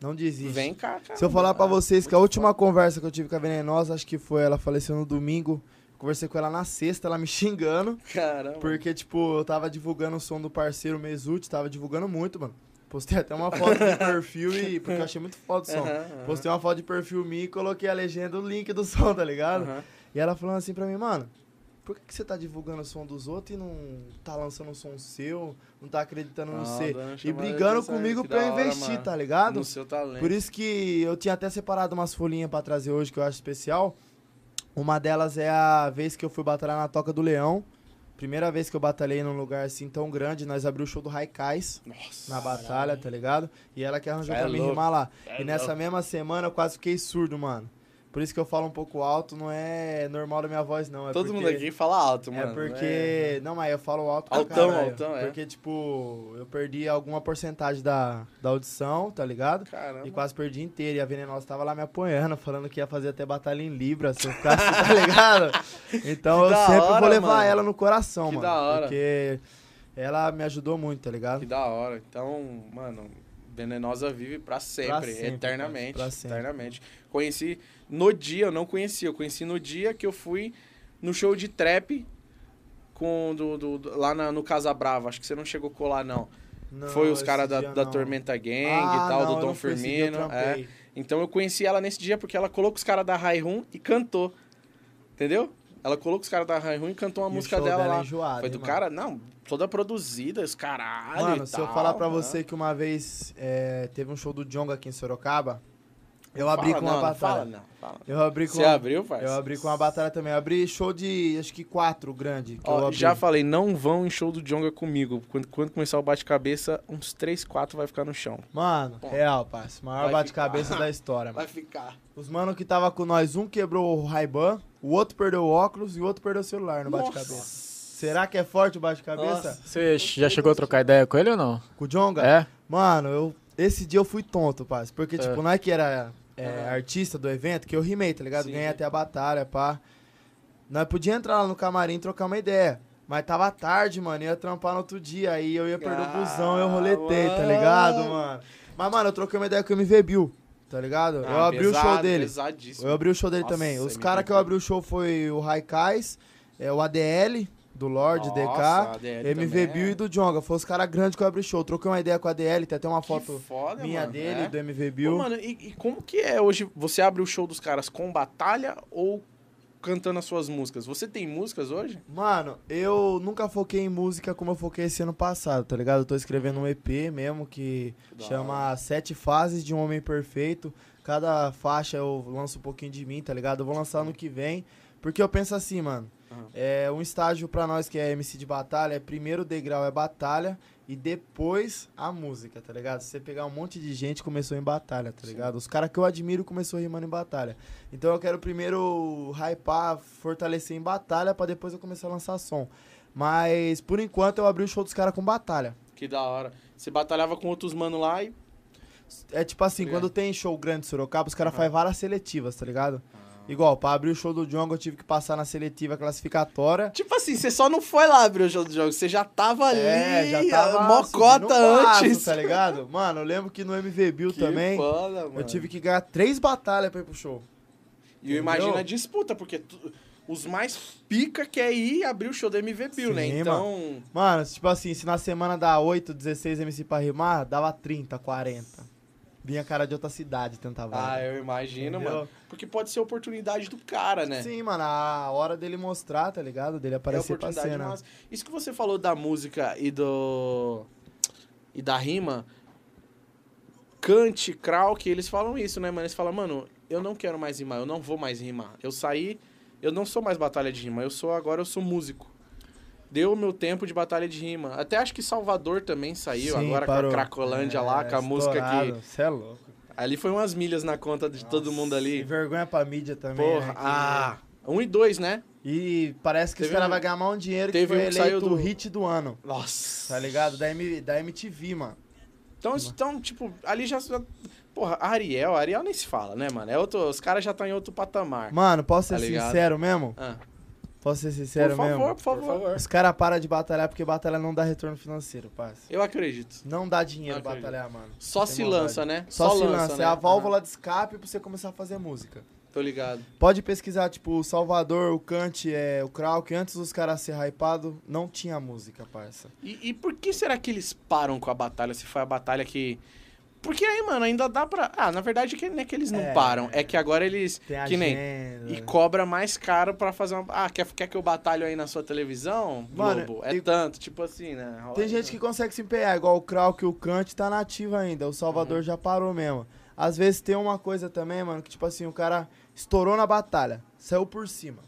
[SPEAKER 2] Não desiste.
[SPEAKER 1] vem cá, cara.
[SPEAKER 2] Se eu falar pra
[SPEAKER 1] mano.
[SPEAKER 2] vocês que é a
[SPEAKER 1] Muito
[SPEAKER 2] última conversa que eu tive com a Venenosa, acho que foi, ela faleceu no domingo. Conversei com ela na sexta, ela me xingando.
[SPEAKER 1] foda. Caramba.
[SPEAKER 2] Porque, tipo, eu tava divulgando o som do parceiro Mesut, tava divulgando muito, mano. Postei até uma foto de perfil e. Porque eu achei muito foda o som.
[SPEAKER 1] Aham, aham.
[SPEAKER 2] Postei uma foto de perfil minha e coloquei a legenda, o link do som, tá ligado?
[SPEAKER 1] Aham.
[SPEAKER 2] E ela falando assim pra mim, mano, por que, que você tá divulgando o som dos outros e não tá lançando um som seu, não tá acreditando no
[SPEAKER 1] Ah,
[SPEAKER 2] seu?
[SPEAKER 1] dando
[SPEAKER 2] E
[SPEAKER 1] chamada
[SPEAKER 2] brigando
[SPEAKER 1] de design,
[SPEAKER 2] comigo
[SPEAKER 1] que
[SPEAKER 2] pra
[SPEAKER 1] da
[SPEAKER 2] eu
[SPEAKER 1] hora,
[SPEAKER 2] investir,
[SPEAKER 1] mano.
[SPEAKER 2] tá ligado?
[SPEAKER 1] No seu talento.
[SPEAKER 2] Por isso que eu tinha até separado umas folhinhas pra trazer hoje que eu acho especial. Uma delas é a vez que eu fui batalhar na Toca do Leão. Primeira vez que eu batalhei num lugar assim tão grande, nós abriu o show do Raikais
[SPEAKER 1] Nossa.
[SPEAKER 2] na batalha, tá ligado? E ela que arranjou
[SPEAKER 1] É
[SPEAKER 2] pra mim
[SPEAKER 1] louco.
[SPEAKER 2] rimar lá.
[SPEAKER 1] É
[SPEAKER 2] e nessa
[SPEAKER 1] louco.
[SPEAKER 2] mesma semana eu quase fiquei surdo, mano. Por isso que eu falo um pouco alto, não é normal da minha voz, não. É
[SPEAKER 1] Todo
[SPEAKER 2] porque-
[SPEAKER 1] mundo aqui fala alto, mano. né?
[SPEAKER 2] é porque. Não, mas eu falo alto pra
[SPEAKER 1] Altão,
[SPEAKER 2] caralho.
[SPEAKER 1] altão, é.
[SPEAKER 2] Porque, tipo, eu perdi alguma porcentagem da, da audição, tá ligado?
[SPEAKER 1] Caramba.
[SPEAKER 2] E quase perdi inteiro. E a Venenosa tava lá me apanhando, falando que ia fazer até batalha em Libra, se eu ficasse, tá ligado? Então
[SPEAKER 1] Que
[SPEAKER 2] eu
[SPEAKER 1] da
[SPEAKER 2] sempre
[SPEAKER 1] hora,
[SPEAKER 2] vou levar
[SPEAKER 1] mano.
[SPEAKER 2] ela no coração,
[SPEAKER 1] Que
[SPEAKER 2] mano.
[SPEAKER 1] da hora.
[SPEAKER 2] Porque ela me ajudou muito, tá
[SPEAKER 1] Que
[SPEAKER 2] ligado?
[SPEAKER 1] da hora. Então, mano, Venenosa vive pra sempre,
[SPEAKER 2] sempre,
[SPEAKER 1] eternamente.
[SPEAKER 2] pra sempre.
[SPEAKER 1] Eternamente. Conheci no dia, eu não conhecia, eu conheci no dia que eu fui no show de trap com do, do- do- lá na- no Casa Brava. Acho que você não chegou a colar, não. Foi os caras da, da Tormenta Gang
[SPEAKER 2] Ah,
[SPEAKER 1] e tal, do Dom Firmino. é. Então eu conheci ela nesse dia porque ela colocou os caras da Rai Room e cantou. Entendeu? Ela colocou os caras da Rai Room e cantou uma música dela,
[SPEAKER 2] é
[SPEAKER 1] lá. Foi do cara, não, toda produzida, os caralho.
[SPEAKER 2] Mano,
[SPEAKER 1] e
[SPEAKER 2] se eu
[SPEAKER 1] tal,
[SPEAKER 2] falar pra
[SPEAKER 1] né?
[SPEAKER 2] você que uma vez é, teve um show do Jonga aqui em Sorocaba, eu
[SPEAKER 1] Fala,
[SPEAKER 2] abri com uma
[SPEAKER 1] não, não
[SPEAKER 2] batalha.
[SPEAKER 1] Fala, não, fala.
[SPEAKER 2] Eu abri com
[SPEAKER 1] Você abriu, parça?
[SPEAKER 2] Eu abri com uma batalha também. Eu abri show de acho que quatro grande. Que eu
[SPEAKER 1] Ó,
[SPEAKER 2] abri.
[SPEAKER 1] já falei, não vão em show do Jonga comigo. Quando, quando começar o bate-cabeça, uns 3, 4 vai ficar no chão.
[SPEAKER 2] Mano,
[SPEAKER 1] Bom,
[SPEAKER 2] real, parça. Maior
[SPEAKER 1] vai
[SPEAKER 2] bate-cabeça
[SPEAKER 1] ficar.
[SPEAKER 2] da história, mano.
[SPEAKER 1] ficar.
[SPEAKER 2] Os mano que tava com nós, um quebrou o Ray-Ban, o outro perdeu o óculos e o outro perdeu o celular no bate-cabeça. Será que é forte o bate-cabeça?
[SPEAKER 3] Você já chegou a trocar ideia com ele ou não?
[SPEAKER 2] Com o Jonga?
[SPEAKER 3] É?
[SPEAKER 2] Mano, eu, esse dia eu fui tonto, parça. Porque,
[SPEAKER 3] É.
[SPEAKER 2] tipo, não é que era é, artista do evento, que eu rimei, tá ligado?
[SPEAKER 1] Sim.
[SPEAKER 2] Ganhei até a batalha, pá. Nós podíamos entrar lá no camarim e trocar uma ideia. Mas tava tarde, mano, ia trampar no outro dia. Aí eu ia perder
[SPEAKER 1] Ah,
[SPEAKER 2] o busão, eu roletei, tá
[SPEAKER 1] mano.
[SPEAKER 2] ligado, mano? Mas, mano, eu troquei uma ideia com o MV Bill, tá ligado? eu abri o show dele.
[SPEAKER 1] Pesadíssimo.
[SPEAKER 2] Eu abri o show
[SPEAKER 1] Ah,
[SPEAKER 2] dele
[SPEAKER 1] Nossa, é
[SPEAKER 2] também. Os
[SPEAKER 1] MV
[SPEAKER 2] caras que eu
[SPEAKER 1] Bill.
[SPEAKER 2] abri o show foi o Raikais, é, o ADL, do Lord, DK.
[SPEAKER 1] Nossa, ADL
[SPEAKER 2] MV
[SPEAKER 1] também. é.
[SPEAKER 2] Bill e do Jonga. Foi os caras grandes que eu abri show. Troquei uma ideia com a DL, tem até uma
[SPEAKER 1] Que
[SPEAKER 2] foto
[SPEAKER 1] foda,
[SPEAKER 2] minha
[SPEAKER 1] mano,
[SPEAKER 2] dele,
[SPEAKER 1] né?
[SPEAKER 2] do MV
[SPEAKER 1] Pô,
[SPEAKER 2] Bill.
[SPEAKER 1] mano, e, e como que é hoje? Você abre o show dos caras com batalha ou cantando as suas músicas? Você tem músicas hoje?
[SPEAKER 2] Mano, eu nunca foquei em música como eu foquei esse ano passado, tá ligado? Eu tô escrevendo um EP mesmo que
[SPEAKER 1] Da
[SPEAKER 2] chama Sete Fases de um Homem Perfeito. Cada faixa eu lanço um pouquinho de mim, tá ligado? Eu vou lançar no que vem. Porque eu penso assim, mano.
[SPEAKER 1] Aham.
[SPEAKER 2] É um estágio pra nós que é MC de batalha, é primeiro degrau é batalha e depois a música, tá ligado? Se você pegar um monte de gente que começou em batalha, tá
[SPEAKER 1] Sim.
[SPEAKER 2] ligado? Os caras que eu admiro começou rimando em batalha. Então eu quero primeiro hypar, fortalecer em batalha pra depois eu começar a lançar som. Mas por enquanto eu abri o show dos caras com batalha.
[SPEAKER 1] Que da hora. Você batalhava com outros mano lá e.
[SPEAKER 2] É tipo assim,
[SPEAKER 1] Obrigado.
[SPEAKER 2] quando tem show grande em Sorocaba, os caras
[SPEAKER 1] Aham. Ah.
[SPEAKER 2] fazem várias seletivas, tá ligado? Igual, pra abrir o show do Djongo eu tive que passar na seletiva classificatória.
[SPEAKER 1] Tipo assim, você só não foi lá abrir o jogo do jogo, você já tava ali,
[SPEAKER 2] É, já
[SPEAKER 1] a
[SPEAKER 2] tava
[SPEAKER 1] mocota
[SPEAKER 2] subindo um passo,
[SPEAKER 1] antes.
[SPEAKER 2] tá ligado? Mano, eu lembro que no MV Bill
[SPEAKER 1] Que
[SPEAKER 2] também,
[SPEAKER 1] foda, mano.
[SPEAKER 2] eu tive que ganhar três batalhas pra ir pro show.
[SPEAKER 1] E eu imagino
[SPEAKER 2] Entendeu?
[SPEAKER 1] a disputa, porque tu- os mais pica quer ir abrir o show do MV Bill, né?
[SPEAKER 2] Sim,
[SPEAKER 1] Então.
[SPEAKER 2] Mano, tipo assim, se na semana dá 8, 16 MC pra rimar, dava 30, 40. Vinha cara de outra cidade tentar
[SPEAKER 1] Ah,
[SPEAKER 2] vaga.
[SPEAKER 1] eu imagino,
[SPEAKER 2] Entendeu?
[SPEAKER 1] mano. Porque pode ser a oportunidade do cara, né?
[SPEAKER 2] Sim, mano, a hora dele mostrar, tá ligado? Dele aparecer pra cena.
[SPEAKER 1] massa. Isso que você falou da música e do. e da rima. Kant, Krauk, eles falam isso, né, mano? Eles falam, mano, eu não quero mais rimar, eu não vou mais rimar. Eu saí, eu não sou mais batalha de rima, eu sou agora, eu sou músico. Deu o meu tempo de batalha de rima. Até acho que Salvador também saiu,
[SPEAKER 2] Sim,
[SPEAKER 1] agora
[SPEAKER 2] parou.
[SPEAKER 1] com a Cracolândia lá,
[SPEAKER 2] É,
[SPEAKER 1] com a música que.
[SPEAKER 2] estourado. Cê é louco.
[SPEAKER 1] Ali foi umas milhas na conta de todo mundo
[SPEAKER 2] E
[SPEAKER 1] ali.
[SPEAKER 2] vergonha pra mídia também.
[SPEAKER 1] Porra,
[SPEAKER 2] né, que-
[SPEAKER 1] ah. Um e dois, né?
[SPEAKER 2] E parece que
[SPEAKER 1] Teve
[SPEAKER 2] os caras
[SPEAKER 1] um-
[SPEAKER 2] vão ganhar mal um dinheiro que
[SPEAKER 1] teve
[SPEAKER 2] foi
[SPEAKER 1] um que
[SPEAKER 2] eleito
[SPEAKER 1] saiu do-
[SPEAKER 2] o hit do ano.
[SPEAKER 1] Nossa.
[SPEAKER 2] Tá ligado? Da, M... da MTV, mano.
[SPEAKER 1] Então, então, tipo, ali já. já- Porra, Ariel, Ariel nem se fala, né, mano? É outro, os caras já estão em outro patamar.
[SPEAKER 2] Mano, posso ser
[SPEAKER 1] Tá ligado?
[SPEAKER 2] sincero mesmo?
[SPEAKER 1] Ah,
[SPEAKER 2] Posso ser sincero
[SPEAKER 1] por, favor,
[SPEAKER 2] mesmo?
[SPEAKER 1] por favor,
[SPEAKER 2] Os caras param de batalhar porque batalhar não dá retorno financeiro, parça.
[SPEAKER 1] Eu acredito.
[SPEAKER 2] Não dá
[SPEAKER 1] Não
[SPEAKER 2] dinheiro
[SPEAKER 1] acredito.
[SPEAKER 2] batalhar, mano.
[SPEAKER 1] Só
[SPEAKER 2] Tem
[SPEAKER 1] se
[SPEAKER 2] maldade.
[SPEAKER 1] lança, né?
[SPEAKER 2] Só, se lança, é a
[SPEAKER 1] né?
[SPEAKER 2] válvula de escape pra você começar a fazer música.
[SPEAKER 1] Ah, tô ligado.
[SPEAKER 2] Pode pesquisar, tipo, o Salvador, o Kant, é, o Krauk, antes dos caras ser hypado, não tinha música, parça.
[SPEAKER 1] E, e por que será que eles param com a batalha? Se foi a batalha que. Porque aí, mano, ainda dá pra. Ah, na verdade que, não é que eles não
[SPEAKER 2] É.
[SPEAKER 1] param. É que agora eles.
[SPEAKER 2] Tem
[SPEAKER 1] que nem.
[SPEAKER 2] agenda.
[SPEAKER 1] E cobra mais caro pra fazer uma. Ah, quer, quer que eu batalho aí na sua televisão?
[SPEAKER 2] Mano,
[SPEAKER 1] Globo. É
[SPEAKER 2] e-
[SPEAKER 1] tanto, tipo assim, né? Rola
[SPEAKER 2] Tem
[SPEAKER 1] aí,
[SPEAKER 2] gente
[SPEAKER 1] né?
[SPEAKER 2] que consegue se empenhar, igual o Krauk, o Kant tá nativo ainda, o Salvador
[SPEAKER 1] Uhum.
[SPEAKER 2] já parou mesmo. Às vezes tem uma coisa também, mano, que tipo assim, o cara estourou na batalha, saiu por cima.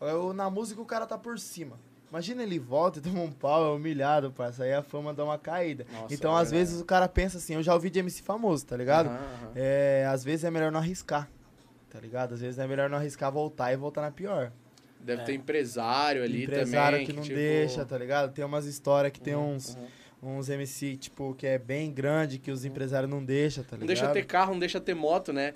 [SPEAKER 2] Eu- na música o cara tá por cima. Imagina ele volta e toma um pau, é humilhado, parça, aí a fama dá uma caída.
[SPEAKER 1] Nossa,
[SPEAKER 2] então
[SPEAKER 1] é
[SPEAKER 2] às
[SPEAKER 1] verdade.
[SPEAKER 2] vezes o cara pensa assim, eu já ouvi de MC famoso, tá ligado?
[SPEAKER 1] Aham, aham.
[SPEAKER 2] É, às vezes é melhor não arriscar, tá ligado? Às vezes é melhor não arriscar voltar e voltar na pior.
[SPEAKER 1] Deve ter empresário ali
[SPEAKER 2] É. Empresário
[SPEAKER 1] também.
[SPEAKER 2] que não
[SPEAKER 1] tipo,
[SPEAKER 2] deixa, tá ligado? Tem umas histórias que tem uns
[SPEAKER 1] uhum.
[SPEAKER 2] uns MC, tipo, que é bem grande, que os empresários não deixam, tá
[SPEAKER 1] Não
[SPEAKER 2] ligado?
[SPEAKER 1] deixa ter carro, não deixa ter moto, né?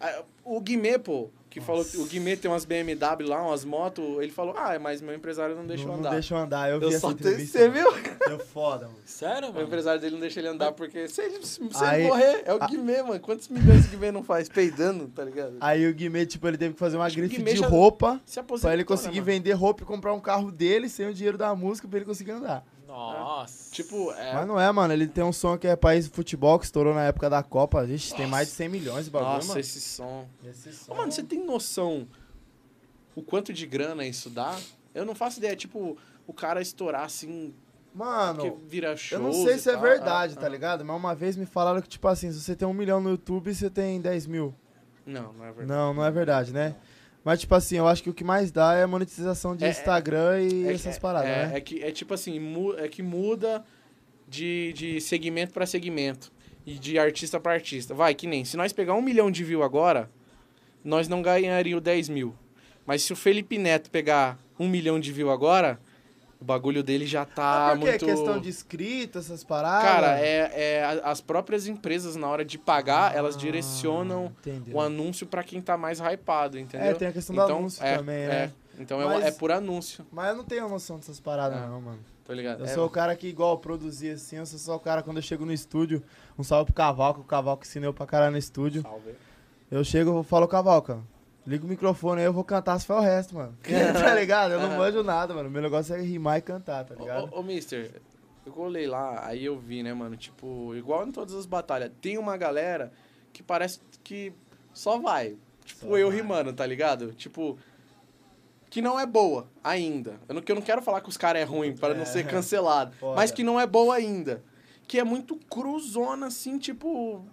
[SPEAKER 1] Ah, O Guimê, pô, que falou que o Guimê tem umas BMW lá, umas motos. Ele falou, ah, mas meu empresário não deixou
[SPEAKER 2] não,
[SPEAKER 1] andar.
[SPEAKER 2] não deixa eu andar. Eu,
[SPEAKER 1] Eu
[SPEAKER 2] vi
[SPEAKER 1] só
[SPEAKER 2] essa
[SPEAKER 1] tenho-
[SPEAKER 2] entrevista. né?
[SPEAKER 1] você
[SPEAKER 2] mano. Deu foda, mano.
[SPEAKER 3] Sério,
[SPEAKER 1] O
[SPEAKER 3] mano?
[SPEAKER 1] empresário dele não deixa ele andar porque se ele, se ele
[SPEAKER 2] Aí-
[SPEAKER 1] morrer, é o
[SPEAKER 2] a-
[SPEAKER 1] Guimê, mano. Quantos milhões o Guimê não faz? Peidando, tá ligado?
[SPEAKER 2] Aí o Guimê, tipo, ele teve que fazer uma
[SPEAKER 1] Acho que o
[SPEAKER 2] grife
[SPEAKER 1] Guimê
[SPEAKER 2] de
[SPEAKER 1] já-
[SPEAKER 2] roupa
[SPEAKER 1] Se
[SPEAKER 2] pra
[SPEAKER 1] aposentou,
[SPEAKER 2] ele conseguir
[SPEAKER 1] né, mano?
[SPEAKER 2] vender roupa e comprar um carro dele sem o dinheiro da música pra ele conseguir andar.
[SPEAKER 3] Nossa.
[SPEAKER 1] Tipo, é.
[SPEAKER 2] Mas não é, mano. Ele tem um som que é País de Futebol, que estourou na época da Copa. Vixe, tem mais de 100 milhões de bagulho,
[SPEAKER 1] nossa,
[SPEAKER 2] mano.
[SPEAKER 1] esse som.
[SPEAKER 2] Esse som. é
[SPEAKER 1] Ô, mano, você tem noção o quanto de grana isso dá? Eu não faço ideia. Tipo, o cara estourar assim,
[SPEAKER 2] um- Mano,
[SPEAKER 1] porque vira show.
[SPEAKER 2] eu não sei se é verdade,
[SPEAKER 1] Ah.
[SPEAKER 2] tá ligado? Mas uma vez me falaram que, tipo assim, se você tem um milhão no YouTube, você tem 10 mil.
[SPEAKER 1] Não, não é verdade.
[SPEAKER 2] Não, não é verdade, né? Mas, tipo assim, eu acho que o que mais dá é a monetização de
[SPEAKER 1] É, é-
[SPEAKER 2] Instagram e
[SPEAKER 1] É-
[SPEAKER 2] essas
[SPEAKER 1] é-
[SPEAKER 2] paradas,
[SPEAKER 1] é,
[SPEAKER 2] né?
[SPEAKER 1] É que é tipo assim, mu- é que muda de, de segmento pra segmento e de artista pra artista. Vai, que nem, se nós pegar um milhão de views agora, nós não ganharíamos 10 mil. Mas se o Felipe Neto pegar um milhão de views agora, o bagulho dele já tá
[SPEAKER 2] Mas por
[SPEAKER 1] muito...
[SPEAKER 2] que? Questão de escrita, essas paradas?
[SPEAKER 1] Cara, é, é a- as próprias empresas, na hora de pagar,
[SPEAKER 2] Ah.
[SPEAKER 1] elas direcionam
[SPEAKER 2] Entendeu?
[SPEAKER 1] o anúncio pra quem tá mais hypado, entendeu?
[SPEAKER 2] Ah, É, tem a questão do anúncio
[SPEAKER 1] é,
[SPEAKER 2] também,
[SPEAKER 1] é.
[SPEAKER 2] né?
[SPEAKER 1] Então é-
[SPEAKER 2] Mas-
[SPEAKER 1] é por anúncio,
[SPEAKER 2] Mas eu não tenho noção dessas paradas,
[SPEAKER 1] É.
[SPEAKER 2] não, mano.
[SPEAKER 1] tá ligado?
[SPEAKER 2] Eu
[SPEAKER 1] É-
[SPEAKER 2] sou o cara que, igual, produzir assim, eu sou só o cara quando eu chego no estúdio. Um salve pro Cavalca, o Cavalca ensinou eu pra caralho no estúdio.
[SPEAKER 1] Salve.
[SPEAKER 2] Eu chego, eu falo, Cavalca, liga o microfone aí, eu vou cantar se for o resto, mano. tá ligado? Eu não manjo nada, mano. Meu negócio é rimar e cantar, tá
[SPEAKER 1] Ô,
[SPEAKER 2] ligado?
[SPEAKER 1] ô, ô, mister, eu colei lá, aí eu vi, né, mano? Tipo, igual em todas as batalhas, tem uma galera que parece que só vai. Tipo,
[SPEAKER 2] Só
[SPEAKER 1] eu
[SPEAKER 2] vai.
[SPEAKER 1] rimando, tá ligado? Tipo, que não é boa ainda. Eu não, que eu não quero falar que os caras é ruim pra
[SPEAKER 2] É.
[SPEAKER 1] não ser cancelado,
[SPEAKER 2] Foda.
[SPEAKER 1] mas que não é boa ainda. Que é muito cruzona, assim, tipo.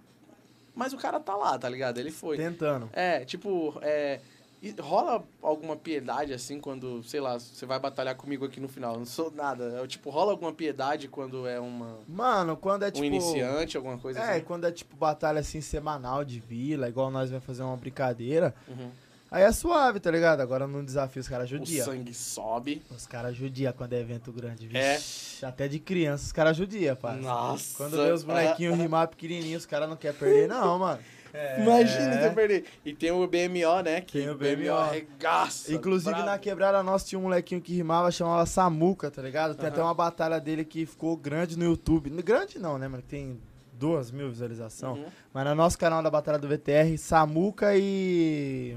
[SPEAKER 1] Mas o cara tá lá, tá ligado? Ele foi.
[SPEAKER 2] Tentando.
[SPEAKER 1] É, tipo, é, e rola alguma piedade assim quando, sei lá, você vai batalhar comigo aqui no final? Eu não sou nada. Eu, tipo, rola alguma piedade quando é uma,
[SPEAKER 2] Mano, quando é tipo.
[SPEAKER 1] um iniciante, alguma coisa
[SPEAKER 2] É,
[SPEAKER 1] assim?
[SPEAKER 2] quando é tipo batalha assim semanal de vila, igual nós vai fazer uma brincadeira,
[SPEAKER 1] Uhum.
[SPEAKER 2] aí é suave, tá ligado? Agora num desafio os caras
[SPEAKER 1] O
[SPEAKER 2] judia.
[SPEAKER 1] sangue sobe.
[SPEAKER 2] Os caras judia quando é evento grande,
[SPEAKER 1] É.
[SPEAKER 2] vixe. Até de criança, os caras judia, pai.
[SPEAKER 1] Nossa.
[SPEAKER 2] Quando vê os molequinhos rimar pequenininho, os caras não querem perder, não, mano.
[SPEAKER 1] Ah, Imagina se eu perder. E tem o BMO, né? Que
[SPEAKER 2] É. Tem o BMO.
[SPEAKER 1] arregaça.
[SPEAKER 2] Inclusive,
[SPEAKER 1] brabo.
[SPEAKER 2] na quebrada nossa tinha um molequinho que rimava, chamava Samuca, tá ligado? Tem até
[SPEAKER 1] Aham.
[SPEAKER 2] uma batalha dele que ficou grande no YouTube. Grande não, né, mano? Que tem duas mil visualizações.
[SPEAKER 1] Uhum.
[SPEAKER 2] Mas no nosso canal da Batalha do VTR, Samuca e.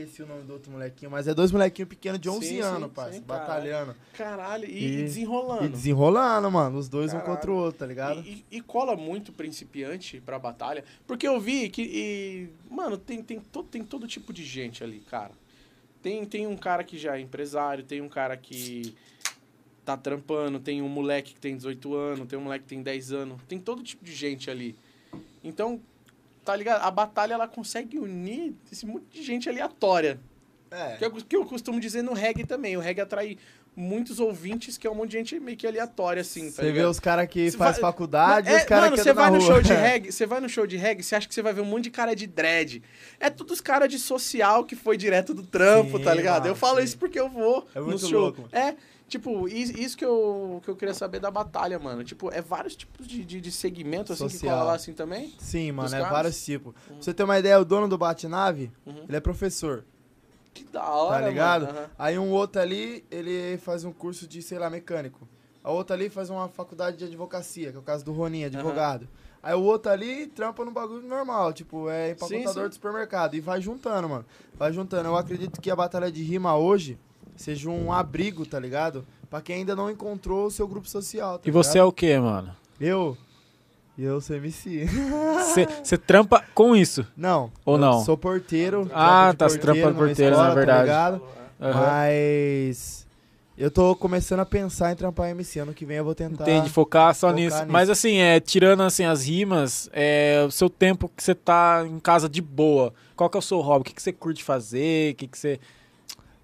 [SPEAKER 2] Esqueci o nome do outro molequinho, mas é dois molequinhos pequenos de 11
[SPEAKER 1] Sim, sim,
[SPEAKER 2] anos,
[SPEAKER 1] sim,
[SPEAKER 2] parceiro.
[SPEAKER 1] caralho.
[SPEAKER 2] Batalhando.
[SPEAKER 1] Caralho, e,
[SPEAKER 2] E-
[SPEAKER 1] e desenrolando.
[SPEAKER 2] E desenrolando, mano. Os dois um
[SPEAKER 1] Caralho.
[SPEAKER 2] contra o outro, tá ligado?
[SPEAKER 1] E, e- e cola muito principiante pra batalha. Porque eu vi que. e, mano, tem, tem, todo, tem todo tipo de gente ali, cara. Tem, tem um cara que já é empresário, tem um cara que tá trampando, tem um moleque que tem 18 anos, tem um moleque que tem 10 anos. Tem todo tipo de gente ali. Então, tá ligado? A batalha ela consegue unir esse monte de gente aleatória.
[SPEAKER 2] É.
[SPEAKER 1] Que é o que eu costumo dizer no reggae também. O reggae atrai muitos ouvintes, que é um monte de gente meio que aleatória, assim. tá
[SPEAKER 2] Você vê
[SPEAKER 1] ligado?
[SPEAKER 2] os caras que
[SPEAKER 1] Você
[SPEAKER 2] faz
[SPEAKER 1] vai-
[SPEAKER 2] faculdade e
[SPEAKER 1] Mano,
[SPEAKER 2] os
[SPEAKER 1] É,
[SPEAKER 2] caras
[SPEAKER 1] Mano,
[SPEAKER 2] que
[SPEAKER 1] você
[SPEAKER 2] andam na
[SPEAKER 1] vai no
[SPEAKER 2] rua.
[SPEAKER 1] show
[SPEAKER 2] É.
[SPEAKER 1] de reggae, você vai no show de reggae, você acha que você vai ver um monte de cara de dread. É tudo os cara de social que foi direto do trampo,
[SPEAKER 2] Sim,
[SPEAKER 1] tá ligado? eu
[SPEAKER 2] mano,
[SPEAKER 1] falo
[SPEAKER 2] sim.
[SPEAKER 1] isso porque eu vou
[SPEAKER 2] É
[SPEAKER 1] no
[SPEAKER 2] muito
[SPEAKER 1] show.
[SPEAKER 2] louco, mano.
[SPEAKER 1] É, tipo, is- isso que eu, que eu queria saber da batalha, mano. Tipo, é vários tipos de, de, de segmento, assim, que
[SPEAKER 2] Social.
[SPEAKER 1] cola lá, assim, também?
[SPEAKER 2] Sim, mano,
[SPEAKER 1] Dos
[SPEAKER 2] é
[SPEAKER 1] caras?
[SPEAKER 2] vários tipos. Pra você ter uma ideia, o dono do Batnave,
[SPEAKER 1] Uhum.
[SPEAKER 2] ele é professor.
[SPEAKER 1] Que da hora,
[SPEAKER 2] Tá ligado?
[SPEAKER 1] mano. Aham.
[SPEAKER 2] Aí um outro ali, ele faz um curso de, sei lá, mecânico. A outra ali faz uma faculdade de advocacia, que é o caso do Roninha, advogado. Aí o outro ali trampa num bagulho normal, tipo, é
[SPEAKER 1] Sim,
[SPEAKER 2] empacotador
[SPEAKER 1] sim.
[SPEAKER 2] de supermercado. E vai juntando, mano. Vai juntando. Eu acredito que a batalha de rima hoje seja um abrigo, tá ligado? Pra quem ainda não encontrou o seu grupo social, tá
[SPEAKER 3] E você é
[SPEAKER 2] ligado?
[SPEAKER 3] o quê, mano?
[SPEAKER 2] Eu? Eu sou MC.
[SPEAKER 3] Você trampa com isso.
[SPEAKER 2] Não.
[SPEAKER 3] Ou
[SPEAKER 2] eu
[SPEAKER 3] não?
[SPEAKER 2] Sou porteiro. trampo
[SPEAKER 3] Ah,
[SPEAKER 2] de
[SPEAKER 3] tá, você trampa de
[SPEAKER 2] numa
[SPEAKER 3] porteiro, na
[SPEAKER 2] escola,
[SPEAKER 3] verdade.
[SPEAKER 2] Tá ligado?
[SPEAKER 1] Falou, é.
[SPEAKER 3] Aham.
[SPEAKER 2] Mas eu tô começando a pensar em trampar MC. Ano que vem eu vou tentar.
[SPEAKER 3] Entende, focar só
[SPEAKER 2] Tá. Focar
[SPEAKER 3] nisso.
[SPEAKER 2] nisso.
[SPEAKER 3] Mas assim, é, tirando assim as rimas, é, o seu tempo que você tá em casa de boa. Qual que é o seu hobby? O que, que você curte fazer? O que, que você.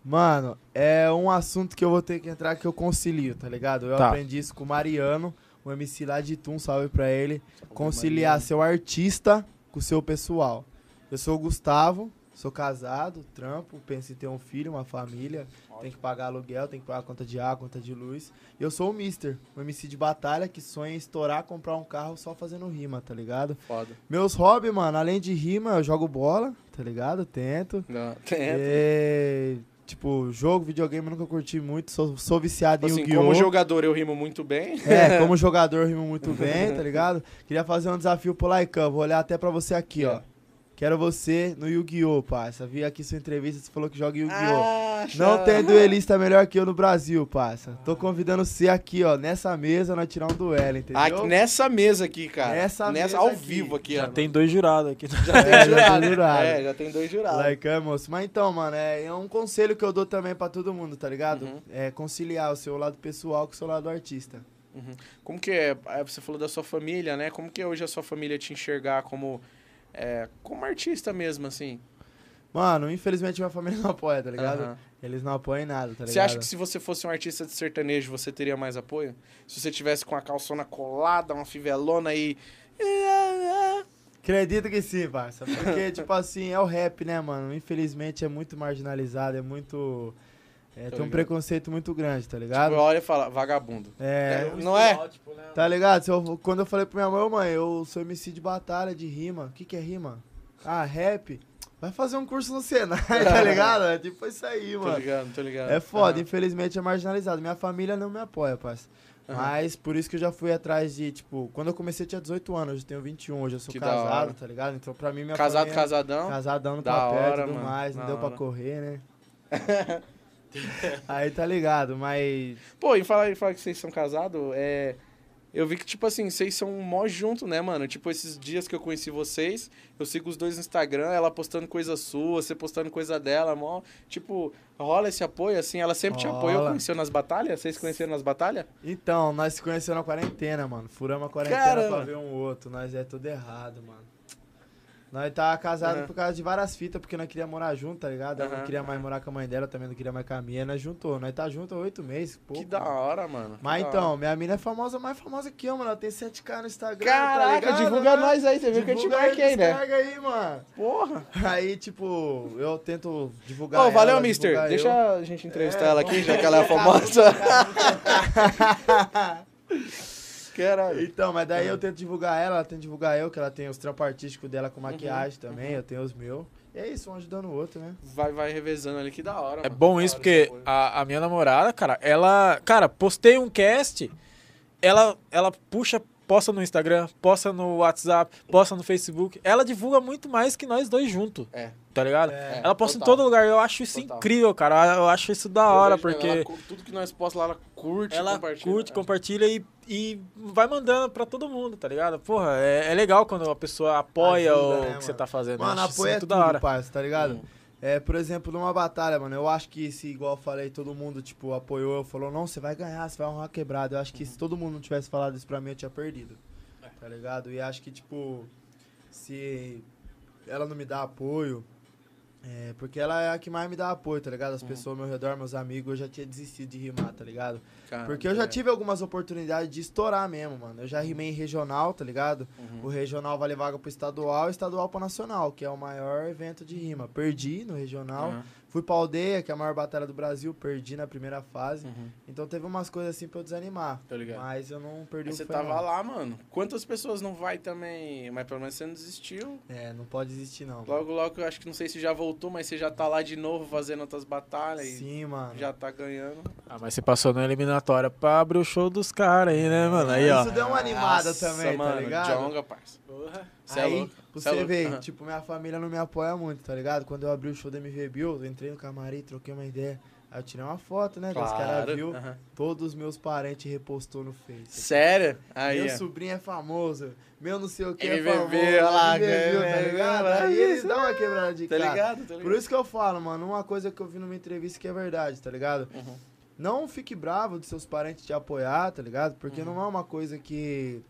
[SPEAKER 2] Mano, é um assunto que eu vou ter que entrar que eu concilio, tá ligado? Eu
[SPEAKER 3] Tá.
[SPEAKER 2] aprendi isso com o Mariano, o MC lá de Tum, salve pra ele. Conciliar seu artista com o seu pessoal. Eu sou o Gustavo, sou casado, trampo, penso em ter um filho, uma família. Tem que pagar aluguel, tem que pagar conta de água, conta de luz. E eu sou o Mister, um MC de batalha que sonha em estourar, comprar um carro só fazendo rima, tá ligado?
[SPEAKER 1] Foda.
[SPEAKER 2] Meus hobbies, mano, além de rima, eu jogo bola, tá ligado? Tento.
[SPEAKER 1] Não, tem.
[SPEAKER 2] É, tipo, jogo, videogame, eu nunca curti muito, sou, sou viciado
[SPEAKER 1] Tipo
[SPEAKER 2] em
[SPEAKER 1] assim,
[SPEAKER 2] Yu-Gi-Oh!
[SPEAKER 1] como jogador eu rimo muito bem.
[SPEAKER 2] É, como jogador eu rimo muito bem, tá ligado? Queria fazer um desafio pro Laikan, vou olhar até pra você aqui, ó. Quero você no Yu-Gi-Oh, parça. Vi aqui sua entrevista, você falou que joga Yu-Gi-Oh!
[SPEAKER 1] Ah,
[SPEAKER 2] Não
[SPEAKER 1] chá.
[SPEAKER 2] tem duelista melhor que eu no Brasil, parça. Tô convidando você aqui, ó, nessa mesa, nós tirar um duelo, entendeu?
[SPEAKER 1] Ah, nessa mesa aqui, cara.
[SPEAKER 2] Nessa mesa
[SPEAKER 1] Ao
[SPEAKER 2] aqui.
[SPEAKER 1] vivo aqui,
[SPEAKER 3] Já
[SPEAKER 1] ó.
[SPEAKER 3] tem dois jurados aqui.
[SPEAKER 1] Já tem
[SPEAKER 2] É, já
[SPEAKER 1] jurado.
[SPEAKER 2] tem jurado.
[SPEAKER 1] É, já tem dois jurados.
[SPEAKER 2] Like, é, moço. Mas então, mano, é, é um conselho que eu dou também pra todo mundo, tá ligado?
[SPEAKER 1] Uhum.
[SPEAKER 2] É conciliar o seu lado pessoal com o seu lado artista.
[SPEAKER 1] Como que é? aí Você falou da sua família, né? Como que é hoje a sua família te enxergar como, é, como artista mesmo, assim?
[SPEAKER 2] Mano, infelizmente minha família não apoia, tá ligado?
[SPEAKER 1] Aham.
[SPEAKER 2] Eles não apoiam em nada, tá ligado?
[SPEAKER 1] Você acha que se você fosse um artista de sertanejo, você teria mais apoio? Se você tivesse com a calçona colada, uma fivelona e.
[SPEAKER 2] Acredito que sim, parça. Porque, tipo assim, é o rap, né, mano? Infelizmente é muito marginalizado, é muito. É, tem um
[SPEAKER 1] ligado.
[SPEAKER 2] preconceito muito grande, tá ligado?
[SPEAKER 1] Tipo, olha e fala, vagabundo.
[SPEAKER 2] é,
[SPEAKER 1] É, não é?
[SPEAKER 3] né?
[SPEAKER 2] Tá ligado? Se eu- quando eu falei pra minha mãe, "Ô, mãe, eu sou MC de batalha, de rima. O que, que é rima? Ah, rap. Vai fazer um curso no Senai, tá ligado? É tipo isso aí,
[SPEAKER 1] Tô
[SPEAKER 2] mano.
[SPEAKER 1] ligado, tô ligado.
[SPEAKER 2] É foda,
[SPEAKER 1] Aham.
[SPEAKER 2] infelizmente é marginalizado. Minha família não me apoia, parça.
[SPEAKER 1] Aham.
[SPEAKER 2] Mas por isso que eu já fui atrás de, tipo, quando eu comecei eu tinha 18 anos, hoje eu tenho 21, hoje eu sou
[SPEAKER 1] Que da hora.
[SPEAKER 2] casado, tá ligado? Então pra mim minha
[SPEAKER 1] Casado,
[SPEAKER 2] família...
[SPEAKER 1] casadão.
[SPEAKER 2] Casadão no
[SPEAKER 1] Da
[SPEAKER 2] papel e
[SPEAKER 1] hora,
[SPEAKER 2] tudo
[SPEAKER 1] mano.
[SPEAKER 2] mais, não
[SPEAKER 1] Da
[SPEAKER 2] deu pra
[SPEAKER 1] hora.
[SPEAKER 2] correr, né? aí tá ligado, mas
[SPEAKER 1] Pô, e falar, e falar que vocês são casados, é. Eu vi que, tipo assim, vocês são mó junto, né, mano? Tipo, esses dias que eu conheci vocês, eu sigo os dois no Instagram, ela postando coisa sua, você postando coisa dela, mó. Tipo, rola esse apoio, assim, ela sempre te
[SPEAKER 2] Rola.
[SPEAKER 1] apoiou, conheceu nas batalhas? Vocês conheceram nas batalhas?
[SPEAKER 2] Então, nós se conhecemos na quarentena, mano. Furamos a quarentena
[SPEAKER 1] Caramba.
[SPEAKER 2] pra ver um outro. Nós é tudo errado, mano. Nós tava casado
[SPEAKER 1] Aham.
[SPEAKER 2] por causa de várias fitas, porque nós queria morar junto, tá ligado? Ela
[SPEAKER 1] Aham,
[SPEAKER 2] não queria mais morar com a mãe dela, também não queria mais com a minha. Nós juntou. Nós tá junto há oito meses, pouco.
[SPEAKER 1] que da
[SPEAKER 2] mano.
[SPEAKER 1] hora, mano. que
[SPEAKER 2] Mas
[SPEAKER 1] da
[SPEAKER 2] então, minha mina é famosa, mais famosa que eu, mano. Ela tem 7k no Instagram, tá
[SPEAKER 1] Caraca,
[SPEAKER 2] ligado?
[SPEAKER 1] divulga
[SPEAKER 2] né?
[SPEAKER 1] nós aí, você viu que eu te
[SPEAKER 2] Divulga aí,
[SPEAKER 1] marquei, né?
[SPEAKER 2] Descarga aí, mano.
[SPEAKER 1] Porra!
[SPEAKER 2] Aí, tipo, eu tento divulgar
[SPEAKER 1] Ô, valeu,
[SPEAKER 2] ela,
[SPEAKER 1] mister.
[SPEAKER 2] divulgar
[SPEAKER 1] Deixa
[SPEAKER 2] eu.
[SPEAKER 1] a gente entrevistar
[SPEAKER 2] É,
[SPEAKER 1] ela aqui, já que ela é famosa. Caralho.
[SPEAKER 2] Então, mas daí
[SPEAKER 3] Ah.
[SPEAKER 2] eu tento divulgar ela, ela tenta divulgar eu, que ela tem os trampos artísticos dela
[SPEAKER 3] Uhum.
[SPEAKER 2] com maquiagem também, eu tenho os meus. E é isso, um ajudando o outro, né?
[SPEAKER 1] Vai, vai revezando ali, que da hora.
[SPEAKER 3] É
[SPEAKER 1] mano.
[SPEAKER 3] bom
[SPEAKER 1] Da
[SPEAKER 3] isso,
[SPEAKER 1] hora
[SPEAKER 3] porque
[SPEAKER 1] esse apoio.
[SPEAKER 3] a, a minha namorada, cara, ela. Cara, postei um cast, ela, ela puxa, posta no Instagram, posta no WhatsApp, posta no Facebook. Ela divulga muito mais que nós dois juntos.
[SPEAKER 1] É.
[SPEAKER 3] Tá ligado?
[SPEAKER 2] É,
[SPEAKER 3] ela posta
[SPEAKER 1] total.
[SPEAKER 3] em todo lugar. Eu acho isso
[SPEAKER 1] Total.
[SPEAKER 3] incrível, cara. Eu acho isso da
[SPEAKER 1] Eu
[SPEAKER 3] hora,
[SPEAKER 1] vejo, né,
[SPEAKER 3] porque.
[SPEAKER 1] ela cu- tudo que nós postamos lá, ela curte,
[SPEAKER 3] Ela
[SPEAKER 1] compartilha.
[SPEAKER 3] curte,
[SPEAKER 1] É.
[SPEAKER 3] compartilha e, e vai mandando pra todo mundo, tá ligado? Porra, é, é legal quando a pessoa apoia
[SPEAKER 2] Ajuda,
[SPEAKER 3] o
[SPEAKER 2] né,
[SPEAKER 3] que você
[SPEAKER 2] mano?
[SPEAKER 3] tá fazendo.
[SPEAKER 2] Mano,
[SPEAKER 3] eu acho
[SPEAKER 2] apoia
[SPEAKER 3] isso
[SPEAKER 2] tudo,
[SPEAKER 3] muito da hora. Uhum.
[SPEAKER 2] parça, tá ligado?
[SPEAKER 1] Hum.
[SPEAKER 2] É, por exemplo, numa batalha, mano, eu acho que se, igual eu falei, todo mundo, tipo, apoiou, falou, não, você vai ganhar, você vai arrumar quebrado. Eu acho que
[SPEAKER 3] Uhum.
[SPEAKER 2] se todo mundo não tivesse falado isso pra mim, eu tinha perdido.
[SPEAKER 3] É.
[SPEAKER 2] Tá ligado? E acho que, tipo, se ela não me dá apoio. É, porque ela é a que mais me dá apoio, tá ligado? As
[SPEAKER 3] Uhum.
[SPEAKER 2] pessoas ao meu redor, meus amigos, eu já tinha desistido de rimar, tá ligado?
[SPEAKER 1] Cara,
[SPEAKER 2] Porque eu já
[SPEAKER 1] é.
[SPEAKER 2] tive algumas oportunidades de estourar mesmo, mano. Eu já rimei em regional, tá ligado?
[SPEAKER 1] Uhum.
[SPEAKER 2] O regional vale vaga pro estadual, estadual pro nacional, que é o maior evento de rima. Perdi no regional,
[SPEAKER 1] Uhum.
[SPEAKER 2] fui pra aldeia, que é a maior batalha do Brasil, perdi na primeira fase.
[SPEAKER 1] Uhum.
[SPEAKER 2] Então teve umas coisas assim pra eu desanimar.
[SPEAKER 1] Tô ligado.
[SPEAKER 2] Mas eu não perdi
[SPEAKER 1] Aí
[SPEAKER 2] o
[SPEAKER 1] Você
[SPEAKER 2] fé,
[SPEAKER 1] tava
[SPEAKER 2] não.
[SPEAKER 1] lá, mano. Quantas pessoas não vai também? Mas pelo menos você não desistiu.
[SPEAKER 2] É, não pode desistir não.
[SPEAKER 1] Logo, logo, eu acho que não sei se já voltou, mas você já tá lá de novo fazendo outras batalhas
[SPEAKER 2] Sim,
[SPEAKER 1] e
[SPEAKER 2] mano.
[SPEAKER 1] já tá ganhando.
[SPEAKER 3] Ah, mas você passou na eliminatória pra abrir o show dos caras aí, né, mano? Aí,
[SPEAKER 2] É,
[SPEAKER 3] ó.
[SPEAKER 2] Isso deu uma animada
[SPEAKER 1] Nossa,
[SPEAKER 2] também,
[SPEAKER 1] mano,
[SPEAKER 2] tá ligado?
[SPEAKER 1] Jonga, parça. Você é
[SPEAKER 2] aí,
[SPEAKER 1] louco.
[SPEAKER 2] pra
[SPEAKER 1] cê é
[SPEAKER 2] você
[SPEAKER 1] louco.
[SPEAKER 2] ver,
[SPEAKER 1] Aham.
[SPEAKER 2] tipo, minha família não me apoia muito, tá ligado? Quando eu abri o show da MV Bill, eu entrei no camarim, troquei uma ideia. Aí eu tirei uma foto, né? que Os caras viu,
[SPEAKER 1] Aham.
[SPEAKER 2] todos os meus parentes repostou no Face.
[SPEAKER 1] Sério? Aí,
[SPEAKER 2] meu
[SPEAKER 1] ó.
[SPEAKER 2] sobrinho é famoso, meu não sei o que
[SPEAKER 1] MV
[SPEAKER 2] é famoso.
[SPEAKER 1] Bill, lá,
[SPEAKER 2] MV Bill, tá
[SPEAKER 1] ganhou,
[SPEAKER 2] ligado?
[SPEAKER 1] lá,
[SPEAKER 2] Aí eles
[SPEAKER 1] isso.
[SPEAKER 2] dão uma quebrada de
[SPEAKER 1] Tá
[SPEAKER 2] cara.
[SPEAKER 1] ligado? Tá
[SPEAKER 2] Por
[SPEAKER 1] ligado?
[SPEAKER 2] isso que eu falo, mano, uma coisa que eu vi numa entrevista que é verdade, tá ligado?
[SPEAKER 1] Uhum. Uhum.
[SPEAKER 2] Não fique bravo dos seus parentes te apoiar, tá ligado? Porque não é uma coisa que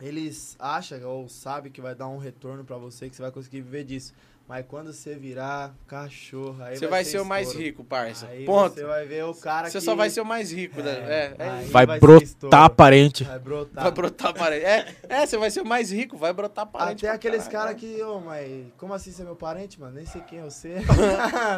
[SPEAKER 2] eles acham ou sabem que vai dar um retorno pra você, que você vai conseguir viver disso. Mas quando você virar cachorro, aí
[SPEAKER 1] Você vai ser o mais
[SPEAKER 2] estouro.
[SPEAKER 1] rico, parça.
[SPEAKER 2] Aí
[SPEAKER 1] Ponto.
[SPEAKER 2] você vai ver o cara
[SPEAKER 1] Você
[SPEAKER 2] que...
[SPEAKER 1] só vai ser o mais rico. da- É, é,
[SPEAKER 2] Aí
[SPEAKER 1] isso.
[SPEAKER 3] Vai,
[SPEAKER 2] vai ser
[SPEAKER 3] brotar
[SPEAKER 2] estouro.
[SPEAKER 3] aparente.
[SPEAKER 2] Vai brotar.
[SPEAKER 1] Vai brotar parede. É, é, você vai ser o mais rico, vai brotar parede.
[SPEAKER 2] Até
[SPEAKER 1] pra
[SPEAKER 2] aqueles
[SPEAKER 1] caralho. né?
[SPEAKER 2] caras que, ô, mas como assim você é meu parente, mano? Nem sei quem é você.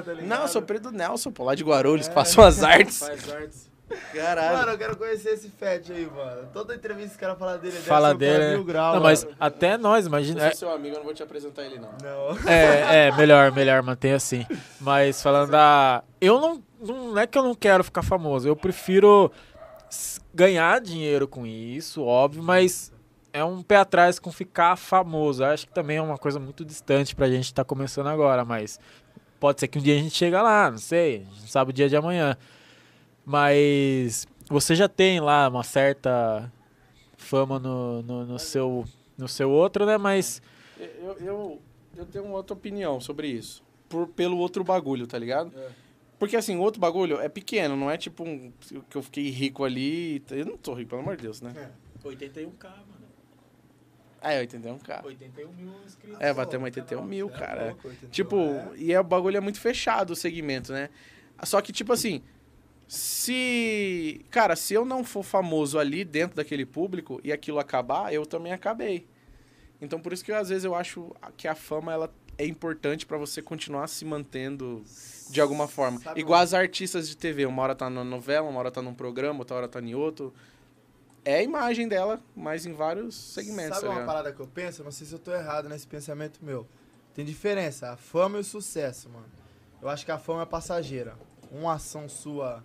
[SPEAKER 2] tá ligado?
[SPEAKER 1] Não, eu sou primo do Nelson, pô, lá de Guarulhos,
[SPEAKER 2] É.
[SPEAKER 1] passou as artes.
[SPEAKER 2] Faz artes.
[SPEAKER 1] Caralho.
[SPEAKER 2] Mano, eu quero conhecer esse Fed aí, mano. Toda entrevista que o cara fala dele, ele
[SPEAKER 3] Fala
[SPEAKER 2] deve ser um cara
[SPEAKER 3] dele.
[SPEAKER 2] mil
[SPEAKER 3] né?
[SPEAKER 2] grau,
[SPEAKER 3] não, mas
[SPEAKER 2] mano.
[SPEAKER 3] até nós,
[SPEAKER 1] Eu
[SPEAKER 3] imagina.
[SPEAKER 1] sou
[SPEAKER 3] É,
[SPEAKER 1] seu amigo, eu não vou te apresentar ele, não.
[SPEAKER 2] Não.
[SPEAKER 3] é, é, melhor, melhor, mantém assim. Mas falando da. Eu não, não. Não é que eu não quero ficar famoso. Eu prefiro s- ganhar dinheiro com isso, óbvio, mas é um pé atrás com ficar famoso. Acho que também é uma coisa muito distante pra gente estar começando agora, mas pode ser que um dia a gente chega lá, não sei, a gente não sabe o dia de amanhã. Mas você já tem lá uma certa fama no, no, no seu no seu outro, né? Mas
[SPEAKER 1] Eu, eu, eu tenho uma outra opinião sobre isso. Por, pelo outro bagulho, tá ligado? Porque assim, o outro bagulho é pequeno, não é tipo um, que eu fiquei rico ali. e t- Eu não tô rico, pelo amor de Deus, né?
[SPEAKER 3] 81k, mano.
[SPEAKER 1] Ah, eu entendi, um cara.
[SPEAKER 3] 81 mil inscritos.
[SPEAKER 1] É, bateu 81 mil, cara.
[SPEAKER 2] louco, entendeu?
[SPEAKER 1] Tipo,
[SPEAKER 2] É.
[SPEAKER 1] e é, o bagulho é muito fechado o segmento, né? Só que, tipo assim, se. Cara, se eu não for famoso ali dentro daquele público e aquilo acabar, eu também acabei. Então por isso que eu, às vezes eu acho que a fama ela é importante pra você continuar se mantendo de alguma forma.
[SPEAKER 2] É. Sabe
[SPEAKER 1] Igual as artistas de TV, uma hora tá na novela, uma hora tá num programa, outra hora tá em outro. É a imagem dela, mas em vários segmentos,
[SPEAKER 2] Sabe
[SPEAKER 1] tá
[SPEAKER 2] uma
[SPEAKER 1] ligado?
[SPEAKER 2] parada que eu penso? Eu Não sei se eu tô errado nesse pensamento meu. Tem diferença, a fama e o sucesso, mano. Eu acho que a fama é passageira. Uma ação sua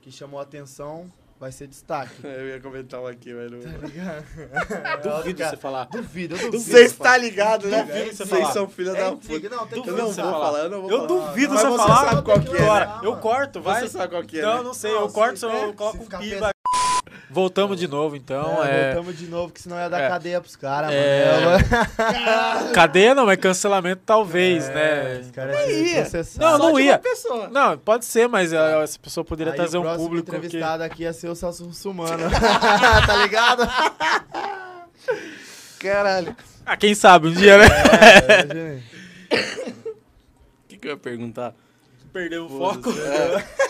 [SPEAKER 2] que chamou a atenção vai ser destaque.
[SPEAKER 1] Eu ia comentar um aqui, velho.
[SPEAKER 2] Tá ligado? Duvido
[SPEAKER 3] você falar.
[SPEAKER 2] Duvido, eu duvido.
[SPEAKER 1] Vocês tá ligado, né?
[SPEAKER 3] Duvido você
[SPEAKER 1] Vocês
[SPEAKER 3] falar.
[SPEAKER 1] são filha
[SPEAKER 2] É
[SPEAKER 1] da
[SPEAKER 2] intriga,
[SPEAKER 1] puta.
[SPEAKER 2] não, tem que
[SPEAKER 1] Eu
[SPEAKER 3] Duvido
[SPEAKER 1] não vou
[SPEAKER 3] você
[SPEAKER 2] pensar.
[SPEAKER 3] falar.
[SPEAKER 1] falar, eu não vou
[SPEAKER 3] Eu
[SPEAKER 1] falar.
[SPEAKER 3] duvido
[SPEAKER 1] Mas
[SPEAKER 3] você
[SPEAKER 1] você
[SPEAKER 3] falar.
[SPEAKER 1] sabe qual que é,
[SPEAKER 3] Agora,
[SPEAKER 2] né?
[SPEAKER 3] eu corto, vai.
[SPEAKER 1] Você sabe qual que é,
[SPEAKER 3] Não,
[SPEAKER 1] né?
[SPEAKER 3] não sei, eu corto, só eu coloco
[SPEAKER 2] se
[SPEAKER 3] um
[SPEAKER 2] ficar
[SPEAKER 3] piba. Voltamos de novo, então.
[SPEAKER 2] É,
[SPEAKER 3] É,
[SPEAKER 2] Voltamos de novo, que senão ia dar
[SPEAKER 3] É.
[SPEAKER 2] cadeia pros caras,
[SPEAKER 3] É.
[SPEAKER 2] mano.
[SPEAKER 3] Cadeia não, é cancelamento talvez,
[SPEAKER 2] É, Os
[SPEAKER 3] né?
[SPEAKER 2] caras
[SPEAKER 1] Aí.
[SPEAKER 2] iam ser processados.
[SPEAKER 1] Só
[SPEAKER 3] Não, não
[SPEAKER 1] de
[SPEAKER 3] ia.
[SPEAKER 1] Uma pessoa.
[SPEAKER 3] Não, pode ser, mas ah, essa pessoa poderia
[SPEAKER 2] Aí
[SPEAKER 3] trazer
[SPEAKER 2] o
[SPEAKER 3] um
[SPEAKER 2] próximo
[SPEAKER 3] público que...
[SPEAKER 2] entrevistado aqui ia ser o Celso Russumano. tá ligado?
[SPEAKER 1] Caralho.
[SPEAKER 3] Ah, quem sabe um dia, né?
[SPEAKER 2] É, imagina.
[SPEAKER 1] O que, que eu ia perguntar?
[SPEAKER 3] Perdeu o
[SPEAKER 1] É.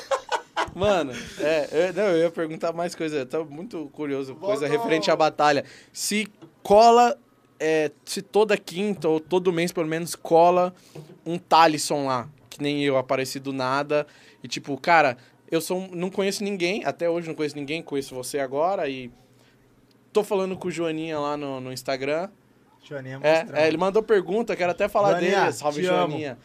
[SPEAKER 1] Mano, é, eu, não, eu ia perguntar mais coisa. Eu tô muito curioso. Coisa
[SPEAKER 3] um-
[SPEAKER 2] Voltou.
[SPEAKER 1] referente à batalha. Se cola, é, se toda quinta ou todo mês, pelo menos, cola um Talisson lá, que nem eu, apareci do nada. E tipo, cara, eu sou, um- não conheço ninguém, até hoje não conheço ninguém, conheço você agora e. Tô falando com o Joaninha lá no, no Instagram.
[SPEAKER 2] Joaninha
[SPEAKER 1] É,
[SPEAKER 2] mostrando.
[SPEAKER 1] é, ele mandou pergunta, quero até falar
[SPEAKER 2] Joaninha,
[SPEAKER 1] dele. Salve,
[SPEAKER 2] te amo.
[SPEAKER 1] Joaninha.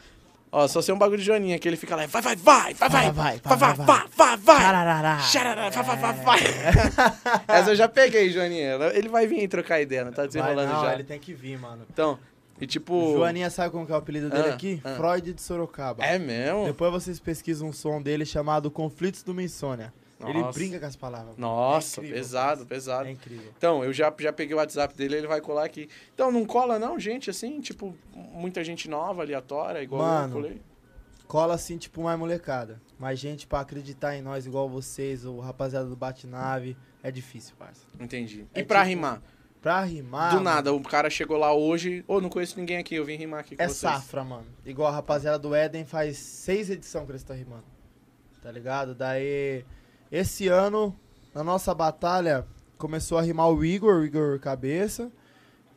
[SPEAKER 1] Ó, só sei um bagulho de Joaninha, que ele fica lá, vai, vai, vai, vai, vai, vai,
[SPEAKER 2] Vai,
[SPEAKER 1] vai,
[SPEAKER 2] vai,
[SPEAKER 1] vai,
[SPEAKER 2] vai,
[SPEAKER 1] vai,
[SPEAKER 2] É.
[SPEAKER 1] vai, vai,
[SPEAKER 2] Tararará.
[SPEAKER 1] Xarará, tá vai, vai, vai, vai. Essa eu já peguei, Joaninha. Ele vai vir trocar ideia, não tá
[SPEAKER 2] Vai,
[SPEAKER 1] desenrolando
[SPEAKER 2] não,
[SPEAKER 1] já.
[SPEAKER 2] ele tem que vir, mano.
[SPEAKER 1] Então, e tipo...
[SPEAKER 2] Joaninha, sabe como que é o apelido dele
[SPEAKER 1] Ah,
[SPEAKER 2] aqui?
[SPEAKER 1] ah.
[SPEAKER 2] Freud de Sorocaba.
[SPEAKER 1] É mesmo?
[SPEAKER 2] Depois vocês pesquisam um som dele chamado Conflitos do Insônia. Ele
[SPEAKER 1] Nossa.
[SPEAKER 2] brinca com as palavras. mano.
[SPEAKER 1] Nossa,
[SPEAKER 2] É incrível.
[SPEAKER 1] pesado, pesado.
[SPEAKER 2] É incrível.
[SPEAKER 1] Então, eu já, já peguei o WhatsApp dele, ele vai colar aqui. Então, não cola não, gente, assim, tipo, muita gente nova, aleatória, igual
[SPEAKER 2] Mano,
[SPEAKER 1] eu colei.
[SPEAKER 2] Cola assim, tipo, mais molecada. Mas gente pra acreditar em nós igual vocês, o rapaziada do Bate-Nave, é difícil, parça.
[SPEAKER 1] Entendi.
[SPEAKER 2] é
[SPEAKER 1] e pra
[SPEAKER 2] tipo-
[SPEAKER 1] rimar?
[SPEAKER 2] Pra rimar...
[SPEAKER 1] Do
[SPEAKER 2] mano,
[SPEAKER 1] nada, o cara chegou lá hoje. Ô, não conheço ninguém aqui, eu vim rimar aqui com
[SPEAKER 2] É
[SPEAKER 1] vocês.
[SPEAKER 2] safra, mano. Igual a rapaziada do Éden faz seis edições que eles estão rimando. Tá ligado? Daí, esse ano, na nossa batalha, começou a rimar o Igor, o Igor Cabeça.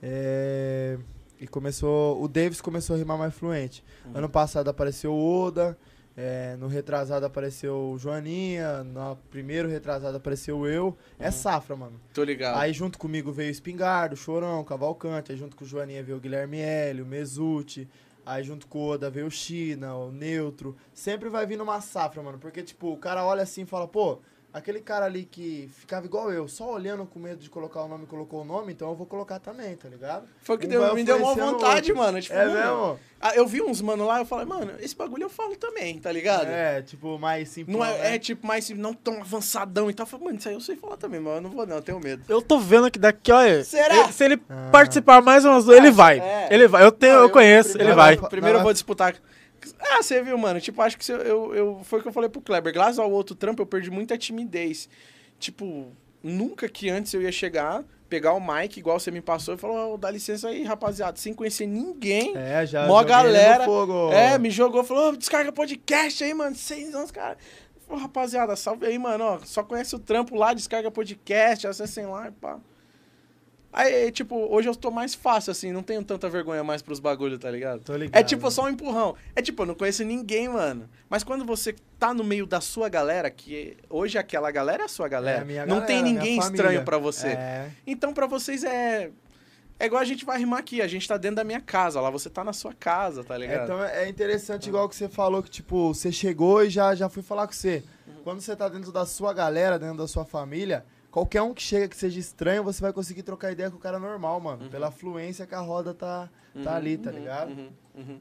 [SPEAKER 2] é, E começou. O Davis começou a rimar mais fluente. Ano passado apareceu o Oda. é, no retrasado apareceu o Joaninha. No primeiro retrasado apareceu eu. É safra, mano.
[SPEAKER 1] Tô ligado.
[SPEAKER 2] Aí junto comigo veio o Espingardo, o Chorão, o Cavalcante. Aí junto com o Joaninha veio o Guilherme Hélio, o Mezuti. Aí junto com o Oda veio o China, o Neutro. Sempre vai vindo uma safra, mano. Porque, tipo, o cara olha assim e fala, pô, aquele cara ali que ficava igual eu, só olhando com medo de colocar o nome, colocou o nome, então eu vou colocar também, tá ligado?
[SPEAKER 1] Foi o que
[SPEAKER 2] Um
[SPEAKER 1] deu,
[SPEAKER 2] vai
[SPEAKER 1] me deu uma
[SPEAKER 2] oferecendo
[SPEAKER 1] vontade,
[SPEAKER 2] outro.
[SPEAKER 1] mano. Tipo,
[SPEAKER 2] é
[SPEAKER 1] mano,
[SPEAKER 2] mesmo?
[SPEAKER 1] ah, Eu vi uns mano lá, eu falei, mano, esse bagulho eu falo também, tá ligado?
[SPEAKER 2] É, tipo, mais simples.
[SPEAKER 1] Não é,
[SPEAKER 2] né?
[SPEAKER 1] é, tipo, mais não tão avançadão e tal. Eu falei, mano, isso aí eu sei falar também, mas eu não vou não, eu tenho medo.
[SPEAKER 3] Eu tô vendo que daqui, olha...
[SPEAKER 1] Será?
[SPEAKER 3] ele- se ele
[SPEAKER 2] Ah.
[SPEAKER 3] participar mais umas duas, ele vai.
[SPEAKER 1] É.
[SPEAKER 3] Ele vai. Eu tenho,
[SPEAKER 1] Não,
[SPEAKER 3] eu,
[SPEAKER 1] eu-
[SPEAKER 3] conheço,
[SPEAKER 2] primeiro
[SPEAKER 3] ele
[SPEAKER 1] Não,
[SPEAKER 3] vai.
[SPEAKER 1] não, Primeiro eu
[SPEAKER 2] Não,
[SPEAKER 1] vou disputar. Ah, você viu, mano? Tipo, acho que se eu, eu, eu- Foi o que eu falei pro Kleber. Graças ao outro trampo, eu perdi muita timidez. Tipo, nunca que antes eu ia chegar pegar o mic, igual você me passou, e falar, "Ô, dá licença aí, rapaziada, sem conhecer ninguém.
[SPEAKER 2] É, já.
[SPEAKER 1] Mó
[SPEAKER 2] joguei ele no
[SPEAKER 1] galera.
[SPEAKER 2] fogo.
[SPEAKER 1] É, me jogou, falou, "Ô, descarga podcast aí, mano, seis anos, cara. Falou, rapaziada, salve aí, mano, ó, só conhece o trampo lá, descarga podcast, acessem lá e pá. Aí, tipo, hoje eu tô mais fácil, assim, não tenho tanta vergonha mais pros bagulho, tá ligado?
[SPEAKER 2] Tô ligado.
[SPEAKER 1] É tipo só um empurrão. É tipo, eu não conheço ninguém, mano. Mas quando você tá no meio da sua galera, que hoje aquela galera é a sua galera,
[SPEAKER 2] É a minha
[SPEAKER 1] não
[SPEAKER 2] galera,
[SPEAKER 1] tem
[SPEAKER 2] minha
[SPEAKER 1] ninguém
[SPEAKER 2] família.
[SPEAKER 1] estranho pra você.
[SPEAKER 2] É.
[SPEAKER 1] Então, pra vocês é. É igual a gente vai rimar aqui, a gente tá dentro da minha casa, lá você tá na sua casa, tá ligado?
[SPEAKER 2] Então é interessante, igual que você falou, que tipo, você chegou e já, já fui falar com você.
[SPEAKER 1] Uhum.
[SPEAKER 2] Quando você tá dentro da sua galera, dentro da sua família, qualquer um que chega que seja estranho, você vai conseguir trocar ideia com o cara normal, mano. Pela fluência que a roda tá, tá ali, tá ligado?
[SPEAKER 1] Uhum, uhum.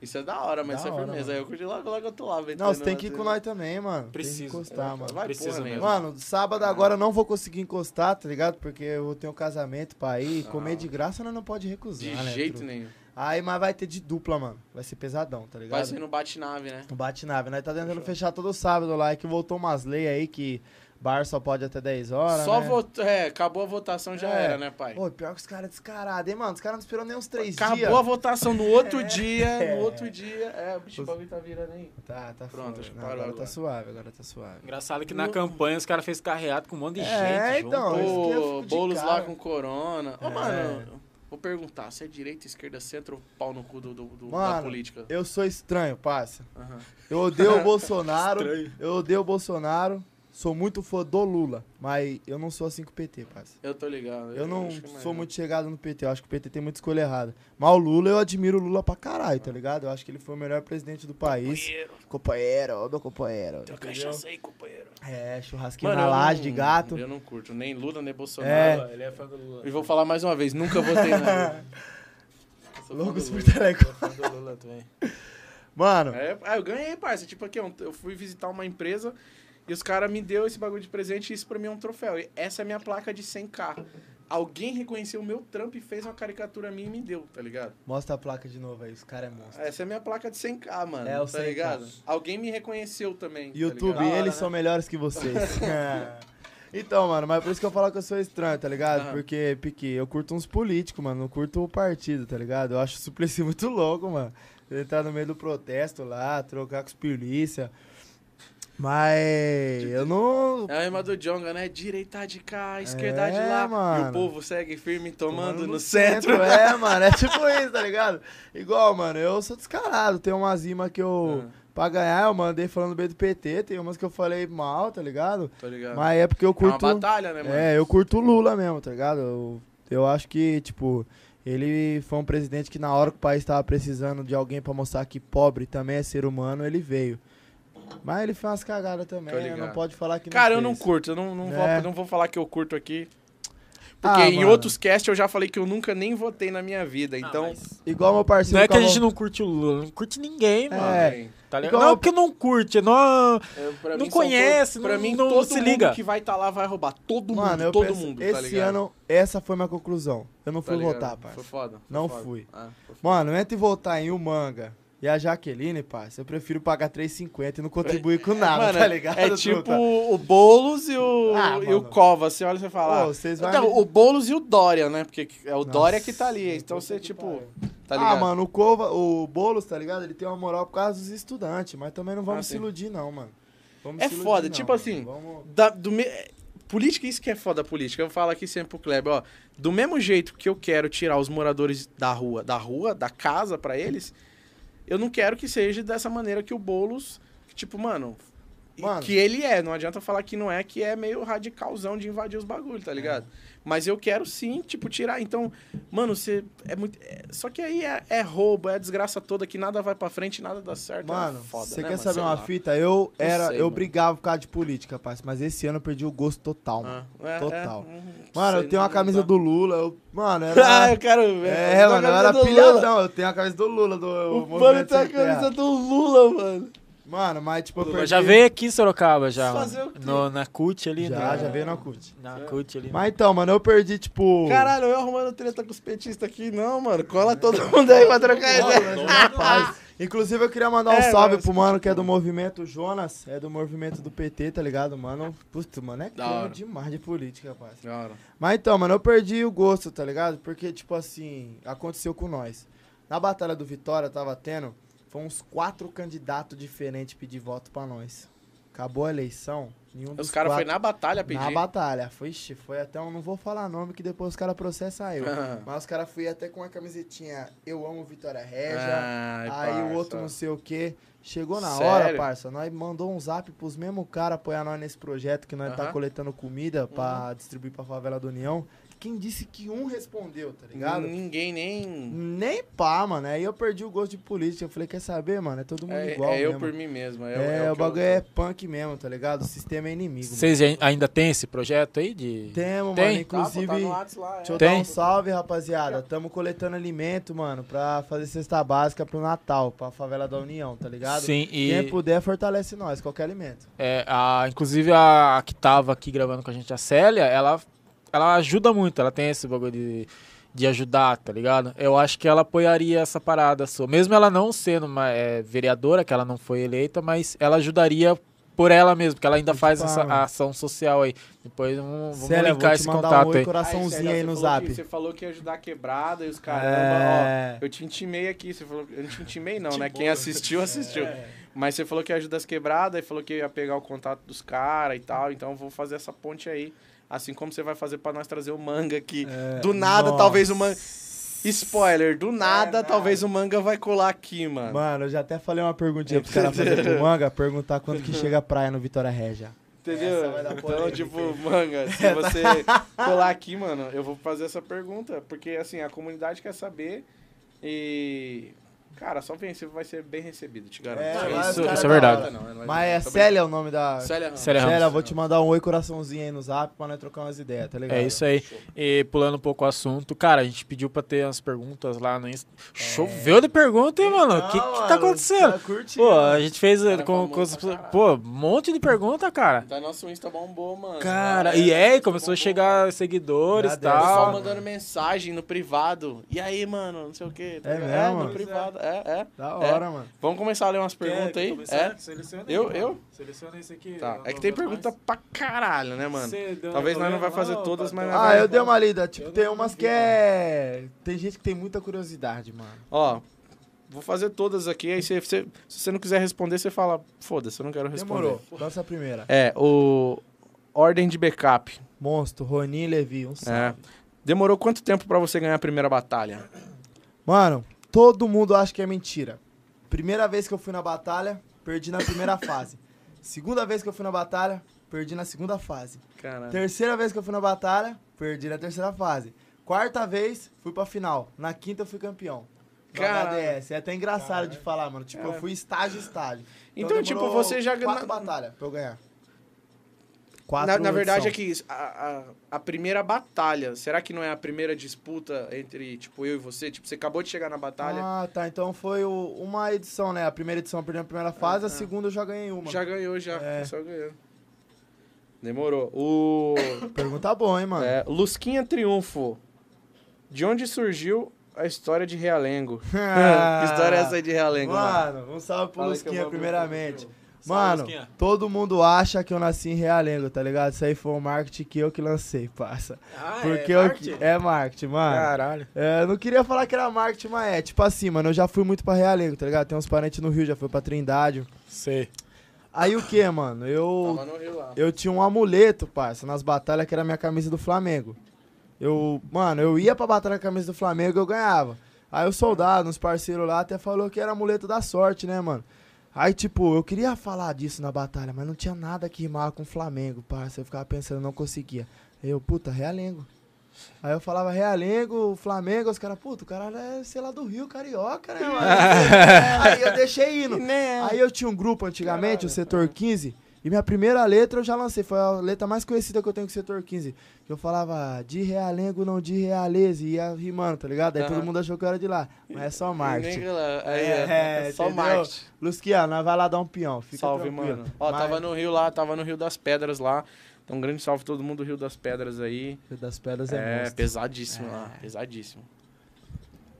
[SPEAKER 1] Isso é da hora, mas
[SPEAKER 2] Da
[SPEAKER 1] isso é
[SPEAKER 2] hora,
[SPEAKER 1] firmeza. Aí eu curti logo, logo eu tô lá, vendo.
[SPEAKER 2] Não, você tem que ir com nós também, mano. Tem que
[SPEAKER 3] Preciso.
[SPEAKER 2] encostar, mano.
[SPEAKER 1] Uhum. É, Vai,
[SPEAKER 3] Precisa
[SPEAKER 1] porra, É.
[SPEAKER 3] mesmo.
[SPEAKER 1] nenhuma.
[SPEAKER 2] Mano, sábado agora eu não vou conseguir encostar, tá ligado? Porque eu tenho um casamento pra ir. Comer de graça nós não pode recusar,
[SPEAKER 1] Ah. De
[SPEAKER 2] né,
[SPEAKER 1] jeito
[SPEAKER 2] truta?
[SPEAKER 1] nenhum.
[SPEAKER 2] Aí, mas vai ter de dupla, mano. Vai ser pesadão, tá ligado?
[SPEAKER 1] Vai ser no bate-nave, né?
[SPEAKER 2] O Bate-nave, nós tá tentando fechar todo sábado lá, é que voltou umas leis aí que bar só pode até 10 horas,
[SPEAKER 1] Só
[SPEAKER 2] né?
[SPEAKER 1] votou. É, acabou a votação, já
[SPEAKER 2] É.
[SPEAKER 1] era, né, pai?
[SPEAKER 2] Pô, pior que os caras descarados, hein, mano? Os caras não esperou nem uns 3
[SPEAKER 1] Acabou
[SPEAKER 2] dias. É.
[SPEAKER 1] a votação no outro dia, no outro dia. É, o bicho o bagulho tá virando aí.
[SPEAKER 2] Tá, tá
[SPEAKER 1] Pronto,
[SPEAKER 2] foda.
[SPEAKER 1] acho que
[SPEAKER 2] Não,
[SPEAKER 1] parou
[SPEAKER 2] agora, tá
[SPEAKER 1] agora.
[SPEAKER 2] suave, agora tá suave.
[SPEAKER 3] Engraçado que na campanha os caras fez carreado com um monte de
[SPEAKER 2] É,
[SPEAKER 3] gente.
[SPEAKER 2] então. isso
[SPEAKER 3] junto.
[SPEAKER 2] que eu
[SPEAKER 1] Ô,
[SPEAKER 2] fico de
[SPEAKER 1] Boulos
[SPEAKER 2] cara.
[SPEAKER 1] lá com corona. Ô,
[SPEAKER 2] É.
[SPEAKER 1] mano, vou perguntar, você é direita, esquerda, centro ou pau no cu do, do- do- da
[SPEAKER 2] Mano,
[SPEAKER 1] política?
[SPEAKER 2] Eu sou estranho, parça.
[SPEAKER 1] Aham.
[SPEAKER 2] Eu odeio o Bolsonaro.
[SPEAKER 3] Estranho.
[SPEAKER 2] Eu odeio o Bolsonaro. Sou muito fã do Lula, mas eu não sou assim com o PT, parça.
[SPEAKER 1] Eu tô ligado.
[SPEAKER 2] Eu não
[SPEAKER 1] acho que é
[SPEAKER 2] sou
[SPEAKER 1] imagino.
[SPEAKER 2] muito chegado no PT, eu acho que o PT tem muita escolha errada. Mas o Lula, eu admiro o Lula pra caralho, tá ligado? Eu acho que ele foi o melhor presidente do país.
[SPEAKER 1] Companheiro,
[SPEAKER 2] Companheiro, ó, meu companheiro.
[SPEAKER 1] tem uma cachaça aí, companheiro.
[SPEAKER 2] É, churrasquinho
[SPEAKER 1] Mano,
[SPEAKER 2] na
[SPEAKER 1] eu
[SPEAKER 2] laje
[SPEAKER 1] não-
[SPEAKER 2] de gato.
[SPEAKER 1] Eu não curto, nem Lula, nem
[SPEAKER 2] É.
[SPEAKER 1] Bolsonaro.
[SPEAKER 3] Lula, Ele é fã do Lula.
[SPEAKER 1] E vou falar mais uma vez, nunca votei na
[SPEAKER 2] Loucos por
[SPEAKER 1] Lula.
[SPEAKER 3] Ele
[SPEAKER 2] Telecom.
[SPEAKER 3] é fã do Lula também.
[SPEAKER 2] Mano,
[SPEAKER 1] É, ah, eu ganhei, parça. Tipo aqui, eu eu fui visitar uma empresa e os caras me deu esse bagulho de presente e isso pra mim é um troféu. E essa é a minha placa de 100k. Alguém reconheceu o meu trampo e fez uma caricatura minha e me deu, tá ligado?
[SPEAKER 2] mostra a placa de novo aí, os caras é monstro.
[SPEAKER 1] Essa é a minha placa de 100k, mano.
[SPEAKER 2] É, o
[SPEAKER 1] tá
[SPEAKER 2] 100K.
[SPEAKER 1] ligado? Alguém me reconheceu também. tá
[SPEAKER 2] YouTube,
[SPEAKER 1] ligado?
[SPEAKER 3] Da hora,
[SPEAKER 2] eles
[SPEAKER 3] né?
[SPEAKER 2] são melhores que vocês. então, mano, mas por isso que eu falo que eu sou estranho, tá ligado?
[SPEAKER 1] Aham.
[SPEAKER 2] Porque, Piqui, eu curto uns políticos, mano, não curto o partido, tá ligado? Eu acho o Suplicy muito louco, mano. Ele entrar no meio do protesto lá, trocar com os polícia. Mas eu não.
[SPEAKER 1] É a rima do Jonga, né? Direita de cá, esquerda de
[SPEAKER 2] É,
[SPEAKER 1] lá. E o
[SPEAKER 2] mano.
[SPEAKER 1] povo segue firme, tomando,
[SPEAKER 2] Tomando
[SPEAKER 1] no, centro.
[SPEAKER 2] É, mano, é tipo isso, tá ligado? Igual, mano, eu sou descarado. Tem umas rimas que eu.
[SPEAKER 1] Ah.
[SPEAKER 2] Pra ganhar, eu mandei falando bem do PT. Tem umas que eu falei mal, tá ligado?
[SPEAKER 1] Tá ligado?
[SPEAKER 2] Mas é porque eu
[SPEAKER 1] é uma
[SPEAKER 2] curto.
[SPEAKER 1] batalha, né, mano?
[SPEAKER 2] É, eu curto o Lula mesmo, tá ligado? Eu, eu acho que, tipo, ele foi um presidente que na hora que o país tava precisando de alguém pra mostrar que pobre também é ser humano, ele veio. Mas ele fez umas cagadas também,
[SPEAKER 1] Tô
[SPEAKER 2] né? Não
[SPEAKER 1] ligado.
[SPEAKER 2] pode falar que não
[SPEAKER 1] Cara, eu não
[SPEAKER 2] fez.
[SPEAKER 1] curto, eu não, não,
[SPEAKER 2] É.
[SPEAKER 1] vou, não vou falar que eu curto aqui.
[SPEAKER 2] Ah,
[SPEAKER 1] Porque em
[SPEAKER 2] mano.
[SPEAKER 1] outros casts eu já falei que eu nunca nem votei na minha vida,
[SPEAKER 3] Ah,
[SPEAKER 1] então.
[SPEAKER 2] Igual meu parceiro.
[SPEAKER 3] Não é que a
[SPEAKER 2] Calvão-
[SPEAKER 3] gente não curte o Lula, não curte ninguém, mano.
[SPEAKER 2] É.
[SPEAKER 1] Bem,
[SPEAKER 3] Tá ligado?
[SPEAKER 2] Igual-
[SPEAKER 3] Não, porque não curte, é, não.
[SPEAKER 1] eu- pra
[SPEAKER 3] Não
[SPEAKER 1] são
[SPEAKER 3] conhece,
[SPEAKER 1] to- pra
[SPEAKER 3] não-
[SPEAKER 1] mim,
[SPEAKER 3] não
[SPEAKER 1] todo
[SPEAKER 3] se
[SPEAKER 1] mundo
[SPEAKER 3] liga.
[SPEAKER 1] que vai estar lá vai roubar. Todo
[SPEAKER 2] Mano,
[SPEAKER 1] mundo,
[SPEAKER 2] eu
[SPEAKER 1] todo
[SPEAKER 2] penso-
[SPEAKER 1] mundo. tá
[SPEAKER 2] Esse
[SPEAKER 1] ligado?
[SPEAKER 2] ano, essa foi minha conclusão. Eu não
[SPEAKER 1] Tá
[SPEAKER 2] fui
[SPEAKER 1] ligado?
[SPEAKER 2] votar,
[SPEAKER 1] Foi
[SPEAKER 2] parça.
[SPEAKER 1] foda. foi
[SPEAKER 2] Não
[SPEAKER 1] foda.
[SPEAKER 2] fui.
[SPEAKER 1] Ah, foi foda.
[SPEAKER 2] Mano, entre votar em o manga e a Jaqueline, parça, eu prefiro pagar 3,50 e não contribuir com nada,
[SPEAKER 1] Mano,
[SPEAKER 2] tá ligado?
[SPEAKER 1] É tipo
[SPEAKER 2] truta?
[SPEAKER 1] o Boulos e o,
[SPEAKER 2] Ah,
[SPEAKER 1] e o
[SPEAKER 2] mano.
[SPEAKER 1] Cova. Você olha e você
[SPEAKER 2] Ô,
[SPEAKER 1] fala. ah,
[SPEAKER 2] vocês vai
[SPEAKER 1] então,
[SPEAKER 2] me-
[SPEAKER 1] o Boulos e o Dória, né? Porque é o
[SPEAKER 2] Nossa,
[SPEAKER 1] Dória que tá ali. Então
[SPEAKER 2] puta
[SPEAKER 1] você,
[SPEAKER 2] que
[SPEAKER 1] tipo.
[SPEAKER 2] pariu.
[SPEAKER 1] Tá ligado?
[SPEAKER 2] Ah, mano, o Cova, o Boulos, tá ligado? Ele tem uma moral por causa dos estudantes, mas também não vamos
[SPEAKER 1] Ah,
[SPEAKER 2] se
[SPEAKER 1] sim.
[SPEAKER 2] iludir, não, mano. Vamos
[SPEAKER 1] É
[SPEAKER 2] se iludir,
[SPEAKER 1] foda,
[SPEAKER 2] não,
[SPEAKER 1] tipo
[SPEAKER 2] mano.
[SPEAKER 1] assim,
[SPEAKER 2] Vamos-
[SPEAKER 1] da- do me- Política, isso que é foda política. Eu falo aqui sempre pro Kleber, ó. Do mesmo jeito que eu quero tirar os moradores da rua, da rua, da casa pra eles, eu não quero que seja dessa maneira que o Boulos, tipo, mano, e
[SPEAKER 2] Mano.
[SPEAKER 1] que ele é. Não adianta falar que não é, que é meio radicalzão de invadir os bagulhos,
[SPEAKER 2] É.
[SPEAKER 1] tá ligado? Mas eu quero sim, tipo, tirar. Então, mano, você. É muito. é- só que aí é, é roubo, é desgraça toda, que nada vai pra frente, nada dá certo. é
[SPEAKER 2] Mano,
[SPEAKER 1] foda,
[SPEAKER 2] você
[SPEAKER 1] né,
[SPEAKER 2] quer
[SPEAKER 1] mano?
[SPEAKER 2] saber
[SPEAKER 1] Sei
[SPEAKER 2] uma
[SPEAKER 1] lá.
[SPEAKER 2] fita? Eu
[SPEAKER 1] Não
[SPEAKER 2] era,
[SPEAKER 1] sei,
[SPEAKER 2] eu
[SPEAKER 1] mano.
[SPEAKER 2] brigava por causa de política, parça, mas esse ano eu perdi o gosto total, mano.
[SPEAKER 1] Ah, é, é,
[SPEAKER 2] Total.
[SPEAKER 1] hum,
[SPEAKER 2] Mano,
[SPEAKER 1] sei,
[SPEAKER 2] eu tenho uma
[SPEAKER 1] não
[SPEAKER 2] camisa
[SPEAKER 1] dá.
[SPEAKER 2] do Lula, eu, mano,
[SPEAKER 1] Ah,
[SPEAKER 2] era...
[SPEAKER 1] eu quero ver.
[SPEAKER 2] É, mano, eu era pilhadão, eu tenho a camisa do Lula, do
[SPEAKER 1] O mano
[SPEAKER 2] Movimento
[SPEAKER 1] tá a
[SPEAKER 2] Sem Terra.
[SPEAKER 1] camisa do Lula, mano.
[SPEAKER 2] Mano, mas tipo, eu perdi...
[SPEAKER 3] Já veio aqui em Sorocaba, já.
[SPEAKER 1] Fazer
[SPEAKER 3] mano.
[SPEAKER 1] o quê?
[SPEAKER 3] No, na CUT ali.
[SPEAKER 2] Já,
[SPEAKER 3] né?
[SPEAKER 2] já veio na CUT.
[SPEAKER 3] Na CUT ali.
[SPEAKER 2] Mas então, mano, eu perdi, tipo...
[SPEAKER 1] Caralho, eu arrumando treta com os petistas aqui, não, mano. Cola todo mundo aí pra trocar
[SPEAKER 2] Não,
[SPEAKER 1] ideia.
[SPEAKER 2] mas, rapaz, Inclusive, eu queria mandar um
[SPEAKER 1] É,
[SPEAKER 2] salve
[SPEAKER 1] mas-
[SPEAKER 2] pro mano que é do movimento Jonas, é do movimento do PT, tá ligado, mano? Putz, mano, é
[SPEAKER 1] Da
[SPEAKER 2] crânio
[SPEAKER 1] hora.
[SPEAKER 2] demais de política, rapaz.
[SPEAKER 1] Da hora.
[SPEAKER 2] Mas então, mano, eu perdi o gosto, tá ligado? Porque, tipo assim, aconteceu com nós. Na Batalha do Vitória, tava tendo, foi uns quatro candidatos diferentes pedir voto pra nós. Acabou a eleição, nenhum dos
[SPEAKER 1] Os caras foi
[SPEAKER 2] quatro...
[SPEAKER 1] na batalha pedir.
[SPEAKER 2] Na batalha. Foi, ixi, foi até um. Não vou falar nome que depois os caras processam eu. Mas os caras fui até com a camisetinha Eu amo Vitória Regia.
[SPEAKER 1] Ai,
[SPEAKER 2] aí o
[SPEAKER 1] parça.
[SPEAKER 2] outro não sei o que. Chegou na
[SPEAKER 1] Sério?
[SPEAKER 2] hora, parça. Nós mandou um zap pros mesmos caras apoiar nós nesse projeto que nós tá
[SPEAKER 1] Aham. Uhum.
[SPEAKER 2] coletando comida pra distribuir pra favela do União. Quem disse que um respondeu,
[SPEAKER 1] Hum.
[SPEAKER 2] tá ligado?
[SPEAKER 1] Ninguém nem.
[SPEAKER 2] Nem pá, mano. Aí eu perdi o gosto de política. Eu falei, quer saber, mano? É todo mundo
[SPEAKER 1] É,
[SPEAKER 2] igual.
[SPEAKER 1] é eu
[SPEAKER 2] mesmo.
[SPEAKER 1] por mim mesmo. É,
[SPEAKER 2] É,
[SPEAKER 1] é
[SPEAKER 2] o
[SPEAKER 1] que eu-
[SPEAKER 2] bagulho é punk mesmo, tá ligado? O sistema é inimigo. mano.
[SPEAKER 3] Vocês ai- ainda tem esse projeto aí de.
[SPEAKER 2] Temo, mano.
[SPEAKER 3] Tem?
[SPEAKER 1] Tá, pô, tá
[SPEAKER 2] Inclusive,
[SPEAKER 1] no Whats lá, é.
[SPEAKER 2] deixa eu
[SPEAKER 3] Tem?
[SPEAKER 2] dar um salve, rapaziada. Tamo coletando alimento, mano, pra fazer cesta básica pro Natal, pra favela da União, tá ligado?
[SPEAKER 3] Sim,
[SPEAKER 2] Quem
[SPEAKER 3] e
[SPEAKER 2] puder, fortalece nós, qualquer alimento.
[SPEAKER 3] é, a, inclusive a, que tava aqui gravando com a gente, a Célia, ela, ela ajuda muito, ela tem esse bagulho de, de ajudar, tá ligado? Eu acho que ela apoiaria essa parada sua. Mesmo ela não sendo uma é, vereadora, que ela não foi eleita, mas ela ajudaria por ela mesmo, porque ela ainda
[SPEAKER 2] Pode
[SPEAKER 3] faz
[SPEAKER 2] pá,
[SPEAKER 3] essa
[SPEAKER 2] mano.
[SPEAKER 3] a ação social aí. Depois vamos, vamos
[SPEAKER 2] Célia, vou
[SPEAKER 3] linkar
[SPEAKER 2] te
[SPEAKER 3] esse
[SPEAKER 2] mandar um
[SPEAKER 3] contato
[SPEAKER 2] oi,
[SPEAKER 3] aí.
[SPEAKER 1] Ah,
[SPEAKER 2] coraçãozinho aí,
[SPEAKER 1] Célia,
[SPEAKER 2] no
[SPEAKER 1] né, você falou que-
[SPEAKER 2] zap.
[SPEAKER 1] você falou que ia ajudar a quebrada e os caramba,
[SPEAKER 2] É...
[SPEAKER 1] ó. Eu te intimei aqui, você falou. Eu não te intimei, não, né? Quem
[SPEAKER 2] É.
[SPEAKER 1] assistiu, assistiu. Mas você falou que ajuda as quebradas e falou que ia pegar o contato dos caras e tal. Então eu vou fazer essa ponte aí. Assim como você vai fazer pra nós trazer o manga aqui.
[SPEAKER 3] É,
[SPEAKER 1] do nada,
[SPEAKER 2] É. Nossa. É,
[SPEAKER 1] talvez o manga. Spoiler, do nada, talvez o manga vai colar aqui, mano.
[SPEAKER 2] Mano, eu já até falei uma perguntinha pros caras fazer pro Manga, perguntar quanto que chega a praia no Vitória Regia.
[SPEAKER 1] Entendeu?
[SPEAKER 2] Essa vai dar
[SPEAKER 1] Então,
[SPEAKER 2] polêmica, É, tá.
[SPEAKER 1] tipo, manga, se você colar aqui, mano, eu vou fazer essa pergunta. Porque, assim, a comunidade quer saber e. Cara, só vem, você vai ser bem recebido, te garanto.
[SPEAKER 2] É,
[SPEAKER 3] lá os
[SPEAKER 1] isso,
[SPEAKER 3] caras
[SPEAKER 1] isso é
[SPEAKER 3] da hora.
[SPEAKER 1] verdade. Não, não, não,
[SPEAKER 2] Mas é
[SPEAKER 1] tô
[SPEAKER 2] Célia é o nome da...
[SPEAKER 1] brincando. Célia, não.
[SPEAKER 3] Célia Ramos. é
[SPEAKER 2] Célia, vou te mandar um oi, coraçãozinho aí no zap, pra nós trocar umas ideias, tá ligado?
[SPEAKER 3] É isso aí.
[SPEAKER 1] Show.
[SPEAKER 3] E pulando um pouco o assunto, cara, a gente pediu pra ter umas perguntas lá no Insta. Choveu de pergunta, hein, mano? O que,
[SPEAKER 2] É. Não,
[SPEAKER 3] que tá
[SPEAKER 2] mano,
[SPEAKER 3] acontecendo?
[SPEAKER 2] tá curtindo.
[SPEAKER 3] Pô, a gente fez
[SPEAKER 1] Cara,
[SPEAKER 3] com,
[SPEAKER 1] famoso
[SPEAKER 3] com as
[SPEAKER 1] pra
[SPEAKER 3] pessoas.
[SPEAKER 1] caralho.
[SPEAKER 3] Pô, um monte de pergunta, cara.
[SPEAKER 1] Tá, nosso Insta bombou, mano.
[SPEAKER 3] Cara,
[SPEAKER 1] Galera,
[SPEAKER 3] e aí,
[SPEAKER 1] Insta
[SPEAKER 3] começou a
[SPEAKER 1] bombou,
[SPEAKER 3] chegar seguidores e
[SPEAKER 2] Agradeço.
[SPEAKER 1] Pessoal
[SPEAKER 2] Mano.
[SPEAKER 3] tal.
[SPEAKER 1] mandando mensagem no privado. E aí, mano, não sei o quê. tá
[SPEAKER 2] É
[SPEAKER 1] ligado?
[SPEAKER 2] mesmo?
[SPEAKER 1] no privado. É, é.
[SPEAKER 2] Da
[SPEAKER 1] É.
[SPEAKER 2] hora, mano.
[SPEAKER 1] Vamos começar a ler umas perguntas aí? É. Eu- mano. eu?
[SPEAKER 3] Seleciona esse aqui.
[SPEAKER 1] Tá. É que tem pergunta pra caralho, né, mano? Talvez nós não vai fazer todas,
[SPEAKER 3] É.
[SPEAKER 1] mas nós
[SPEAKER 2] Ah,
[SPEAKER 1] vai-
[SPEAKER 2] eu dei uma lida. Tipo,
[SPEAKER 3] Eu
[SPEAKER 2] tem
[SPEAKER 3] não
[SPEAKER 2] umas
[SPEAKER 3] vi,
[SPEAKER 2] que é. Tem gente que tem muita curiosidade, mano.
[SPEAKER 1] Ó, vou fazer todas aqui. Aí você, você- se você não quiser responder, você fala, foda-se, eu não quero responder.
[SPEAKER 2] Demorou. Lança a primeira.
[SPEAKER 1] É, o. Ordem de backup.
[SPEAKER 2] Monstro, Ronin e Levi, um
[SPEAKER 1] É.
[SPEAKER 2] salve.
[SPEAKER 1] Demorou quanto tempo pra você ganhar a primeira batalha?
[SPEAKER 2] Mano, todo mundo acha que é mentira. Primeira vez que eu fui na batalha, perdi na primeira fase. Segunda vez que eu fui na batalha, perdi na segunda fase.
[SPEAKER 1] Caralho.
[SPEAKER 2] Terceira vez que eu fui na batalha, perdi na terceira fase. Quarta vez, fui pra final. Na quinta, eu fui campeão.
[SPEAKER 1] Caralho.
[SPEAKER 2] Cara, HDS. É até engraçado de falar, mano. Tipo,
[SPEAKER 1] Caralho.
[SPEAKER 2] eu fui estágio, estágio.
[SPEAKER 1] É. Então, tipo,
[SPEAKER 2] demorou
[SPEAKER 1] você já ganha-
[SPEAKER 2] Quatro batalhas pra eu ganhar.
[SPEAKER 1] Na, na verdade é que a, a- a primeira batalha, será que não é a primeira disputa entre, tipo, eu e você? Tipo, você acabou de chegar na batalha,
[SPEAKER 2] Ah, tá. Então foi o- uma edição, né? A primeira edição eu perdi na primeira fase, a segunda eu já ganhei uma.
[SPEAKER 1] Ah, tá. já ganhou, já.
[SPEAKER 2] É.
[SPEAKER 1] Só ganhou. Demorou. O
[SPEAKER 2] Pergunta boa, hein, mano?
[SPEAKER 1] é, Lusquinha Triunfo. De onde surgiu a história de Realengo? que história é essa aí de Realengo? mano?
[SPEAKER 2] Mano, um
[SPEAKER 1] Fala
[SPEAKER 2] salve pro
[SPEAKER 1] que eu
[SPEAKER 2] Lusquinha,
[SPEAKER 1] vou abrir o
[SPEAKER 2] primeiramente.
[SPEAKER 3] Salve,
[SPEAKER 2] Mano,
[SPEAKER 3] Lusquinha.
[SPEAKER 2] todo mundo acha que eu nasci em Realengo, tá ligado? Isso aí foi um marketing que eu que lancei, passa.
[SPEAKER 1] Ah,
[SPEAKER 2] Porque eu que- Ah, é marketing, mano.
[SPEAKER 3] Caralho.
[SPEAKER 2] É, eu não queria falar que era marketing, mas é, tipo assim, mano, eu já fui muito pra Realengo, tá ligado? Tem uns parentes no Rio, já fui pra Trindade.
[SPEAKER 3] Sei.
[SPEAKER 2] Aí o que, mano? Eu
[SPEAKER 1] Tava no Rio lá.
[SPEAKER 2] eu tinha um amuleto, parça, nas batalhas que era a minha camisa do Flamengo. Eu, mano, eu ia pra batalha com a camisa do Flamengo e eu ganhava. Aí o soldado, uns parceiros lá, até falou que era amuleto da sorte, né, mano? Aí, tipo, eu queria falar disso na batalha, mas não tinha nada que rimar com o Flamengo, parça. Eu ficava pensando, não conseguia. Aí eu, puta, realengo. Aí eu falava realengo, Flamengo, os caras, puta, o cara é, sei lá, do Rio, carioca, né, mano? Aí eu deixei indo. Aí eu tinha um grupo antigamente, o Setor 15, e minha primeira letra eu já lancei, foi a letra mais conhecida que eu tenho com o Setor 15. Que eu falava, de realengo, não de realeza, e ia rimando, tá ligado? Aí todo
[SPEAKER 1] Aham.
[SPEAKER 2] mundo achou que eu era de lá, mas é só marketing.
[SPEAKER 1] Aí,
[SPEAKER 2] É,
[SPEAKER 1] é, só
[SPEAKER 2] entendeu?
[SPEAKER 1] Marte.
[SPEAKER 2] Lusquiano, nós vai lá dar um peão, fica
[SPEAKER 1] salve,
[SPEAKER 2] tranquilo.
[SPEAKER 1] mano. Ó,
[SPEAKER 2] Mas-
[SPEAKER 1] tava no Rio lá, tava no Rio das Pedras lá. Então, um grande salve todo mundo do Rio das Pedras aí.
[SPEAKER 2] Rio das Pedras é,
[SPEAKER 1] É,
[SPEAKER 2] monstro.
[SPEAKER 1] pesadíssimo lá, pesadíssimo.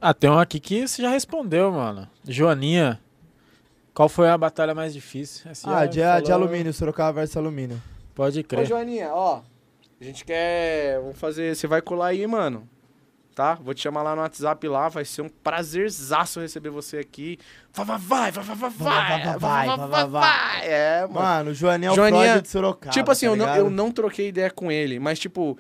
[SPEAKER 3] Ah, tem um aqui que você já respondeu, mano. Joaninha. Qual foi a batalha mais difícil? Essa
[SPEAKER 2] Ah,
[SPEAKER 3] já
[SPEAKER 2] de,
[SPEAKER 3] falou.
[SPEAKER 2] de alumínio, Sorocaba versus alumínio.
[SPEAKER 3] Pode
[SPEAKER 1] Ô,
[SPEAKER 3] crer.
[SPEAKER 1] Joaninha, ó. A gente quer. Vamos fazer. Você vai colar aí, mano. Tá? Vou te chamar lá no WhatsApp lá. Vai ser um prazerzaço receber você aqui. Vai, vai, vai, vai, vai, vai, vai, vai, vai, vai, vai. É, mano.
[SPEAKER 2] Mano, o Joaninha é o
[SPEAKER 1] Joaninha-
[SPEAKER 2] Freud de Sorocaba.
[SPEAKER 1] tipo assim,
[SPEAKER 2] tá
[SPEAKER 1] eu, não,
[SPEAKER 2] ligado?
[SPEAKER 1] eu não troquei ideia com ele, mas tipo,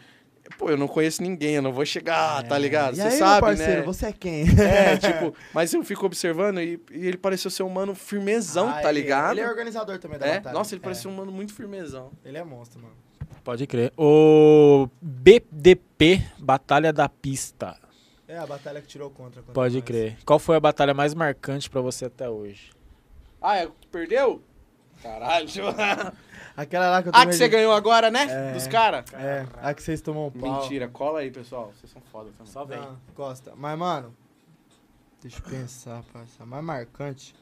[SPEAKER 1] pô, eu não conheço ninguém, eu não vou chegar, tá ligado?
[SPEAKER 2] É, E
[SPEAKER 1] Você
[SPEAKER 2] aí, meu
[SPEAKER 1] sabe,
[SPEAKER 2] parceiro,
[SPEAKER 1] né?
[SPEAKER 2] você é quem?
[SPEAKER 1] É, tipo, mas eu fico observando e, e ele pareceu ser um mano firmezão,
[SPEAKER 2] Ah,
[SPEAKER 1] tá
[SPEAKER 2] ele-
[SPEAKER 1] ligado?
[SPEAKER 2] Ele é organizador também da
[SPEAKER 1] É?
[SPEAKER 2] batalha.
[SPEAKER 1] Nossa, ele um-
[SPEAKER 2] É,
[SPEAKER 1] parecia um mano muito firmezão.
[SPEAKER 2] Ele é monstro, mano.
[SPEAKER 3] Pode crer. O BDP, Batalha da Pista.
[SPEAKER 2] É a batalha que tirou contra. contra
[SPEAKER 3] Pode
[SPEAKER 2] nós.
[SPEAKER 3] crer. Qual foi a batalha mais marcante pra você até hoje?
[SPEAKER 1] Ah, é, perdeu? Caralho.
[SPEAKER 2] Aquela lá que eu
[SPEAKER 1] ah,
[SPEAKER 2] tomei.
[SPEAKER 1] que você ganhou agora, né?
[SPEAKER 2] É.
[SPEAKER 1] Dos caras?
[SPEAKER 2] É, a que vocês tomam um pau.
[SPEAKER 1] Mentira, cola aí, pessoal. Vocês são foda também.
[SPEAKER 3] Só
[SPEAKER 2] Não, gosta. Mas, mano, deixa eu pensar, parça. A mais marcante.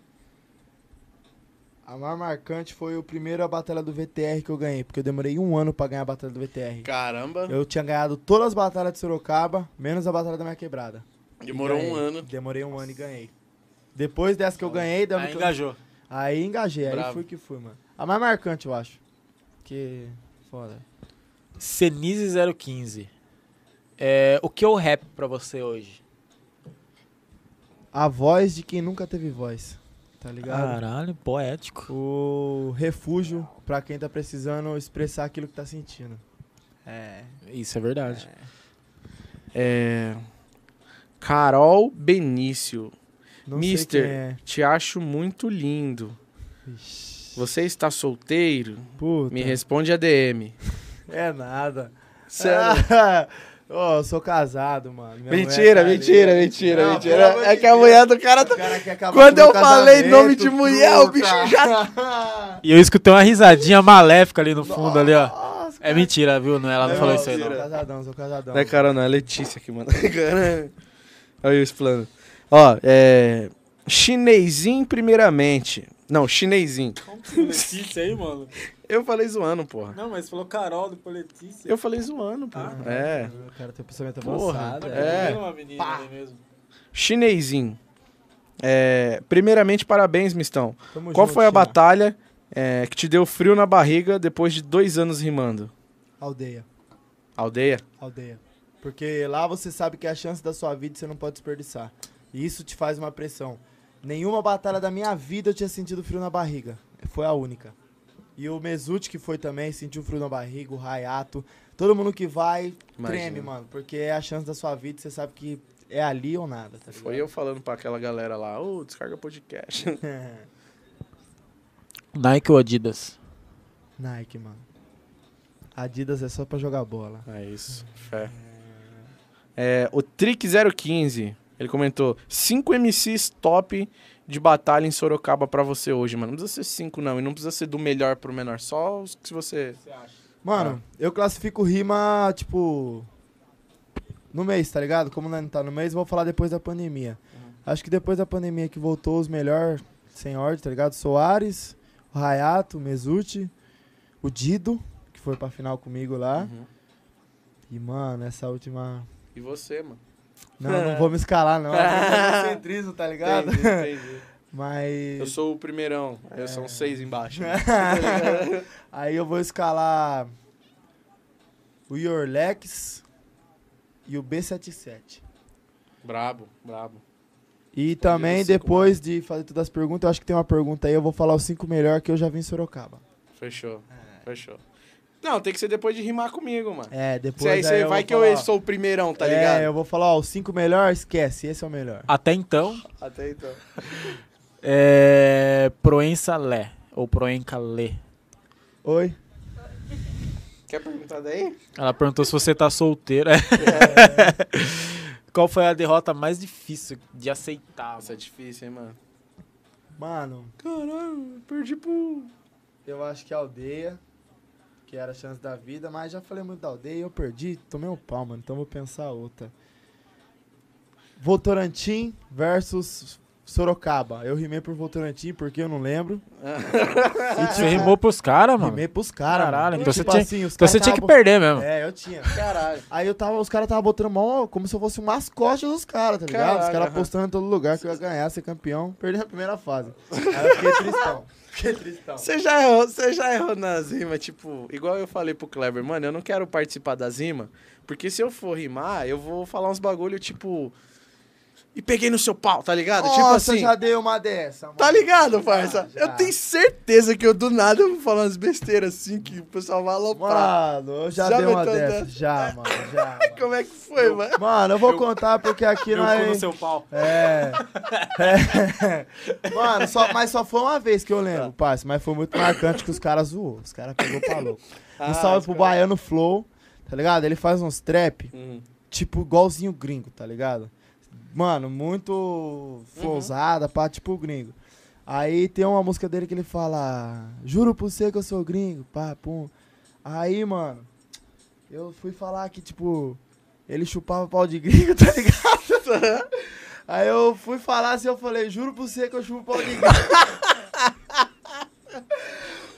[SPEAKER 2] A mais marcante foi o primeiro a batalha do VTR que eu ganhei, porque eu demorei um ano pra ganhar a batalha do VTR.
[SPEAKER 1] Caramba,
[SPEAKER 2] Eu tinha ganhado todas as batalhas de Sorocaba, menos a batalha da minha quebrada.
[SPEAKER 1] demorou um
[SPEAKER 2] Ganhei.
[SPEAKER 1] ano.
[SPEAKER 2] Demorei um ano e ganhei. Depois dessa que eu ganhei, da
[SPEAKER 1] Ah,
[SPEAKER 3] Aí engajou.
[SPEAKER 2] aí engajei,
[SPEAKER 1] Bravo.
[SPEAKER 2] aí fui que fui, mano. A mais marcante, eu acho. Que foda.
[SPEAKER 3] Senise 015. É, o que é o rap pra você hoje?
[SPEAKER 2] A voz de quem nunca teve voz, tá ligado?
[SPEAKER 3] Caralho, poético.
[SPEAKER 2] o refúgio pra quem tá precisando expressar aquilo que tá sentindo. É.
[SPEAKER 3] Isso é verdade.
[SPEAKER 1] É... Carol Benício,
[SPEAKER 2] Não
[SPEAKER 1] Mister.
[SPEAKER 2] sei quem é.
[SPEAKER 1] te acho muito lindo.
[SPEAKER 2] Ixi,
[SPEAKER 1] Você está solteiro?
[SPEAKER 2] Puta.
[SPEAKER 1] Me responde a DM.
[SPEAKER 2] É nada.
[SPEAKER 1] Sério?
[SPEAKER 2] é Ô, eu sou casado, mano. Minha mulher
[SPEAKER 1] mentira,
[SPEAKER 2] tá ali.
[SPEAKER 1] mentira, mentira,
[SPEAKER 2] Não,
[SPEAKER 1] mentira.
[SPEAKER 2] pelo amor
[SPEAKER 1] É
[SPEAKER 2] de
[SPEAKER 1] que a
[SPEAKER 2] Deus.
[SPEAKER 1] mulher do cara tá.
[SPEAKER 2] O cara que acabou
[SPEAKER 1] Quando
[SPEAKER 2] com o
[SPEAKER 1] eu falei nome de
[SPEAKER 2] casamento,
[SPEAKER 1] mulher, o bicho
[SPEAKER 2] truta.
[SPEAKER 3] E eu escutei uma risadinha maléfica ali no fundo, ali, ó.
[SPEAKER 2] Nossa,
[SPEAKER 3] É mentira, viu? Não, ela não
[SPEAKER 1] É
[SPEAKER 3] falou isso aí,
[SPEAKER 1] mentira.
[SPEAKER 3] não.
[SPEAKER 2] Sou casadão, sou casadão.
[SPEAKER 1] Não é Carol, não, é Letícia que manda. Caramba. Olha eu explano. Ó, é. Chinesinho, primeiramente. Não, chinesinho.
[SPEAKER 3] Letícia aí, mano?
[SPEAKER 1] Eu falei zoando, porra.
[SPEAKER 3] Não, mas falou Carol do Letícia.
[SPEAKER 1] Eu falei zoando, porra. é.
[SPEAKER 2] O cara tem um pensamento
[SPEAKER 1] Porra,
[SPEAKER 2] avançado.
[SPEAKER 1] é.
[SPEAKER 3] uma menina
[SPEAKER 2] Pá.
[SPEAKER 3] ali mesmo.
[SPEAKER 1] Chinesinho. É, primeiramente, parabéns, Mistão.
[SPEAKER 2] Tamo
[SPEAKER 1] Qual
[SPEAKER 2] junto,
[SPEAKER 1] foi a
[SPEAKER 2] China.
[SPEAKER 1] batalha é, que te deu frio na barriga depois de dois anos rimando?
[SPEAKER 2] Aldeia,
[SPEAKER 1] Aldeia?
[SPEAKER 2] aldeia. Porque lá você sabe que é a chance da sua vida e você não pode desperdiçar. E isso te faz uma pressão. Nenhuma batalha da minha vida eu tinha sentido frio na barriga. Foi a única. E o Mesut que foi também, sentiu frio na barriga, o Rayato. Todo mundo que vai,
[SPEAKER 1] Imagina.
[SPEAKER 2] treme, mano. Porque é a chance da sua vida e você sabe que é ali ou nada, tá
[SPEAKER 1] Foi eu falando pra aquela galera lá, ô, descarga podcast.
[SPEAKER 2] ligado?
[SPEAKER 3] Nike ou Adidas?
[SPEAKER 2] Nike, mano. Adidas é só pra jogar bola.
[SPEAKER 1] É isso, fé. É, o Trick015, ele comentou, 5 MCs top de batalha em Sorocaba pra você hoje, mano. Não precisa ser 5 não, e não precisa ser do melhor pro menor, só os que você...
[SPEAKER 2] Mano,
[SPEAKER 1] É.
[SPEAKER 2] eu classifico rima, tipo. No mês, tá ligado? Como nós não tá no mês, eu vou falar depois da pandemia.
[SPEAKER 1] Uhum.
[SPEAKER 2] Acho que depois da pandemia que voltou os melhores sem ordem, tá ligado? Soares, o Rayato, o Mezuti, o Dido, que foi pra final comigo lá.
[SPEAKER 1] Uhum.
[SPEAKER 2] E, mano, essa última.
[SPEAKER 1] E você, mano?
[SPEAKER 2] Não, não vou me escalar, não. É egocentrismo, tá ligado?
[SPEAKER 1] Entendi, entendi.
[SPEAKER 2] Mas.
[SPEAKER 1] Eu tá sou o primeirão,
[SPEAKER 2] É.
[SPEAKER 1] eu sou um 6 embaixo.
[SPEAKER 2] Aí eu vou escalar o Yorlex e o B77.
[SPEAKER 1] brabo, brabo.
[SPEAKER 2] E
[SPEAKER 1] Podia
[SPEAKER 2] também,
[SPEAKER 1] dos cinco
[SPEAKER 2] depois de fazer todas as perguntas, eu acho que tem uma pergunta aí, eu vou falar os cinco melhor que eu já vi em Sorocaba.
[SPEAKER 1] Fechou, fechou. Não, tem que ser depois de rimar comigo, mano.
[SPEAKER 2] É,
[SPEAKER 1] Você
[SPEAKER 2] depois
[SPEAKER 1] aí, você
[SPEAKER 2] eu
[SPEAKER 1] vai
[SPEAKER 2] vou
[SPEAKER 1] que eu
[SPEAKER 2] falar, ó,
[SPEAKER 1] sou o primeirão, tá
[SPEAKER 2] é,
[SPEAKER 1] ligado?
[SPEAKER 2] eu vou falar, ó, os cinco melhor, esquece, esse é o melhor.
[SPEAKER 3] Até então,
[SPEAKER 1] Até então.
[SPEAKER 3] é... Proença Lé ou Proenca Lé.
[SPEAKER 2] Oi?
[SPEAKER 1] Quer perguntar daí?
[SPEAKER 3] Ela perguntou se você tá solteira. Qual foi a derrota mais difícil de aceitar?
[SPEAKER 1] Nossa, é difícil, hein, mano.
[SPEAKER 2] Mano,
[SPEAKER 1] Caralho, perdi pro.
[SPEAKER 2] eu acho que a aldeia, que era a chance da vida, mas já falei muito da aldeia, eu perdi, tomei um pau, mano, então vou pensar outra. Votorantim versus Sorocaba. Eu rimei por Votorantim, porque eu não lembro. E,
[SPEAKER 3] Você
[SPEAKER 2] tipo,
[SPEAKER 3] rimou pros caras, Ah, mano.
[SPEAKER 2] Rimei pros caras.
[SPEAKER 3] Caralho,
[SPEAKER 2] mano.
[SPEAKER 3] então
[SPEAKER 2] E,
[SPEAKER 3] você
[SPEAKER 2] tipo
[SPEAKER 3] tinha-
[SPEAKER 2] assim, os
[SPEAKER 3] Então
[SPEAKER 2] caras
[SPEAKER 3] você tinha que
[SPEAKER 2] tavam-
[SPEAKER 3] perder mesmo.
[SPEAKER 2] É, eu tinha.
[SPEAKER 1] Caralho.
[SPEAKER 2] Aí eu tava, os caras tava botando mal como se eu fosse o mascote dos caras, tá ligado? os
[SPEAKER 1] Caralho,
[SPEAKER 2] caras
[SPEAKER 1] aham.
[SPEAKER 2] postando em todo lugar que eu ia ganhar, ser campeão. Perdi a primeira fase. Aí eu fiquei tristão. Fiquei tristão.
[SPEAKER 1] Você já errou, você já errou nas rimas, tipo, igual eu falei pro Kleber, mano, eu não quero participar das rimas, porque se eu for rimar, eu vou falar uns bagulho tipo. E peguei no seu pau, tá ligado?
[SPEAKER 2] Nossa,
[SPEAKER 1] tipo assim.
[SPEAKER 2] já dei uma dessa, mano.
[SPEAKER 1] Tá ligado, parça?
[SPEAKER 2] Já, já.
[SPEAKER 1] Eu tenho certeza que eu do nada vou falar umas besteiras assim que o pessoal vai aloprar.
[SPEAKER 2] Mano, eu já,
[SPEAKER 1] Já
[SPEAKER 2] dei uma
[SPEAKER 1] meteu
[SPEAKER 2] dessa.
[SPEAKER 1] dessa?
[SPEAKER 2] Já, mano, já. mano.
[SPEAKER 1] Como é que foi, mano?
[SPEAKER 2] Mano, eu vou contar porque aqui nós...
[SPEAKER 3] seu pau.
[SPEAKER 2] É. é. Mano, só, mas só foi uma vez que eu lembro, parça. Mas foi muito marcante que os caras zoou. Os caras pegou pra louco. Um
[SPEAKER 1] Ah,
[SPEAKER 2] salve
[SPEAKER 1] os
[SPEAKER 2] pro
[SPEAKER 1] caras-
[SPEAKER 2] Baiano Flow, tá ligado? Ele faz uns trap,
[SPEAKER 1] Uhum.
[SPEAKER 2] tipo, igualzinho gringo, tá ligado? Mano, muito ousada, pá, tipo gringo. Aí tem uma música dele que ele fala: Juro por você que eu sou gringo, pá, pum. Aí, mano, eu fui falar que, tipo, ele chupava pau de gringo, tá ligado? Aí eu fui falar assim, eu falei, juro por você que eu chupo pau de gringo.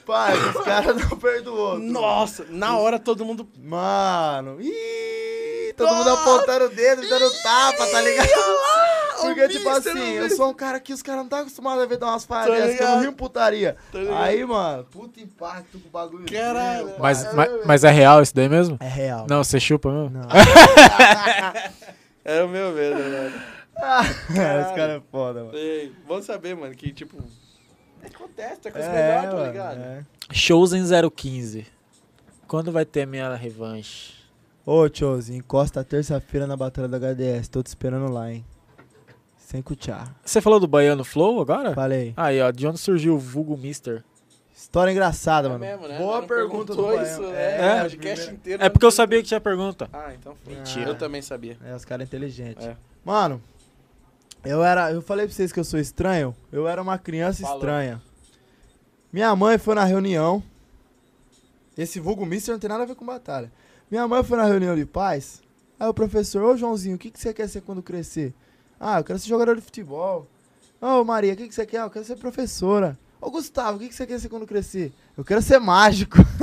[SPEAKER 2] Pai, os caras não tá perdoou.
[SPEAKER 1] Nossa, na hora todo mundo.
[SPEAKER 2] Mano, ih, todo mundo
[SPEAKER 1] Nossa!
[SPEAKER 2] apontando o dedo, me dando tapa, tá ligado? Porque,
[SPEAKER 1] o
[SPEAKER 2] tipo
[SPEAKER 1] Mister, o
[SPEAKER 2] assim, eu
[SPEAKER 1] Mister.
[SPEAKER 2] sou um cara que os caras não tá acostumados a ver dar umas paradas dessas, que eu
[SPEAKER 1] ligado.
[SPEAKER 2] não rio putaria.
[SPEAKER 1] Tô Tá ligado.
[SPEAKER 2] Aí, mano, puta impacto com o bagulho.
[SPEAKER 1] Caralho.
[SPEAKER 2] meu,
[SPEAKER 3] Mas,
[SPEAKER 2] pai.
[SPEAKER 3] mas, mas é real isso daí mesmo?
[SPEAKER 2] É real.
[SPEAKER 3] Não, você chupa mesmo?
[SPEAKER 2] Não.
[SPEAKER 1] Era é o meu medo, mano.
[SPEAKER 2] Esse cara é foda, mano.
[SPEAKER 1] Ei, Vamos saber, mano, que tipo. Acontece, tá com os
[SPEAKER 2] É,
[SPEAKER 1] melhores, tá
[SPEAKER 2] mano,
[SPEAKER 1] ligado?
[SPEAKER 2] é.
[SPEAKER 3] Shows em 015. Quando vai ter minha revanche?
[SPEAKER 2] Ô, Chose, encosta terça-feira na Batalha da HDS. Tô te esperando lá, hein. Sem cutiar.
[SPEAKER 3] Você falou do Baiano Flow agora?
[SPEAKER 2] Falei.
[SPEAKER 3] Aí, ó, de onde surgiu o vulgo Mister?
[SPEAKER 2] História engraçada, mano.
[SPEAKER 1] mesmo, né?
[SPEAKER 2] Boa
[SPEAKER 1] Não
[SPEAKER 2] pergunta
[SPEAKER 1] perguntou
[SPEAKER 2] do
[SPEAKER 1] isso,
[SPEAKER 2] Baiano.
[SPEAKER 1] né?
[SPEAKER 3] É,
[SPEAKER 1] o podcast inteiro.
[SPEAKER 3] É porque eu sabia que tinha pergunta.
[SPEAKER 1] Ah, então foi.
[SPEAKER 2] Mentira.
[SPEAKER 1] Eu também sabia.
[SPEAKER 2] É, os caras inteligentes.
[SPEAKER 1] É.
[SPEAKER 2] Mano, eu era. Eu falei pra vocês que eu sou estranho. Eu era uma criança
[SPEAKER 1] Falou.
[SPEAKER 2] estranha. Minha mãe foi na reunião. Esse vulgo mister não tem nada a ver com batalha. Minha mãe foi na reunião de paz. Aí o professor, ô Joãozinho, o que, que você quer ser quando crescer? Ah, eu quero ser jogador de futebol. Ô Maria, o que, que você quer? Ah, eu quero ser professora. Ô Gustavo, o que, que você quer ser quando crescer? Eu quero ser mágico.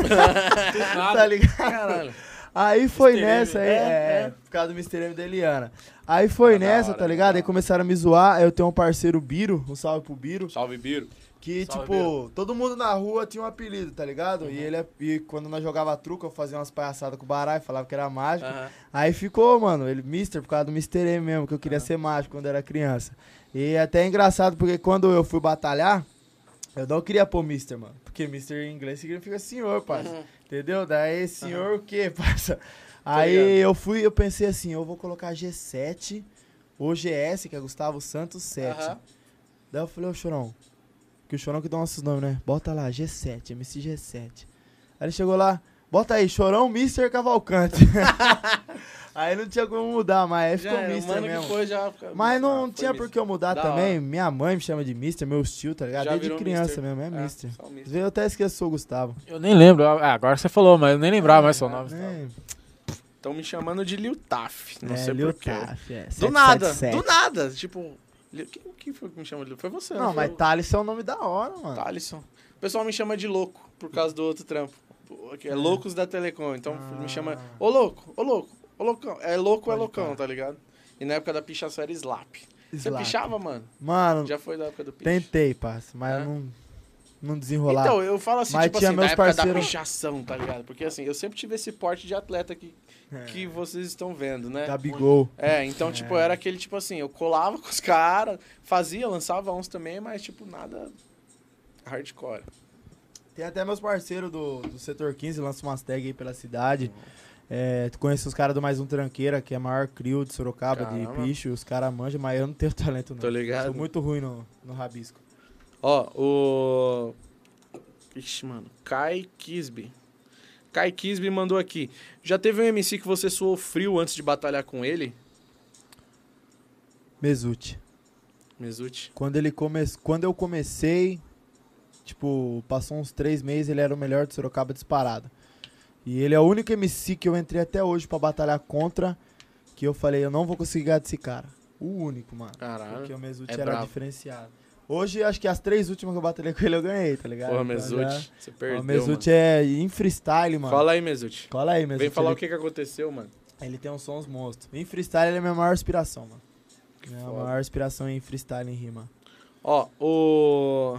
[SPEAKER 2] tá ligado?
[SPEAKER 1] Caralho.
[SPEAKER 2] Aí foi
[SPEAKER 1] Mr. M,
[SPEAKER 2] nessa aí.
[SPEAKER 1] é,
[SPEAKER 2] É,
[SPEAKER 1] é.
[SPEAKER 2] por causa do Mr. M da Eliana. Aí foi
[SPEAKER 1] Ah, da
[SPEAKER 2] nessa,
[SPEAKER 1] hora,
[SPEAKER 2] tá
[SPEAKER 1] da
[SPEAKER 2] ligado?
[SPEAKER 1] hora.
[SPEAKER 2] Aí começaram a me zoar. Aí eu tenho um parceiro Biro, um salve pro Biro.
[SPEAKER 1] Salve, Biro.
[SPEAKER 2] Que,
[SPEAKER 3] Salve,
[SPEAKER 2] tipo, todo mundo na rua tinha um apelido, tá ligado?
[SPEAKER 1] Uhum.
[SPEAKER 2] E ele e quando nós jogava truco, eu fazia umas palhaçadas com o baralho, falava que era mágico.
[SPEAKER 1] Aham.
[SPEAKER 2] Aí ficou, mano, ele Mister, por causa do Mr. M mesmo, que eu
[SPEAKER 1] Ah.
[SPEAKER 2] queria ser mágico quando era criança. E até é engraçado, porque quando eu fui batalhar, eu não queria pôr Mister, mano. Porque Mister em inglês significa senhor, parça. Entendeu? Daí, senhor, o quê, parça? Aí
[SPEAKER 1] ligado.
[SPEAKER 2] eu fui, eu pensei assim, eu vou colocar G7 ou GS, que é Gustavo Santos 7.
[SPEAKER 1] Aham.
[SPEAKER 2] Daí eu falei, ô Chorão, que o Chorão que dá nossos nomes, né? Bota lá, G7, MC G7. Aí ele chegou lá, bota aí, Chorão Mr. Cavalcante. aí não tinha como mudar, mas aí
[SPEAKER 1] Já
[SPEAKER 2] ficou
[SPEAKER 1] era, o
[SPEAKER 2] Mr.
[SPEAKER 1] mano
[SPEAKER 2] mesmo.
[SPEAKER 1] que foi já.
[SPEAKER 2] Mas não
[SPEAKER 1] Ah, foi
[SPEAKER 2] tinha
[SPEAKER 1] Mr.
[SPEAKER 2] por que eu mudar
[SPEAKER 1] Da
[SPEAKER 2] também.
[SPEAKER 1] hora.
[SPEAKER 2] Minha mãe me chama de Mr., meu tio, tá ligado?
[SPEAKER 1] Já
[SPEAKER 2] Desde
[SPEAKER 1] virou
[SPEAKER 2] criança
[SPEAKER 1] Mr.
[SPEAKER 2] mesmo, é
[SPEAKER 1] É,
[SPEAKER 2] Mr.
[SPEAKER 1] só o
[SPEAKER 2] Às
[SPEAKER 1] Mr.
[SPEAKER 2] vezes Eu até esqueço o Gustavo.
[SPEAKER 3] Eu nem lembro. Ah, agora você falou, mas eu nem lembrava mais seu nome.
[SPEAKER 2] É,
[SPEAKER 1] Estão me chamando de Lil Taf. Não
[SPEAKER 2] é,
[SPEAKER 1] sei
[SPEAKER 2] Lil
[SPEAKER 1] por quê.
[SPEAKER 2] Taf, é,
[SPEAKER 1] Do nada.
[SPEAKER 2] 777.
[SPEAKER 1] Do nada. Tipo. Lil- Quem, quem foi que me chamou de Lil? Foi você,
[SPEAKER 2] Não,
[SPEAKER 1] foi
[SPEAKER 2] mas Thales é um nome da hora, mano.
[SPEAKER 1] o Thalisson. O pessoal me chama de louco por causa do outro trampo. que É loucos da Telecom. Então me chama. Ô louco, ô louco, ô loucão. É louco, é
[SPEAKER 2] Ah. Pode
[SPEAKER 1] loucão,
[SPEAKER 2] parar.
[SPEAKER 1] tá ligado? E na época da pichação era slap. Você
[SPEAKER 2] Slap.
[SPEAKER 1] pichava, mano?
[SPEAKER 2] Mano,
[SPEAKER 1] Já foi da época do picho.
[SPEAKER 2] tentei, parça, mas
[SPEAKER 1] É?
[SPEAKER 2] não, não desenrolar.
[SPEAKER 1] Então, eu falo assim,
[SPEAKER 2] Mas
[SPEAKER 1] tipo
[SPEAKER 2] tinha
[SPEAKER 1] assim, na
[SPEAKER 2] meus
[SPEAKER 1] época da
[SPEAKER 2] parceiro-
[SPEAKER 1] pichação, tá ligado? Porque assim, eu sempre tive esse porte de atleta que,
[SPEAKER 2] É.
[SPEAKER 1] que vocês estão vendo, né?
[SPEAKER 2] Tá. Gabigol.
[SPEAKER 1] É, então, tipo, eu era aquele, tipo assim, eu colava com os caras, fazia, lançava uns também, mas, tipo, nada hardcore.
[SPEAKER 2] Tem até meus parceiros do, do Setor 15, lança umas tags aí pela cidade. É, tu conhece os caras do Mais Um Tranqueira, que é a maior crew de Sorocaba, de
[SPEAKER 1] Caramba.
[SPEAKER 2] bicho. Os caras manjam, mas eu não tenho talento, não.
[SPEAKER 1] Tô ligado.
[SPEAKER 2] Sou muito ruim no, no rabisco.
[SPEAKER 1] Ó, o. Ixi, mano. Kai Kisby. Kai Kisby mandou aqui. Já teve um MC que você suou frio antes de batalhar com ele?
[SPEAKER 2] Mesute.
[SPEAKER 1] Mesut.
[SPEAKER 2] Quando, ele come... Quando eu comecei, tipo, passou uns três meses, ele era o melhor de Sorocaba disparado. E ele é o único MC que eu entrei até hoje pra batalhar contra, que eu falei, eu não vou conseguir ganhar desse cara. O único, mano.
[SPEAKER 1] Caralho,
[SPEAKER 2] Porque o Mezuti
[SPEAKER 1] é
[SPEAKER 2] era
[SPEAKER 1] brabo.
[SPEAKER 2] diferenciado. Hoje, acho que as três últimas que eu batalhei com ele eu ganhei, tá ligado?
[SPEAKER 1] Porra,
[SPEAKER 2] Então, já-
[SPEAKER 1] Mezuti, você perdeu,
[SPEAKER 2] o Mezuti é em freestyle,
[SPEAKER 1] mano.
[SPEAKER 2] mano.
[SPEAKER 1] Fala aí, Mezuti.
[SPEAKER 2] Cola aí, Mezuti.
[SPEAKER 1] Vem falar
[SPEAKER 2] ele,
[SPEAKER 1] o que, que aconteceu, mano.
[SPEAKER 2] Ele tem uns sons monstros. Em freestyle, ele é a minha maior inspiração, mano. Minha
[SPEAKER 1] foda.
[SPEAKER 2] maior inspiração em freestyle, em rima.
[SPEAKER 1] Ó, o...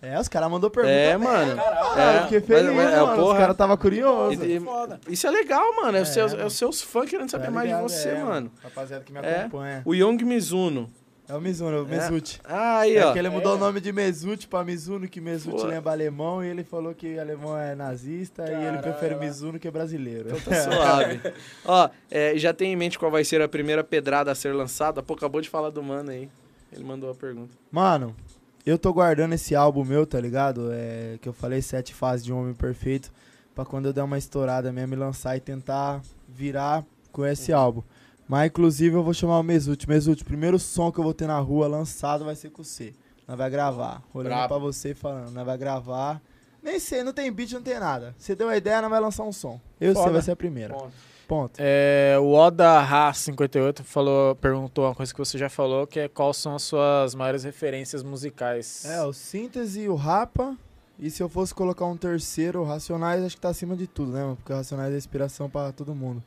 [SPEAKER 2] É, os caras mandou pergunta.
[SPEAKER 1] é,
[SPEAKER 2] mesmo,
[SPEAKER 1] mano.
[SPEAKER 2] Cara, eu fiquei feliz,
[SPEAKER 1] mas- mas- é,
[SPEAKER 2] mano. Os
[SPEAKER 1] porra.
[SPEAKER 2] caras tava curioso.
[SPEAKER 1] E- e- isso é legal, mano. É, os
[SPEAKER 2] É,
[SPEAKER 1] seus, é
[SPEAKER 2] mano.
[SPEAKER 1] os seus fãs querendo saber
[SPEAKER 2] Tá
[SPEAKER 1] mais de
[SPEAKER 2] ligado?
[SPEAKER 1] você,
[SPEAKER 2] É,
[SPEAKER 1] mano.
[SPEAKER 2] Rapaziada que me
[SPEAKER 1] É.
[SPEAKER 2] acompanha.
[SPEAKER 1] O Young Mizuno.
[SPEAKER 2] É o Mizuno, o
[SPEAKER 1] É.
[SPEAKER 2] Mezuti.
[SPEAKER 1] Aí,
[SPEAKER 2] É
[SPEAKER 1] ó.
[SPEAKER 2] que ele mudou o nome de Mezuti pra Mizuno, que Mezuti
[SPEAKER 1] Pô.
[SPEAKER 2] lembra alemão, e ele falou que alemão é nazista e ele
[SPEAKER 3] Caralho.
[SPEAKER 2] prefere Mizuno que é brasileiro.
[SPEAKER 1] Então tá suave. ó, é, já tem em mente qual vai ser a primeira pedrada a ser lançada? Pô, acabou de falar do mano aí. Ele mandou a pergunta.
[SPEAKER 2] Mano, eu tô guardando esse álbum meu, tá ligado? É, que eu falei, Sete Fases de um Homem Perfeito, pra quando eu der uma estourada mesmo, me lançar e tentar virar com esse
[SPEAKER 1] Uhum.
[SPEAKER 2] álbum. Mas, inclusive, eu vou chamar o Mesut. Mesut, o primeiro som que eu vou ter na rua lançado vai ser com você. Nós vai gravar. Olhando
[SPEAKER 1] Brabo.
[SPEAKER 2] pra você e falando, nós vai gravar. Nem sei, não tem beat, não tem nada. Você deu a ideia, nós vai lançar um som. Eu sei,
[SPEAKER 3] Foda.
[SPEAKER 2] vai ser a primeira.
[SPEAKER 1] Ponto.
[SPEAKER 2] Ponto.
[SPEAKER 3] É, o Oda Ra 58 falou, perguntou uma coisa que você já falou, que é quais são as suas maiores referências musicais.
[SPEAKER 2] É, o síntese, o rapa. E se eu fosse colocar um terceiro, o Racionais acho que tá acima de tudo, né, mano? Porque o Racionais é inspiração pra todo mundo.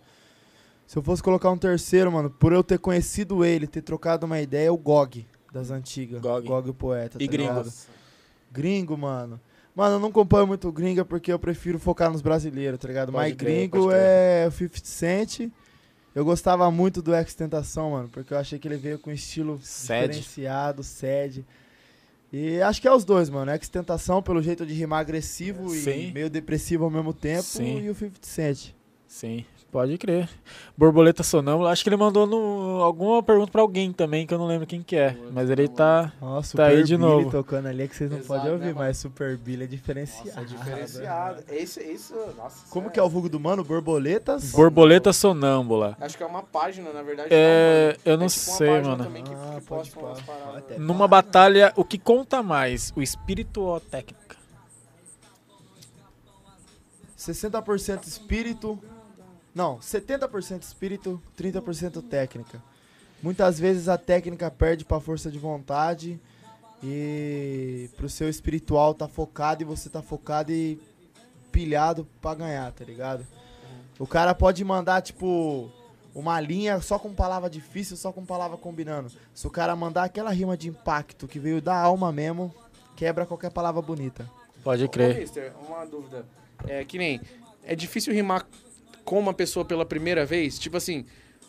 [SPEAKER 2] Se eu fosse colocar um terceiro, mano, por eu ter conhecido ele, ter trocado uma ideia, é o Gog, das antigas.
[SPEAKER 3] Gog.
[SPEAKER 2] o poeta.
[SPEAKER 3] e
[SPEAKER 2] tá ligado?
[SPEAKER 3] gringos.
[SPEAKER 2] Gringo, mano. Mano, eu não acompanho muito gringa porque eu prefiro focar nos brasileiros, tá ligado?
[SPEAKER 3] Pode
[SPEAKER 2] Mas
[SPEAKER 3] crer,
[SPEAKER 2] gringo
[SPEAKER 3] pode crer.
[SPEAKER 2] é o 50 Cent. Eu gostava muito do X Tentação, mano, porque eu achei que ele veio com um estilo
[SPEAKER 3] Sad.
[SPEAKER 2] diferenciado, sede. E acho que é os dois, mano. X Tentação pelo jeito de rimar agressivo
[SPEAKER 3] Sim.
[SPEAKER 2] e meio depressivo ao mesmo tempo
[SPEAKER 3] Sim.
[SPEAKER 2] e o 50 Cent.
[SPEAKER 3] Sim, pode crer. Borboleta Sonâmbula, acho que ele mandou no- alguma pergunta pra alguém também, que eu não lembro quem que é. Mas ele tá...
[SPEAKER 2] Nossa, Super
[SPEAKER 3] Tá aí de
[SPEAKER 2] Billy
[SPEAKER 3] novo.
[SPEAKER 2] tocando ali é que vocês não
[SPEAKER 1] Exato,
[SPEAKER 2] podem
[SPEAKER 1] né,
[SPEAKER 2] ouvir,
[SPEAKER 1] mano?
[SPEAKER 2] mas Super Billy é diferenciado.
[SPEAKER 1] Esse, esse, nossa,
[SPEAKER 2] Como que é o vulgo do mano? Borboletas?
[SPEAKER 3] Borboleta Sonâmbula.
[SPEAKER 1] Acho que é uma página, na verdade.
[SPEAKER 3] É, eu não
[SPEAKER 2] tipo
[SPEAKER 1] tipo
[SPEAKER 3] sei, mano.
[SPEAKER 2] que- Ah, que pode posta pá. umas paradas. Até-
[SPEAKER 3] Numa batalha, o que conta mais, o espírito ou a técnica?
[SPEAKER 2] 60% espírito. Não, 70% espírito, 30% técnica. Muitas vezes a técnica perde pra força de vontade e pro seu espiritual tá focado e você tá focado e pilhado pra ganhar, tá ligado? O cara pode mandar tipo uma linha só com palavra difícil, só com palavra combinando. Se o cara mandar aquela rima de impacto que veio da alma mesmo, quebra qualquer palavra bonita.
[SPEAKER 3] Pode
[SPEAKER 1] Ô,
[SPEAKER 3] crer.
[SPEAKER 1] mister, uma dúvida. É que nem. É difícil rimar com uma pessoa pela primeira vez? Tipo assim,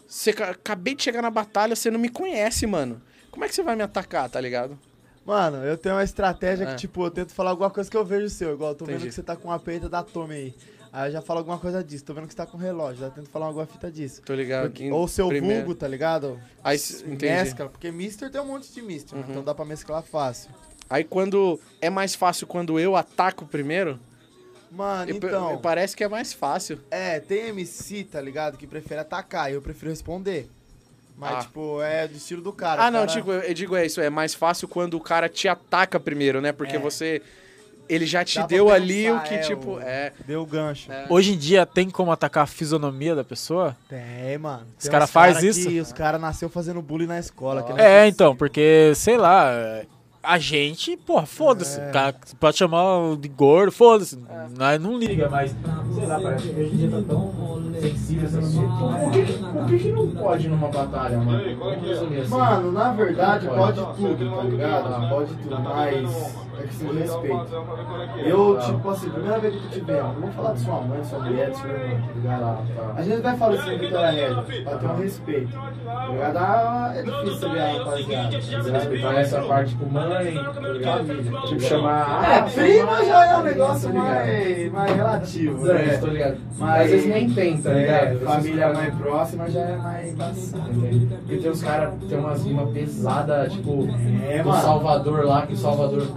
[SPEAKER 1] você ca- acabei de chegar na batalha, você não me conhece, mano. Como é que você vai me atacar, tá ligado?
[SPEAKER 2] Mano, eu tenho uma estratégia
[SPEAKER 1] É.
[SPEAKER 2] que, tipo, eu tento falar alguma coisa que eu vejo seu. Igual, eu tô vendo
[SPEAKER 1] Entendi.
[SPEAKER 2] que você tá com uma peita da Tommy aí. Aí eu já falo alguma coisa disso. Tô vendo que você tá com um relógio. Já tento falar alguma fita disso.
[SPEAKER 1] Tô ligado.
[SPEAKER 2] Porque-
[SPEAKER 1] É, Em
[SPEAKER 2] Ou seu
[SPEAKER 1] primeiro-
[SPEAKER 2] vulgo, tá ligado?
[SPEAKER 1] Aí, c- entendi.
[SPEAKER 2] Mescla. Porque Mister tem um monte de Mister. né?
[SPEAKER 1] Uhum.
[SPEAKER 2] Então dá pra mesclar fácil.
[SPEAKER 1] Aí quando. É mais fácil quando eu ataco primeiro?
[SPEAKER 2] Mano,
[SPEAKER 1] Eu-
[SPEAKER 2] então.
[SPEAKER 1] eu- parece que é mais fácil.
[SPEAKER 2] É, tem MC, tá ligado? Que prefere atacar. E eu prefiro responder. Mas,
[SPEAKER 1] Ah.
[SPEAKER 2] tipo, é do estilo do cara.
[SPEAKER 1] Ah,
[SPEAKER 2] o
[SPEAKER 1] não,
[SPEAKER 2] cara-
[SPEAKER 1] tipo, eu eu digo é isso, é mais fácil quando o cara te ataca primeiro, né? Porque
[SPEAKER 2] É.
[SPEAKER 1] você. Ele já te
[SPEAKER 2] Dá pra
[SPEAKER 1] deu ali o
[SPEAKER 2] pensar,
[SPEAKER 1] que,
[SPEAKER 2] é,
[SPEAKER 1] tipo.
[SPEAKER 2] o-
[SPEAKER 1] É.
[SPEAKER 2] Deu o gancho.
[SPEAKER 1] É.
[SPEAKER 3] Hoje em dia tem como atacar a fisionomia da pessoa?
[SPEAKER 2] Tem, mano. Tem uns
[SPEAKER 3] cara faz
[SPEAKER 2] que-
[SPEAKER 3] isso?
[SPEAKER 2] Os caras nasceu fazendo bullying na escola. que não
[SPEAKER 3] É, então, porque, sei lá, a gente, porra, foda-se.
[SPEAKER 2] É.
[SPEAKER 3] O cara Pode chamar de gordo, foda-se. Nós Não, liga, mas, sei lá, parece que hoje em dia tá tão sensível esse assunto. né?
[SPEAKER 1] não pode numa batalha, mano?
[SPEAKER 2] Mano, na verdade pode tudo, tá ligado? Pode tudo, mas é que se respeita. Eu, tipo assim, primeira vez que eu te vejo, eu vou falar de sua mãe, de sua mulher, de sua irmã, tá ligado? A gente vai falar assim, Vitória Regra, pra ter um respeito. Tá ligado? Ah, É difícil você ver a rapaziada. tá
[SPEAKER 1] Desrespeitar essa parte tipo mãe, família. Tipo, chamar.
[SPEAKER 2] É, prima já é um negócio mais, mais relativo, né?
[SPEAKER 1] ligado.
[SPEAKER 2] Mas- Às vezes nem
[SPEAKER 1] tem,
[SPEAKER 2] Tá ligado? Família mais próxima já é mais embaçado.
[SPEAKER 1] Porque tem uns caras, tem umas rimas pesadas, tipo,
[SPEAKER 2] É,
[SPEAKER 1] do
[SPEAKER 2] mano.
[SPEAKER 1] Salvador lá, que o Salvador.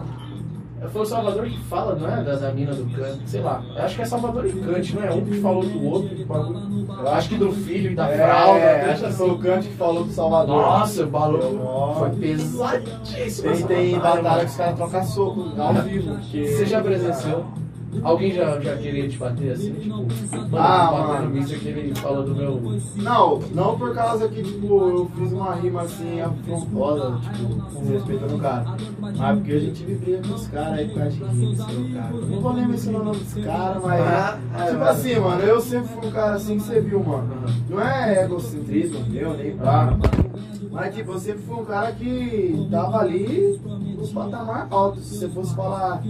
[SPEAKER 1] Foi o Salvador que fala, não é? Da, da mina do Kant, sei lá. Eu acho que é Salvador e Kant, não é? Um que falou do outro. que bagulho. Eu acho que do filho e da fralda.
[SPEAKER 2] É,
[SPEAKER 1] deixa
[SPEAKER 2] acho que
[SPEAKER 1] assim.
[SPEAKER 2] foi o Kant que falou do Salvador.
[SPEAKER 1] Nossa, o balão
[SPEAKER 2] Nossa.
[SPEAKER 1] foi pesadíssimo.
[SPEAKER 2] Tem,
[SPEAKER 1] essa
[SPEAKER 2] tem
[SPEAKER 1] batalha,
[SPEAKER 2] batalha
[SPEAKER 1] mano.
[SPEAKER 2] que os caras trocam soco ao vivo. porque-
[SPEAKER 1] Você já presenciou? Alguém já, já queria te bater assim? Tipo, mano,
[SPEAKER 2] Ah,
[SPEAKER 1] batendo
[SPEAKER 2] mano.
[SPEAKER 1] nisso que ele fala do meu.
[SPEAKER 2] Não, não por causa que, tipo, eu fiz uma rima assim, afrontosa, tipo, com respeito no cara. Mas porque a gente vibria com os caras aí por causa de rimas, assim, cara. Não vou nem mencionar o nome dos caras, mas.
[SPEAKER 1] Ah, é,
[SPEAKER 2] tipo
[SPEAKER 1] mano.
[SPEAKER 2] assim, mano, eu sempre fui um cara assim que você viu, mano. Não é egocentrismo meu, nem pá. Mas tipo, eu sempre fui um cara que tava ali nos patamar altos. Se você fosse falar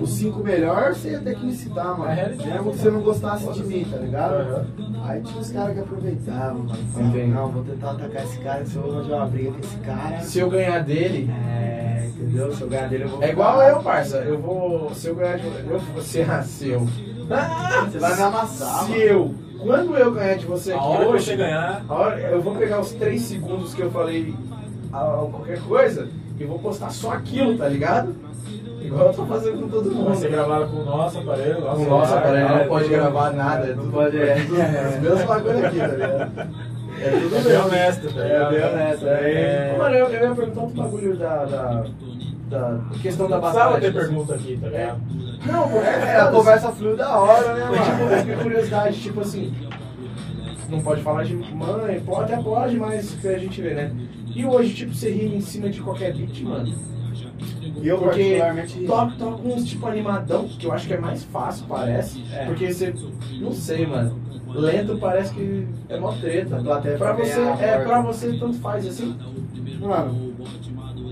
[SPEAKER 2] os cinco melhores, você ia ter que me citar,
[SPEAKER 1] É
[SPEAKER 2] mano. Mesmo que você não gostasse de mim, tá ligado? Aí tinha uns caras que aproveitavam, mano. Falavam,
[SPEAKER 1] Entendi.
[SPEAKER 2] Não, vou tentar atacar esse cara, se eu vou arranjar uma briga com esse cara.
[SPEAKER 1] Se eu ganhar dele,
[SPEAKER 2] É, entendeu? Se eu ganhar dele, eu vou.
[SPEAKER 1] é igual eu, parça. Eu vou. Se eu ganhar de eu você, ah, se eu. Ah,
[SPEAKER 2] Você vai me amassar,
[SPEAKER 1] Se
[SPEAKER 2] mano.
[SPEAKER 1] eu. Quando eu ganhar de você
[SPEAKER 4] A
[SPEAKER 1] aqui
[SPEAKER 4] hora que
[SPEAKER 1] hoje.
[SPEAKER 3] né?
[SPEAKER 4] você ganhar.
[SPEAKER 1] a hora- eu vou pegar os três segundos que eu falei ah, qualquer coisa e vou postar só aquilo, tá ligado? Igual eu tô fazendo com todo
[SPEAKER 4] Vai
[SPEAKER 1] mundo. É.
[SPEAKER 4] ser gravado com o nosso aparelho.
[SPEAKER 1] Com o nosso
[SPEAKER 4] celular,
[SPEAKER 1] aparelho
[SPEAKER 4] cara.
[SPEAKER 1] não pode gravar nada. É, Não pode. É, tudo- os meus bagulho aqui, tá ligado? É tudo
[SPEAKER 4] É bem
[SPEAKER 1] meu.
[SPEAKER 4] honesto, tá
[SPEAKER 1] É,
[SPEAKER 4] ligado?
[SPEAKER 1] bem honesto. Aí,
[SPEAKER 4] É.
[SPEAKER 1] Mano, eu, eu ia perguntar outro bagulho da, da, da questão
[SPEAKER 4] Precisava
[SPEAKER 1] da batalha. tipo assim,
[SPEAKER 4] ter pergunta aqui, tá ligado?
[SPEAKER 1] Não, porque
[SPEAKER 2] É, a conversa fluiu da hora, né,
[SPEAKER 1] Mas, tipo,
[SPEAKER 2] mano?
[SPEAKER 1] eu fiquei curiosidade, tipo assim. Não pode falar de mãe, pode, até pode, mas que a gente vê, né? E hoje, tipo, você rima em cima de qualquer beat, mano.
[SPEAKER 2] E eu,
[SPEAKER 1] Porque
[SPEAKER 2] particularmente.
[SPEAKER 1] toca, toca uns tipo animadão, que eu acho que é mais fácil, parece.
[SPEAKER 2] É.
[SPEAKER 1] Porque você. Não sei, mano. Lento parece que é mó treta.
[SPEAKER 2] plateia
[SPEAKER 1] Pra
[SPEAKER 2] vai
[SPEAKER 1] você,
[SPEAKER 2] ganhar a
[SPEAKER 1] é,
[SPEAKER 2] porta.
[SPEAKER 1] pra você tanto faz assim.
[SPEAKER 2] Mano,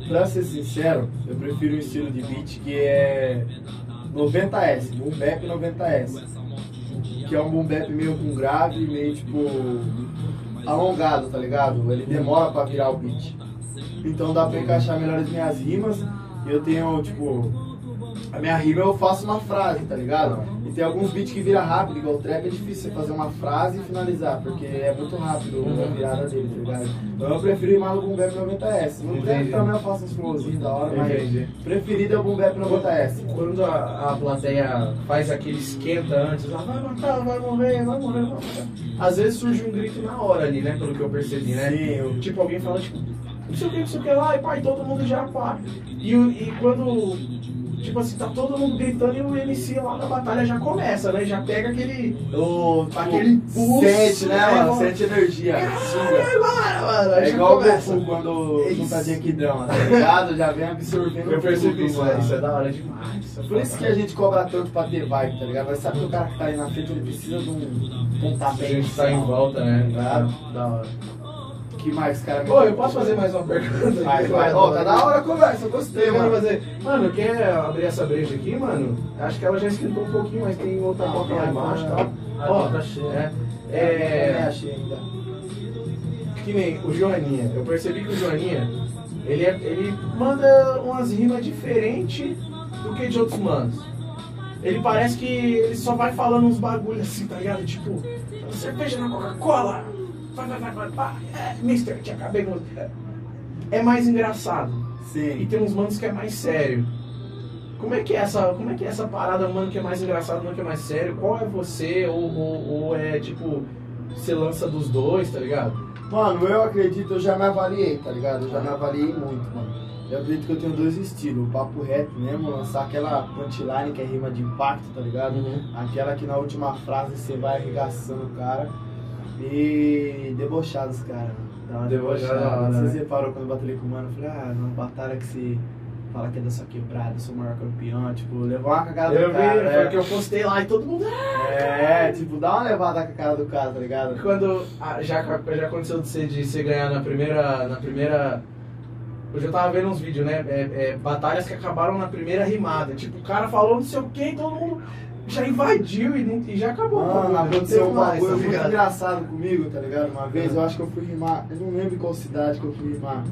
[SPEAKER 2] pra ser sincero, eu prefiro um estilo de beat que é um 90S, boom bap 90S. Que é um boom bap meio com grave, meio tipo alongado, tá ligado? Ele demora pra virar o beat. Então dá pra encaixar melhor as minhas rimas. E eu tenho, tipo, a minha rima eu faço uma frase, tá ligado? E tem alguns beats que vira rápido, igual o trap é difícil você fazer uma frase e finalizar, porque é muito rápido a virada dele, tá ligado? Então eu prefiro ir mais no Boom Bap 90S. No trap
[SPEAKER 1] Entendi.
[SPEAKER 2] também eu faço uns flowzinhos da hora, mas
[SPEAKER 1] Entendi.
[SPEAKER 2] preferido é o Boom Bap 90S.
[SPEAKER 1] Quando a, a plateia faz aquele esquenta antes, ela vai matar, vai morrer, vai morrer, vai morrer. Às vezes surge um grito na hora ali, né? Pelo que eu percebi, né?
[SPEAKER 2] Sim, eu-
[SPEAKER 1] Tipo, alguém fala, tipo, não sei o que, não sei o que lá, e pai, todo mundo já pá. E, o- e quando, tipo assim, tá todo mundo gritando e o MC lá na batalha já começa, né? Já pega aquele.
[SPEAKER 2] O,
[SPEAKER 1] "Tipo, Aquele pulso,
[SPEAKER 2] sente, tipo, né,
[SPEAKER 1] né,
[SPEAKER 2] mano?
[SPEAKER 1] mano?
[SPEAKER 2] Sente energia.
[SPEAKER 1] "Ah,
[SPEAKER 2] suga.
[SPEAKER 1] agora, mano! Aí
[SPEAKER 2] É
[SPEAKER 1] já
[SPEAKER 2] igual o
[SPEAKER 1] começa. É
[SPEAKER 2] Goku quando
[SPEAKER 1] Isso.
[SPEAKER 2] não tá de Akidama, tá ligado? Já vem absorvendo
[SPEAKER 1] Eu percebi
[SPEAKER 2] tudo,
[SPEAKER 1] isso,
[SPEAKER 2] mano.
[SPEAKER 1] né? Isso é da hora demais. isso é
[SPEAKER 2] Por isso
[SPEAKER 1] foda.
[SPEAKER 2] que a gente cobra tanto pra ter vibe, tá ligado? Mas sabe que o cara que tá ali na frente, ele precisa de um
[SPEAKER 1] A
[SPEAKER 2] pontapé
[SPEAKER 1] gente tá em
[SPEAKER 2] inicial.
[SPEAKER 1] volta, né?
[SPEAKER 2] Claro.
[SPEAKER 1] Da hora.
[SPEAKER 2] Que mais, cara?
[SPEAKER 1] Ô, eu posso fazer mais uma pergunta?
[SPEAKER 2] Vai, vai. Ó, tá da hora a conversa, eu gostei,
[SPEAKER 1] Eu quero
[SPEAKER 2] mano.
[SPEAKER 1] fazer. Mano, quer abrir essa breja aqui, mano? Acho que ela já esquentou um pouquinho, mas tem outra
[SPEAKER 2] Ah,
[SPEAKER 1] coca lá
[SPEAKER 2] tá.
[SPEAKER 1] embaixo e tal.
[SPEAKER 4] Ah,
[SPEAKER 1] Ó,
[SPEAKER 4] tá cheio.
[SPEAKER 1] né?
[SPEAKER 2] Eu nem
[SPEAKER 1] É.
[SPEAKER 2] achei ainda.
[SPEAKER 1] Que nem o Joaninha. Eu percebi que o Joaninha, ele, é- ele manda umas rimas diferentes do que de outros manos. Ele parece que ele só vai falando uns bagulhos assim, tá ligado? Tipo, cerveja na Coca-Cola, vai, vai, vai, vai, pá, é, mister, te acabei com... É, é mais engraçado. E
[SPEAKER 2] Sim.
[SPEAKER 1] tem uns manos que é mais sério. Como é que é essa, como é que é essa parada, mano, que é mais engraçado, mano, que é mais sério? Qual é você? Ou, ou, ou é tipo, você lança dos dois, tá ligado?
[SPEAKER 2] Mano, eu acredito, eu já me avaliei, tá ligado? Eu já me avaliei muito, mano. Eu acredito que eu tenho dois estilos, o papo reto mesmo, lançar aquela punchline que é rima de impacto, tá ligado?
[SPEAKER 1] Uhum.
[SPEAKER 2] Aquela que na última frase você vai arregaçando o cara e debochar dos caras. mano. Dá uma
[SPEAKER 1] Debochar
[SPEAKER 2] debochada.
[SPEAKER 1] da hora,
[SPEAKER 2] Você
[SPEAKER 1] né?
[SPEAKER 2] separou quando eu batalhei com o mano, eu falei, ah, não, batalha que você fala que é da sua quebrada, eu sou o maior campeão, tipo, levar uma cagada
[SPEAKER 1] Eu
[SPEAKER 2] do
[SPEAKER 1] vi,
[SPEAKER 2] cara.
[SPEAKER 1] foi
[SPEAKER 2] né?
[SPEAKER 1] que eu postei lá e todo mundo. "Ah!"
[SPEAKER 2] É, tipo, dá uma levada com a cara do cara, tá ligado?
[SPEAKER 1] Quando ah, já, já aconteceu de você, de você ganhar na primeira. Na primeira. Hoje eu tava vendo uns vídeos, né? É, é, batalhas que acabaram na primeira rimada. Tipo, o cara falou não sei o que, todo mundo já invadiu e, não- e já acabou. o
[SPEAKER 2] Mano,
[SPEAKER 1] bagulho, né? não
[SPEAKER 2] aconteceu
[SPEAKER 1] teve
[SPEAKER 2] um
[SPEAKER 1] mais, tá
[SPEAKER 2] bagulho muito
[SPEAKER 1] ligado? Ah.
[SPEAKER 2] engraçado comigo, tá ligado? Uma vez eu acho que eu fui rimar, eu não lembro em qual cidade que eu fui rimar.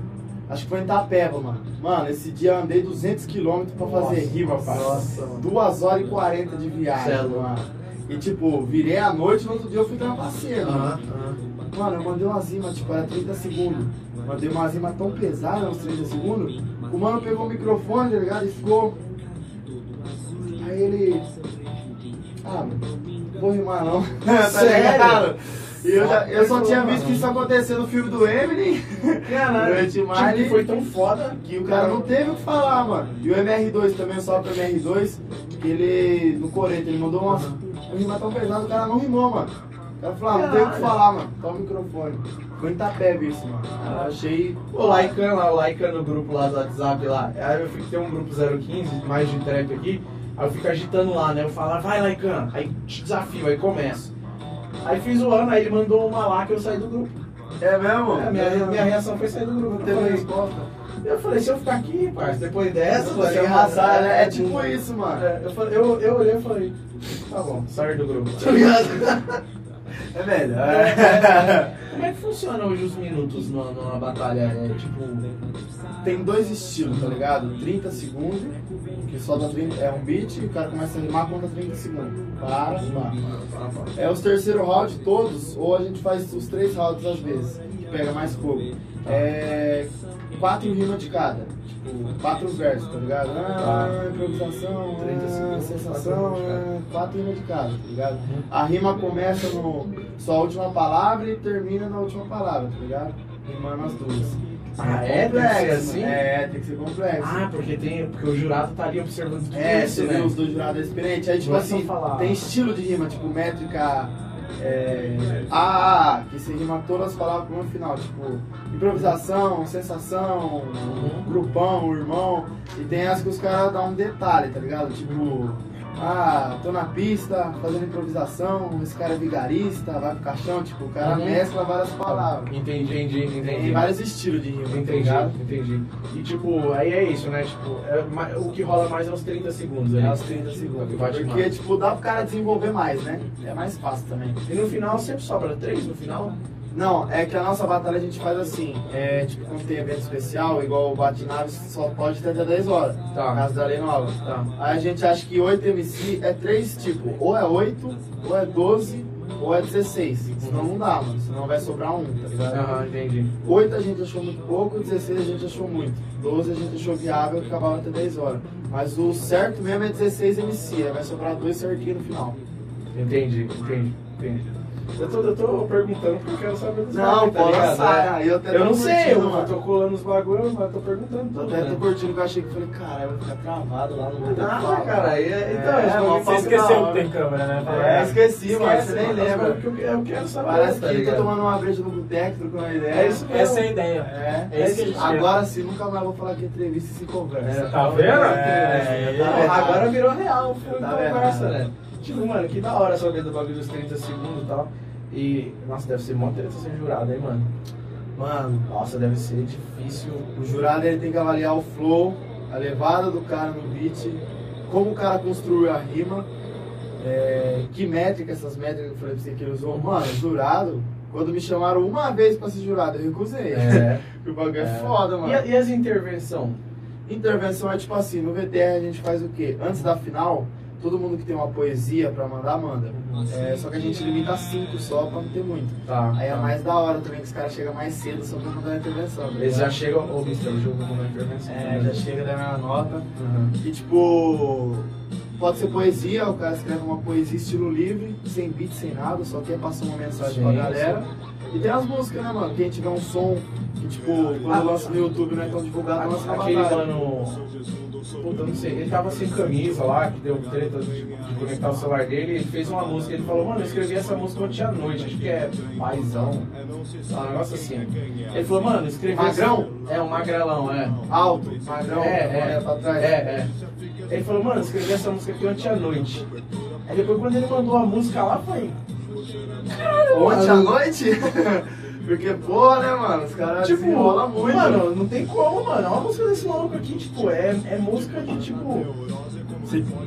[SPEAKER 2] Acho que foi em Itapeba, mano. Mano, esse dia eu andei 200km pra fazer
[SPEAKER 1] Nossa,
[SPEAKER 2] rima, parça.
[SPEAKER 1] nossa, mano.
[SPEAKER 2] 2 horas e 40 de viagem,
[SPEAKER 1] Cê é louco.
[SPEAKER 2] mano. E tipo, virei à noite, no outro dia eu fui trapaceiro,
[SPEAKER 1] Aham,
[SPEAKER 2] mano.
[SPEAKER 1] aham.
[SPEAKER 2] Mano, eu mandei umas rimas, tipo, era 30 segundos. Mandei umas rimas tão pesadas, uns 30 segundos. O mano pegou o microfone, tá ligado? E ficou. Aí ele. Ah, mano, não vou rimar não. tá
[SPEAKER 1] Sério?
[SPEAKER 2] ligado? E eu, já, eu só
[SPEAKER 1] Mano.
[SPEAKER 2] tinha visto que isso acontecer no filme do Eminem.
[SPEAKER 1] Caralho,
[SPEAKER 2] Durante
[SPEAKER 1] tipo,
[SPEAKER 2] mais-
[SPEAKER 1] que foi tão foda
[SPEAKER 2] Que o cara não teve o que falar, mano. E o MR2 também, só pro MR2. ele, no Coreto, ele mandou uma, um rimar tão pesado, o cara não rimou, mano. O cara falou, ah, não tem o que falar, mano, toma o microfone. Foi em Itapeb isso, mano. Eu
[SPEAKER 1] Ah,
[SPEAKER 2] achei...
[SPEAKER 1] O Laikan lá, o Laikan no grupo lá do WhatsApp lá. Aí eu fico, tem um grupo 015, mais de trap aqui. Aí eu fico agitando lá, né? Eu falo, vai Laikan. Aí te desafio, aí começa. Aí fiz o ano, aí ele mandou uma lá que eu saí do grupo.
[SPEAKER 2] É mesmo?
[SPEAKER 1] É, minha, minha reação foi sair do grupo. Eu
[SPEAKER 2] Teve
[SPEAKER 1] falei,
[SPEAKER 2] resposta.
[SPEAKER 1] eu falei, se eu ficar aqui, parceiro, depois dessa, tá
[SPEAKER 2] Você
[SPEAKER 1] ligado?
[SPEAKER 2] arrasar, né? É tipo isso, mano.
[SPEAKER 1] É, Eu, falei, eu, eu olhei e falei, tá bom, sai do grupo. Tá ligado?
[SPEAKER 2] É melhor.
[SPEAKER 1] Como é que funciona hoje os minutos numa, numa batalha? É tipo.
[SPEAKER 2] Tem dois estilos, tá ligado? 30 segundos, que só dá 30, é um beat, e o cara começa a rimar, conta 30 segundos. Para, para. É os terceiro round todos, ou a gente faz os três rounds às vezes, que pega mais pouco. É. Quatro rimas de cada. Tipo, quatro versos, tá ligado? Ah, improvisação,
[SPEAKER 1] 30
[SPEAKER 2] ah,
[SPEAKER 1] segundos,
[SPEAKER 2] sensação,
[SPEAKER 1] quatro rimas de cada.
[SPEAKER 2] ah, quatro rimas de cada, tá ligado? A rima começa no sua última palavra e termina na última palavra, tá ligado? Rimando as duas.
[SPEAKER 1] Ah, é? Tem que ser
[SPEAKER 2] Complexo,
[SPEAKER 1] assim?
[SPEAKER 2] mano. É, tem que ser complexo.
[SPEAKER 1] Ah, porque tem. Porque o jurado tá ali observando tudo
[SPEAKER 2] É,
[SPEAKER 1] isso,
[SPEAKER 2] você
[SPEAKER 1] né?
[SPEAKER 2] viu os dois jurados experientes. Aí, tipo
[SPEAKER 1] Agora só
[SPEAKER 2] assim,
[SPEAKER 1] falar.
[SPEAKER 2] tem estilo de rima, tipo métrica. É, a, a, que se rima todas as palavras no final, tipo improvisação, sensação,
[SPEAKER 1] Uhum.
[SPEAKER 2] grupão, irmão. E tem as que os caras dão um detalhe, tá ligado? Tipo, ah, tô na pista fazendo improvisação, esse cara é vigarista, vai pro caixão. Tipo, o cara
[SPEAKER 1] Uhum.
[SPEAKER 2] mescla várias palavras.
[SPEAKER 1] Entendi, entendi,
[SPEAKER 2] Tem
[SPEAKER 1] entendi.
[SPEAKER 2] vários estilos de rima, tá
[SPEAKER 1] Entendi,
[SPEAKER 2] ligado?
[SPEAKER 1] entendi. E tipo, aí é isso, né? Tipo, é ma- o que rola mais é os 30 segundos.
[SPEAKER 2] É
[SPEAKER 1] aí.
[SPEAKER 2] aos 30
[SPEAKER 1] É o que
[SPEAKER 2] segundos.
[SPEAKER 1] vai te
[SPEAKER 2] Porque,
[SPEAKER 1] matar.
[SPEAKER 2] tipo, dá pro cara desenvolver mais, né? É mais fácil também.
[SPEAKER 1] E no final sempre sobra três no final?
[SPEAKER 2] Não, é que a nossa batalha a gente faz assim. É, tipo, quando tem evento especial, igual o Batinave, só pode ter até 10 horas.
[SPEAKER 1] Tá.
[SPEAKER 2] Na casa da Lei Nova.
[SPEAKER 1] Tá.
[SPEAKER 2] Aí a gente acha que 8 MC é 3 tipo. Ou é 8, ou é 12, ou é 16. Senão não dá, mano. Senão vai sobrar um, tá ligado?
[SPEAKER 1] Aham, entendi.
[SPEAKER 2] 8 a gente achou muito pouco, 16 a gente achou muito, 12 a gente achou viável que acabava até 10 horas. Mas o certo mesmo é 16 MC, aí vai sobrar dois certinho no final.
[SPEAKER 1] Entendi, entendi, entendi. Eu tô, eu tô perguntando porque eu quero saber dos bagulho, tá ligado?
[SPEAKER 2] aí É, eu
[SPEAKER 1] Eu não sei, eu
[SPEAKER 2] mano.
[SPEAKER 1] tô colando os bagulhos, mas eu tô perguntando
[SPEAKER 2] Eu
[SPEAKER 1] tudo.
[SPEAKER 2] até tô
[SPEAKER 1] né?
[SPEAKER 2] curtindo que eu achei que falei, caralho, eu vou ficar travado lá no meio da
[SPEAKER 1] Ah,
[SPEAKER 2] fala.
[SPEAKER 1] cara, e- então,
[SPEAKER 2] É,
[SPEAKER 1] esse bagulho
[SPEAKER 2] mó
[SPEAKER 1] que
[SPEAKER 2] papo
[SPEAKER 1] você
[SPEAKER 2] da
[SPEAKER 1] esqueceu
[SPEAKER 2] hora.
[SPEAKER 1] que tem câmera, né?
[SPEAKER 2] É, esqueci, mano,
[SPEAKER 1] Esquece,
[SPEAKER 2] você nem
[SPEAKER 1] mano, as
[SPEAKER 2] lembra.
[SPEAKER 1] coisas que Eu eu quero saber,
[SPEAKER 2] Parece
[SPEAKER 1] tá
[SPEAKER 2] que eu tô
[SPEAKER 1] ligado?
[SPEAKER 2] tomando uma breja no boteco, trocando uma ideia.
[SPEAKER 1] É isso mesmo.
[SPEAKER 3] Essa é a ideia.
[SPEAKER 2] É,
[SPEAKER 3] É isso que a gente quer.
[SPEAKER 2] agora sim, nunca mais vou falar que entrevista e se conversa.
[SPEAKER 1] É, tá vendo?
[SPEAKER 2] É,
[SPEAKER 1] É,
[SPEAKER 2] tá vendo?
[SPEAKER 1] agora virou real, foi
[SPEAKER 2] Tá
[SPEAKER 1] conversa,
[SPEAKER 2] vendo?
[SPEAKER 1] né? Tipo, mano, que da hora saber do bagulho dos 30 segundos e tal. E, nossa, deve ser mó treta ser jurado, hein, mano?
[SPEAKER 2] Mano,
[SPEAKER 1] Nossa, deve ser difícil.
[SPEAKER 2] O jurado ele tem que avaliar o flow, a levada do cara no beat, como o cara construiu a rima, é, que métrica, essas métricas que eu falei pra você que ele usou. Mano, jurado, quando me chamaram uma vez pra ser jurado, eu recusei.
[SPEAKER 1] É.
[SPEAKER 2] Porque O bagulho é,
[SPEAKER 1] É.
[SPEAKER 2] foda, mano.
[SPEAKER 1] E, a- e as intervenções?
[SPEAKER 2] Intervenção é tipo assim, no VTR a gente faz o quê? Antes da final, todo mundo que tem uma poesia pra mandar, manda. É, só que a gente limita a cinco só pra não ter muito.
[SPEAKER 1] Tá.
[SPEAKER 2] Aí é mais da hora também que os caras chegam mais cedo só pra mandar a intervenção. tá
[SPEAKER 1] Eles já
[SPEAKER 2] ligado?
[SPEAKER 1] chegam. Ô, Mister, o jogo não é intervenção.
[SPEAKER 2] É, já chega da minha nota.
[SPEAKER 1] Uhum.
[SPEAKER 2] E tipo, pode ser poesia, o cara escreve uma poesia estilo livre, sem beat, sem nada, só quer passar uma mensagem pra
[SPEAKER 1] Sim,
[SPEAKER 2] galera. E tem as músicas, né, mano? Quem tiver um som que, tipo,
[SPEAKER 1] Ah,
[SPEAKER 2] quando lança no YouTube não é tão divulgado, lança na
[SPEAKER 1] Aquele
[SPEAKER 2] batalha.
[SPEAKER 1] mano. Puta, eu não sei. Ele tava sem camisa lá, que deu treta de, de conectar o celular dele. Ele fez uma música. Ele falou, mano, eu escrevi essa música ontem à noite. Acho que é paizão. Tá, um negócio assim. Ele falou, mano, eu escrevi.
[SPEAKER 2] Magrão?
[SPEAKER 1] essa- É, um magrelão, é.
[SPEAKER 2] Alto, né, magrão,
[SPEAKER 1] É, é,
[SPEAKER 2] olha pra trás.
[SPEAKER 1] É, é. Ele falou, mano, eu escrevi essa música aqui ontem à noite. Aí depois, quando ele mandou a música lá, foi. É.
[SPEAKER 2] Ontem à noite? Porque, pô, né, mano? Os caras
[SPEAKER 1] Tipo,
[SPEAKER 2] desenrolam muito.
[SPEAKER 1] mano, não tem como, mano. Olha a música desse maluco aqui, tipo, é, é música de tipo.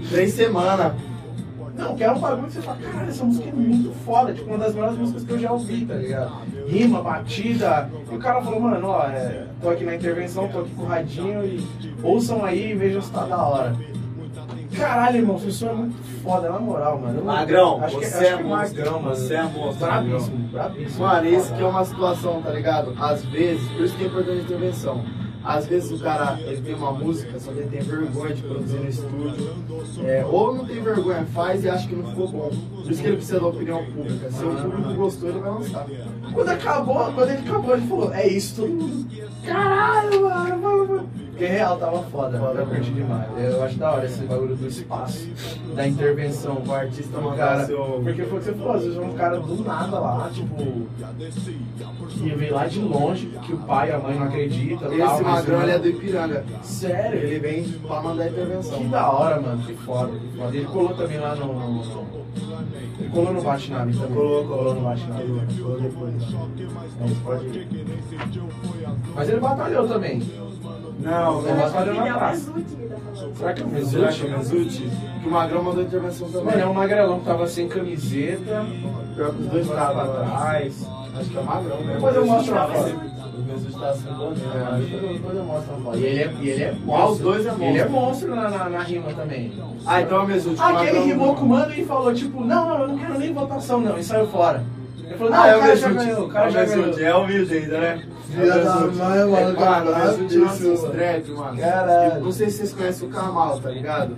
[SPEAKER 2] Três semanas.
[SPEAKER 1] Não, que é um bagulho que você fala, caralho, essa música é muito foda, tipo, uma das melhores músicas que eu já ouvi, tá ligado? Rima, batida. E o cara falou, mano, ó, é, tô aqui na intervenção, tô aqui com o radinho e ouçam aí e vejam se tá da hora. Caralho, irmão, o senhor é muito foda, na moral, mano. Eu-
[SPEAKER 2] Magrão,
[SPEAKER 1] acho que, acho
[SPEAKER 2] você é
[SPEAKER 1] que
[SPEAKER 2] monstro,
[SPEAKER 1] Magrão, mano.
[SPEAKER 2] você é monstro,
[SPEAKER 1] Brabíssimo, brabíssimo.
[SPEAKER 2] Mano, isso que é uma situação, tá ligado? Às vezes, por isso que é importante a intervenção. Às vezes o cara ele tem uma música, só que ele tem vergonha de produzir no estúdio. É, ou não tem vergonha, faz e acha que não ficou bom. Por isso que ele precisa da opinião pública. Se o público gostou, ele vai lançar.
[SPEAKER 1] Quando acabou, quando ele acabou, ele falou, é isso, todo mundo. Caralho, mano, mano, mano. Porque real tava foda, foda, eu curti demais. Eu acho da hora esse bagulho do espaço, da intervenção com o artista, um cara. Porque foi o que você falou, às vezes é um cara do nada lá, tipo. E veio lá de longe, que o pai e a mãe não acreditam.
[SPEAKER 2] Esse magrão ele é do Ipiranga.
[SPEAKER 1] Sério?
[SPEAKER 2] Ele vem pra mandar intervenção.
[SPEAKER 1] Que da hora, mano, que foda. que foda. Ele colou também lá no. no- no- Ele colou no Bate na Vida. né? Colou, colou no Bate na Vida. Colou depois. Não, pode ir. Mas ele batalhou também.
[SPEAKER 2] Não,
[SPEAKER 1] Ele
[SPEAKER 2] não.
[SPEAKER 1] batalhou na praça. Será que é o
[SPEAKER 2] Será que
[SPEAKER 1] Mizuti?
[SPEAKER 2] é Mizuti? Que o magrão mandou intervenção também.
[SPEAKER 1] Mano, é um magrelão que tava sem camiseta.
[SPEAKER 2] Pior que os dois estavam atrás. Acho que é magrão mesmo.
[SPEAKER 1] Depois eu mostro uma foto.
[SPEAKER 2] O Mizuti tá sendo
[SPEAKER 1] Ah,
[SPEAKER 2] bonito.
[SPEAKER 1] depois- depois eu mostro uma foto. E ele é, e ele é
[SPEAKER 2] Ah, os dois é monstro.
[SPEAKER 1] Ele é monstro na, na- na rima também.
[SPEAKER 2] Ah, então é o Mizuti.
[SPEAKER 1] Ah, que ele
[SPEAKER 2] magrão.
[SPEAKER 1] rimou com o mano e falou, tipo, não, não, eu não quero nem votação, não, e saiu fora. Ele falou, não,
[SPEAKER 2] Ah, é
[SPEAKER 1] o
[SPEAKER 2] o
[SPEAKER 1] cara já
[SPEAKER 2] Mizuti.
[SPEAKER 1] ganhou, o cara
[SPEAKER 2] É
[SPEAKER 1] já
[SPEAKER 2] o Mizuti,
[SPEAKER 1] ganhou.
[SPEAKER 2] É humilde ainda, né?
[SPEAKER 1] Filha da mãe, mano,
[SPEAKER 2] É pago,
[SPEAKER 1] caralho,
[SPEAKER 2] o Mizuti lança uns
[SPEAKER 1] mano.
[SPEAKER 2] trap, mano. Tipo,
[SPEAKER 1] Caralho.
[SPEAKER 2] Não sei se vocês conhecem o Kamal, tá ligado?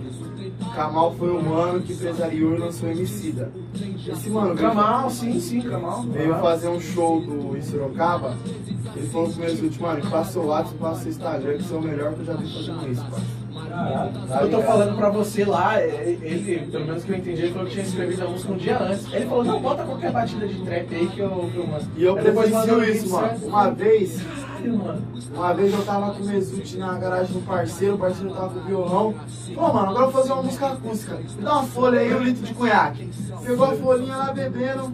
[SPEAKER 2] Kamal foi o mano que fez a Yuri lançou Emicida. Esse mano... veio-
[SPEAKER 1] Camal, sim, sim, Camal.
[SPEAKER 2] veio fazer um show do em Sorocaba, ele falou pro meu último, mano, passa o WhatsApp, passa o Instagram, que são o melhor que eu já vi fazendo isso, cara.
[SPEAKER 1] Eu tô falando pra você lá, ele, pelo menos que eu entendi, ele falou que tinha escrevido a música um dia antes. Ele falou, não, bota qualquer batida de trap aí que eu, que eu mando.
[SPEAKER 2] E eu
[SPEAKER 1] Aí depois
[SPEAKER 2] presencio
[SPEAKER 1] mandou
[SPEAKER 2] isso,
[SPEAKER 1] o
[SPEAKER 2] mano.
[SPEAKER 1] vídeo,
[SPEAKER 2] Uma vez,
[SPEAKER 1] Caralho, mano.
[SPEAKER 2] uma vez eu tava com o Mesuti na garagem do parceiro, o parceiro tava com o violão. Pô, mano, agora eu vou fazer uma música acústica. Me dá uma folha aí, um litro de cunhaque. Pegou a folhinha lá bebendo.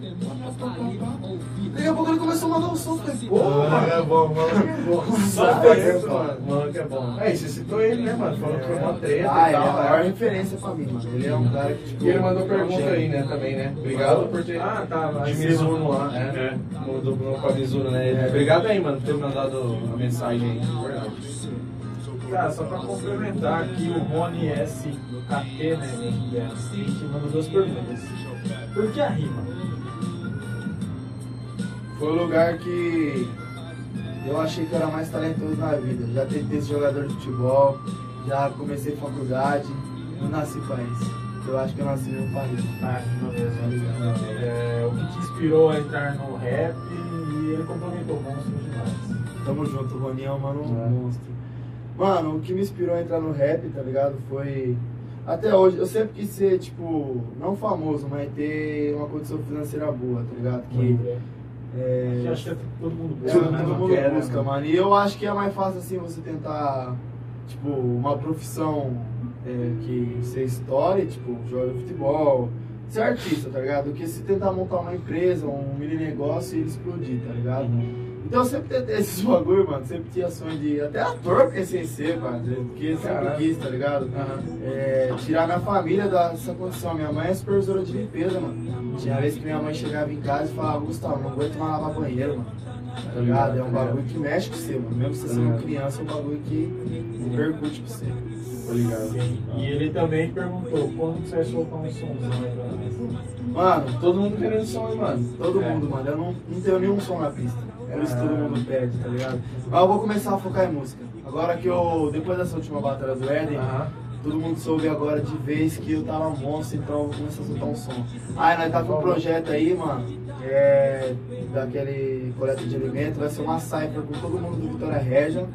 [SPEAKER 2] Daqui a pouco ele começou a mandar um som. Falei, pô, mano.
[SPEAKER 1] é bom, mano, é bom.
[SPEAKER 2] Só
[SPEAKER 1] Mano,
[SPEAKER 2] foi isso,
[SPEAKER 1] mano. Mano, que é bom. É, e você citou ele, né, mano? Falou que foi uma treta
[SPEAKER 2] Ah,
[SPEAKER 1] e
[SPEAKER 2] ele é a
[SPEAKER 1] tal.
[SPEAKER 2] maior
[SPEAKER 1] né?
[SPEAKER 2] referência pra mim, mano. Ele é um cara que, tipo...
[SPEAKER 1] E ele mandou pergunta aí, né, também, né? Obrigado por ter... Ah, tá, De Mizuno lá, né? Mudou pro pra Mizuno, né? Obrigado aí, mano, por ter mandado a mensagem aí.
[SPEAKER 3] Cara, só pra complementar aqui, o Rony S. KT, né? Que mandou duas perguntas. Por que a rima?
[SPEAKER 2] Foi o lugar que eu achei que eu era mais talentoso na vida. Já tentei ser jogador de futebol, já comecei faculdade, não nasci pra isso. Eu acho que eu nasci no país. tá
[SPEAKER 3] Ah, rima
[SPEAKER 1] né?
[SPEAKER 3] mesmo. É, o que te inspirou a entrar no rap? E ele complementou o monstro demais.
[SPEAKER 2] Tamo junto, o Roninho é um mano monstro. Mano, o que me inspirou a entrar no rap, tá ligado? Foi. Até hoje, eu sempre quis ser, tipo, não famoso, mas ter uma condição financeira boa, tá ligado? Que é,
[SPEAKER 3] Acho que todo mundo
[SPEAKER 2] É,
[SPEAKER 3] gosta, né,
[SPEAKER 2] todo
[SPEAKER 3] mano?
[SPEAKER 2] mundo
[SPEAKER 3] Quer, né,
[SPEAKER 2] busca, mano. E eu acho que é mais fácil assim você tentar, tipo, uma profissão é, que você estoure, tipo, joga futebol, ser artista, tá ligado? Do que se tentar montar uma empresa, um mini negócio e ele explodir, tá ligado? Então eu sempre tentei esses bagulho, mano. Sempre tinha sonho de. Até ator pensei em ser, mano. Porque sempre
[SPEAKER 1] Caralho.
[SPEAKER 2] quis, tá ligado? É, tirar minha família dessa condição. Minha mãe é supervisora de limpeza, mano. Tinha vez que minha mãe chegava em casa e falava, Gustavo, não aguento mais lavar banheiro, mano. Tá ligado? É um bagulho que mexe com você, mano. Mesmo você sendo criança, é um bagulho que repercute com você. Tá ligado?
[SPEAKER 3] E ele também perguntou quando que um você achou o Pão Sonzão.
[SPEAKER 2] Mano,
[SPEAKER 1] Todo mundo querendo som, hein, mano.
[SPEAKER 2] todo mundo, mano. Eu não, não tenho nenhum som na pista. Por isso que todo mundo perde, tá ligado? Mas eu vou começar a focar em música. Agora que eu, depois dessa última batalha do Éden, todo mundo soube agora de vez que eu tava monstro, então eu vou começar a soltar um som. Aí nós tá com um projeto aí, mano, é, daquele coleta de alimento, vai ser uma cypher com todo mundo do Vitória Regia,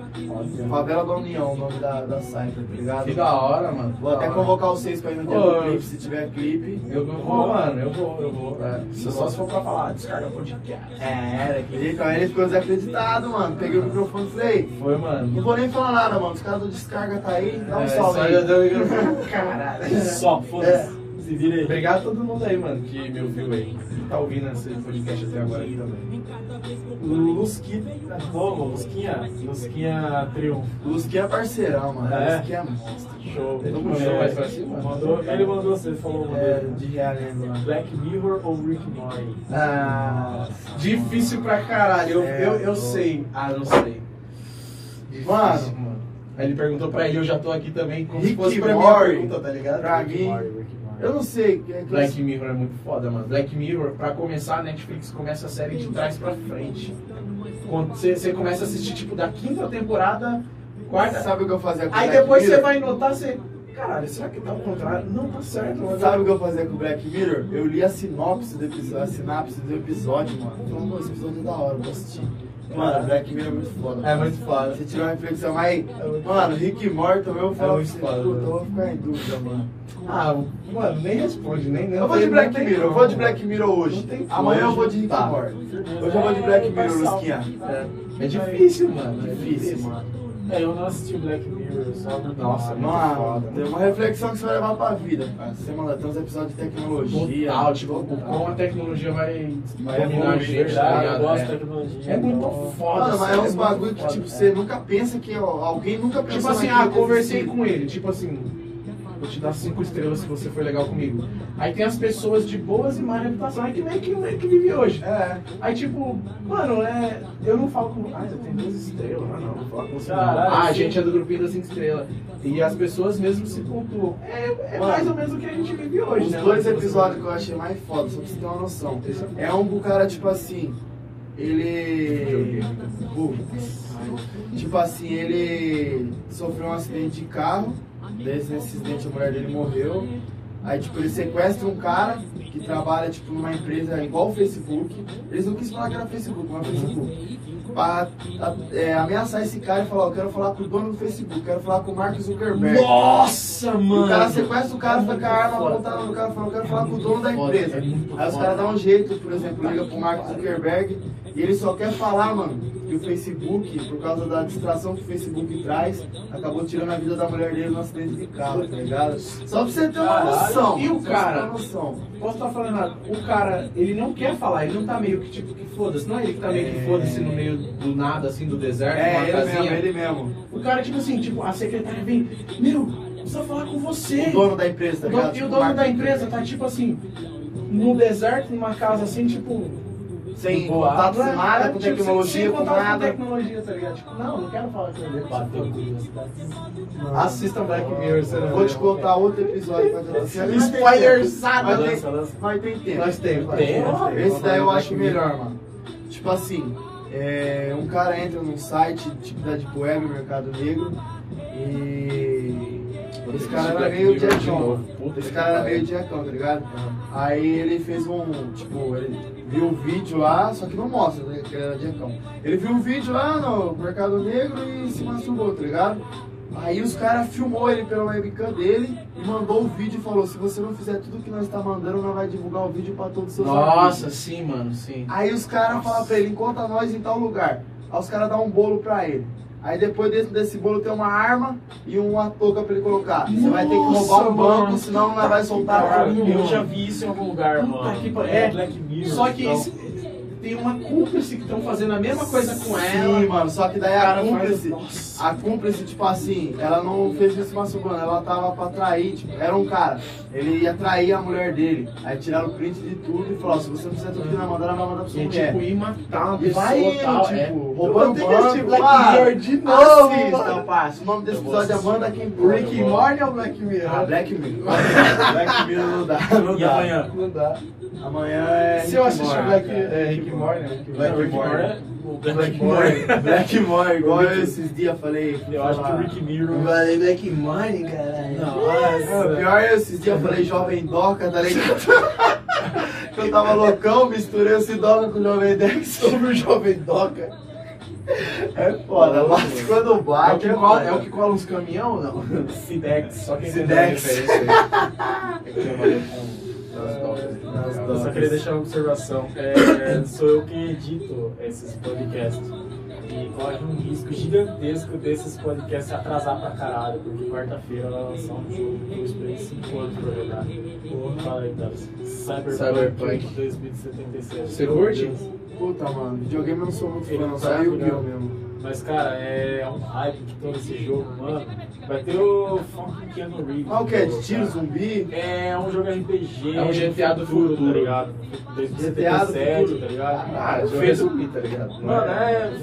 [SPEAKER 2] Favela da União, o nome da, da cypher, tá ligado?
[SPEAKER 1] Que da hora, mano.
[SPEAKER 2] Vou até convocar vocês pra ir no dia
[SPEAKER 1] Ô,
[SPEAKER 2] do clipe, se tiver clipe.
[SPEAKER 1] Eu eu vou, mano, eu vou, eu vou. É, Se Só se for pra falar, descarga o podcast.
[SPEAKER 2] É, daquele jeito, aí ele ficou desacreditado, mano. Peguei o microfone e falei,
[SPEAKER 1] Foi,
[SPEAKER 2] não
[SPEAKER 1] mano.
[SPEAKER 2] vou nem falar nada, mano. Os caras do Descarga tá aí, dá um
[SPEAKER 1] É,
[SPEAKER 2] salve
[SPEAKER 1] só
[SPEAKER 2] aí.
[SPEAKER 1] já deu o Caralho.
[SPEAKER 3] Só, foda-se. Se vira aí.
[SPEAKER 1] Obrigado a todo mundo aí, mano, que me ouviu aí. Que tá ouvindo esse podcast até agora aí também.
[SPEAKER 3] Lusquinha. Como? Lusquinha? Lusquinha Triunfo.
[SPEAKER 2] Lusky é parceirão, mano.
[SPEAKER 3] É.
[SPEAKER 2] Lusky é monstro. um
[SPEAKER 3] Show.
[SPEAKER 1] Ele É. mandou mais pra cima?
[SPEAKER 3] Mandou- Ele mandou, você falou. mandou.
[SPEAKER 2] É, de realengo, mano.
[SPEAKER 3] Black Mirror ou Rick Morty?
[SPEAKER 1] Ah, difícil pra caralho. Eu,
[SPEAKER 2] É,
[SPEAKER 1] eu, eu
[SPEAKER 2] tô.
[SPEAKER 1] sei. Ah, não sei.
[SPEAKER 2] Mano.
[SPEAKER 1] Aí ele perguntou pra ele, eu já tô aqui também, como se
[SPEAKER 2] Rick
[SPEAKER 1] fosse pra minha
[SPEAKER 2] Morty.
[SPEAKER 1] pergunta, tá ligado?
[SPEAKER 2] Pra
[SPEAKER 1] Rick
[SPEAKER 2] mim,
[SPEAKER 1] Morty.
[SPEAKER 2] Eu não sei. o que é que
[SPEAKER 1] Black Mirror é muito foda, mano. Black Mirror, pra começar, a Netflix começa a série de trás pra frente. Quando você você começa a assistir, tipo, da quinta temporada,
[SPEAKER 2] Você
[SPEAKER 1] quarta.
[SPEAKER 2] sabe o que eu fazia com
[SPEAKER 1] Aí
[SPEAKER 2] Black
[SPEAKER 1] depois você
[SPEAKER 2] Mirror?
[SPEAKER 1] vai notar, você. Caralho, será que tá ao contrário? Não tá certo, mano.
[SPEAKER 2] Sabe o que eu fazia com o Black Mirror? Eu li a sinopse do episódio, a sinapse do episódio, mano. Falei, mano, esse episódio é da hora, eu vou assistir. Mano, Black Mirror é muito foda.
[SPEAKER 3] É muito foda. É
[SPEAKER 2] Você tirou uma reflexão, aí, mano, Rick e Morty, eu falo pra
[SPEAKER 3] muito
[SPEAKER 2] você,
[SPEAKER 3] foda,
[SPEAKER 2] puta,
[SPEAKER 3] né?
[SPEAKER 2] eu vou ficar em dúvida, mano.
[SPEAKER 1] Ah, mano, nem responde, nem... nem
[SPEAKER 2] Eu vou de
[SPEAKER 1] não
[SPEAKER 2] Black
[SPEAKER 1] tem
[SPEAKER 2] Mirror, eu
[SPEAKER 1] como.
[SPEAKER 2] vou de Black Mirror hoje.
[SPEAKER 1] Não tem como.
[SPEAKER 2] Amanhã eu vou de Rick e
[SPEAKER 1] Tá.
[SPEAKER 2] Morty. Hoje eu vou de Black Mirror, Lusquinha.
[SPEAKER 1] É difícil, mano.
[SPEAKER 2] É difícil, mano.
[SPEAKER 3] É, eu não assisti Black Mirror, só do
[SPEAKER 2] Nossa, mano, tem uma reflexão que você vai levar pra vida, cara. Você, mano, tem uns episódios de tecnologia.
[SPEAKER 1] Total, tipo, como a tecnologia vai
[SPEAKER 2] Vai
[SPEAKER 1] dominar a
[SPEAKER 2] evoluir,
[SPEAKER 1] gente,
[SPEAKER 2] tá
[SPEAKER 1] tá
[SPEAKER 3] verdade, eu
[SPEAKER 1] ligado?
[SPEAKER 3] gosto de
[SPEAKER 1] É.
[SPEAKER 3] tecnologia.
[SPEAKER 1] É muito
[SPEAKER 3] então-
[SPEAKER 1] foda.
[SPEAKER 2] Mano, mas é
[SPEAKER 1] sério,
[SPEAKER 2] uns
[SPEAKER 1] muito
[SPEAKER 2] bagulho que,
[SPEAKER 1] foda.
[SPEAKER 2] tipo, você nunca pensa que ó, alguém nunca pensou
[SPEAKER 1] Tipo assim, ah,
[SPEAKER 2] naquilo que
[SPEAKER 1] conversei
[SPEAKER 2] existe.
[SPEAKER 1] com ele, tipo assim, vou te dar cinco estrelas se você for legal comigo. Aí tem as pessoas de boas e má reputação, aí que nem que, nem que vive hoje.
[SPEAKER 2] É,
[SPEAKER 1] Aí tipo, mano, é. Eu não falo com. Ah, você tem duas estrelas, ah, não, vou falar com você. não.
[SPEAKER 3] Caralho,
[SPEAKER 1] ah, a
[SPEAKER 3] sim.
[SPEAKER 1] gente é do grupinho das cinco estrelas. E as pessoas mesmo se pontuam. É, é mais ou menos o que a gente vive hoje,
[SPEAKER 2] os
[SPEAKER 1] né?
[SPEAKER 2] dois episódios que eu achei mais foda, só pra você ter uma noção. É um que o cara, tipo assim, ele. Putz. Tipo assim, ele sofreu um acidente de carro. Nesse nesse acidente a mulher dele morreu. Aí, tipo, ele sequestra um cara que trabalha, tipo, numa empresa igual o Facebook. Eles não quis falar que era Facebook, mas é Facebook. Pra a- é, ameaçar esse cara e falar, eu quero falar com o dono do Facebook, quero falar com o Mark Zuckerberg.
[SPEAKER 3] Nossa,
[SPEAKER 2] O cara
[SPEAKER 3] mano!
[SPEAKER 2] sequestra o cara, fica com a arma apontada no cara e fala, eu quero falar com o dono da empresa. Aí os caras dão um jeito, por exemplo, liga pro Mark Zuckerberg e ele só quer falar, mano, que o Facebook, por causa da distração que o Facebook traz, acabou tirando a vida da mulher dele no acidente de carro, tá ligado? Só pra você ter uma
[SPEAKER 1] Caralho,
[SPEAKER 2] noção.
[SPEAKER 1] e o
[SPEAKER 2] só pra você ter
[SPEAKER 1] cara?
[SPEAKER 2] uma noção.
[SPEAKER 1] Posso estar falando errado. O cara, ele não quer falar, ele não tá meio que tipo que foda-se. Não é ele que tá meio que foda-se no meio do nada, assim, do deserto,
[SPEAKER 2] É,
[SPEAKER 1] numa
[SPEAKER 2] ele
[SPEAKER 1] casinha.
[SPEAKER 2] mesmo, ele mesmo.
[SPEAKER 1] O cara, tipo assim, tipo, a secretária vem, meu, precisa falar com você.
[SPEAKER 2] O dono da empresa, tá
[SPEAKER 1] O dono-
[SPEAKER 2] ligado?
[SPEAKER 1] e o
[SPEAKER 2] Tipo,
[SPEAKER 1] dono
[SPEAKER 2] Mark
[SPEAKER 1] da empresa tá tipo assim, num deserto, numa casa assim, tipo.
[SPEAKER 2] Sem
[SPEAKER 1] boa,
[SPEAKER 2] contato com
[SPEAKER 1] né?
[SPEAKER 2] nada, com
[SPEAKER 1] Tipo, sem- sem
[SPEAKER 2] tecnologia, com
[SPEAKER 1] contato
[SPEAKER 2] nada.
[SPEAKER 1] tecnologia, tá ligado? Tipo, não, não quero falar com ele. Tipo,
[SPEAKER 3] Bateu curiosidade.
[SPEAKER 1] Assista Black Mirror, você não
[SPEAKER 2] Vou
[SPEAKER 1] vai
[SPEAKER 2] te
[SPEAKER 1] ver.
[SPEAKER 2] contar outro episódio pra você.
[SPEAKER 1] Spoilerzada, né?
[SPEAKER 2] Mas tem- Mas tem tempo.
[SPEAKER 1] Nós temos.
[SPEAKER 3] Tem?
[SPEAKER 2] Esse daí eu acho melhor, mano. Tipo assim, é, um cara entra num site tipo da Deep Web, Mercado Negro, e. Esse cara era meio Jackão. Esse cara era meio Jackão, tá ligado? Aí ele fez um. Tipo, ele viu o vídeo lá, só que não mostra né, que ele era Jackão. Ele viu o vídeo lá no Mercado Negro e se masturbou, tá ligado? Aí os caras filmou ele pela webcam dele e mandou o vídeo e falou: se você não fizer tudo que nós tá mandando, nós vai divulgar o vídeo pra todos os seus amigos.
[SPEAKER 1] Nossa, sim, mano, sim.
[SPEAKER 2] Aí os caras falam pra ele, encontra nós em tal lugar. Aí os caras dão um bolo pra ele. Aí depois dentro desse bolo tem uma arma e uma touca pra ele colocar. Você vai ter que roubar um
[SPEAKER 1] Nossa, mano.
[SPEAKER 2] banco, senão não vai soltar a arma.
[SPEAKER 3] Caralho, Ah, eu já vi isso em algum lugar, mano.
[SPEAKER 1] que pa-
[SPEAKER 3] É
[SPEAKER 1] é.
[SPEAKER 3] Black Mirror.
[SPEAKER 1] Só que
[SPEAKER 3] então.
[SPEAKER 1] esse- tem uma cúmplice que estão fazendo a mesma coisa com ela.
[SPEAKER 2] Sim, mano, só que daí a
[SPEAKER 1] Cara,
[SPEAKER 2] cúmplice,
[SPEAKER 1] faz-
[SPEAKER 2] a cúmplice, tipo assim, ela não fez isso masturbando, ela tava pra trair, tipo, era um cara, ele ia trair a mulher dele. Aí tiraram o print de tudo e falaram, se você não fizer tudo que nós mandar, ela vai mandar pra sua
[SPEAKER 1] E
[SPEAKER 2] mulher.
[SPEAKER 1] tipo, ir matar uma
[SPEAKER 2] E
[SPEAKER 1] pessoa
[SPEAKER 2] vai indo,
[SPEAKER 1] tal,
[SPEAKER 2] tipo,
[SPEAKER 1] é.
[SPEAKER 2] roubando
[SPEAKER 1] Eu vou ter que assistir Black Mirror de novo, é mano.
[SPEAKER 2] parça. O nome desse episódio é Manda Quem Pode.
[SPEAKER 1] Rick e Morty ou Black Mirror?
[SPEAKER 2] Ah, Black Mirror. Black Mirror não dá. Não
[SPEAKER 3] E
[SPEAKER 2] dá.
[SPEAKER 3] amanhã?
[SPEAKER 1] Não dá.
[SPEAKER 2] Amanhã é.
[SPEAKER 1] Se eu
[SPEAKER 2] Rick
[SPEAKER 1] assistir
[SPEAKER 2] Morty,
[SPEAKER 1] Black
[SPEAKER 2] cara.
[SPEAKER 1] é, Rick e Morty, né?
[SPEAKER 2] Black
[SPEAKER 3] Não, Rick
[SPEAKER 2] Mirror.
[SPEAKER 3] Morty é- o Black
[SPEAKER 2] Morty.
[SPEAKER 3] Mirror.
[SPEAKER 2] Black Morty, igual eu esses dias falei. fui
[SPEAKER 3] Eu acho que o
[SPEAKER 2] falar.
[SPEAKER 3] Rick Mirror.
[SPEAKER 1] Falei Black Morty, caralho.
[SPEAKER 2] Não,
[SPEAKER 3] Nossa.
[SPEAKER 2] Pior eu esses dias eu falei jovem doca, da lei que eu tava loucão, misturei o Sidoca com o Jovem Dex sobre o Jovem Doca. É foda, mas quando
[SPEAKER 1] É o,
[SPEAKER 2] bate
[SPEAKER 1] que cola,
[SPEAKER 2] foda.
[SPEAKER 1] é o que cola os caminhão ou não?
[SPEAKER 3] Sidex. Só quem entendeu a
[SPEAKER 2] Sidex.
[SPEAKER 3] referência. Eu só queria deixar uma observação. É, sou eu quem edito esses podcasts. E corre um risco gigantesco desses podcasts se atrasar pra caralho, porque quarta-feira vai lançar um jogo que eu esperei 5 anos pra jogar. Fala aí, Tavis. Cyberpunk,
[SPEAKER 1] Cyberpunk.
[SPEAKER 3] 2077.
[SPEAKER 1] Você
[SPEAKER 3] Meu
[SPEAKER 1] curte?
[SPEAKER 3] Deus.
[SPEAKER 2] Puta, mano, videogame eu não sou muito fã,
[SPEAKER 3] Ele
[SPEAKER 2] não.
[SPEAKER 3] não
[SPEAKER 2] Só
[SPEAKER 3] sabe,
[SPEAKER 2] Yu-Gi-Oh!
[SPEAKER 3] não.
[SPEAKER 2] mesmo.
[SPEAKER 3] Mas, cara, é um hype que todo esse jogo, mano. Vai ter o Funky Keanu Reeves.
[SPEAKER 2] Qual que é? De tiro,
[SPEAKER 3] Cara.
[SPEAKER 2] zumbi?
[SPEAKER 3] É um jogo RPG.
[SPEAKER 1] É um GTA do futuro.
[SPEAKER 3] tá ligado?
[SPEAKER 2] GTA do
[SPEAKER 3] 2077,
[SPEAKER 2] futuro.
[SPEAKER 3] tá ligado?
[SPEAKER 1] Ah, jogo é
[SPEAKER 3] Fez-
[SPEAKER 1] zumbi, tá ligado?
[SPEAKER 3] Mano, é.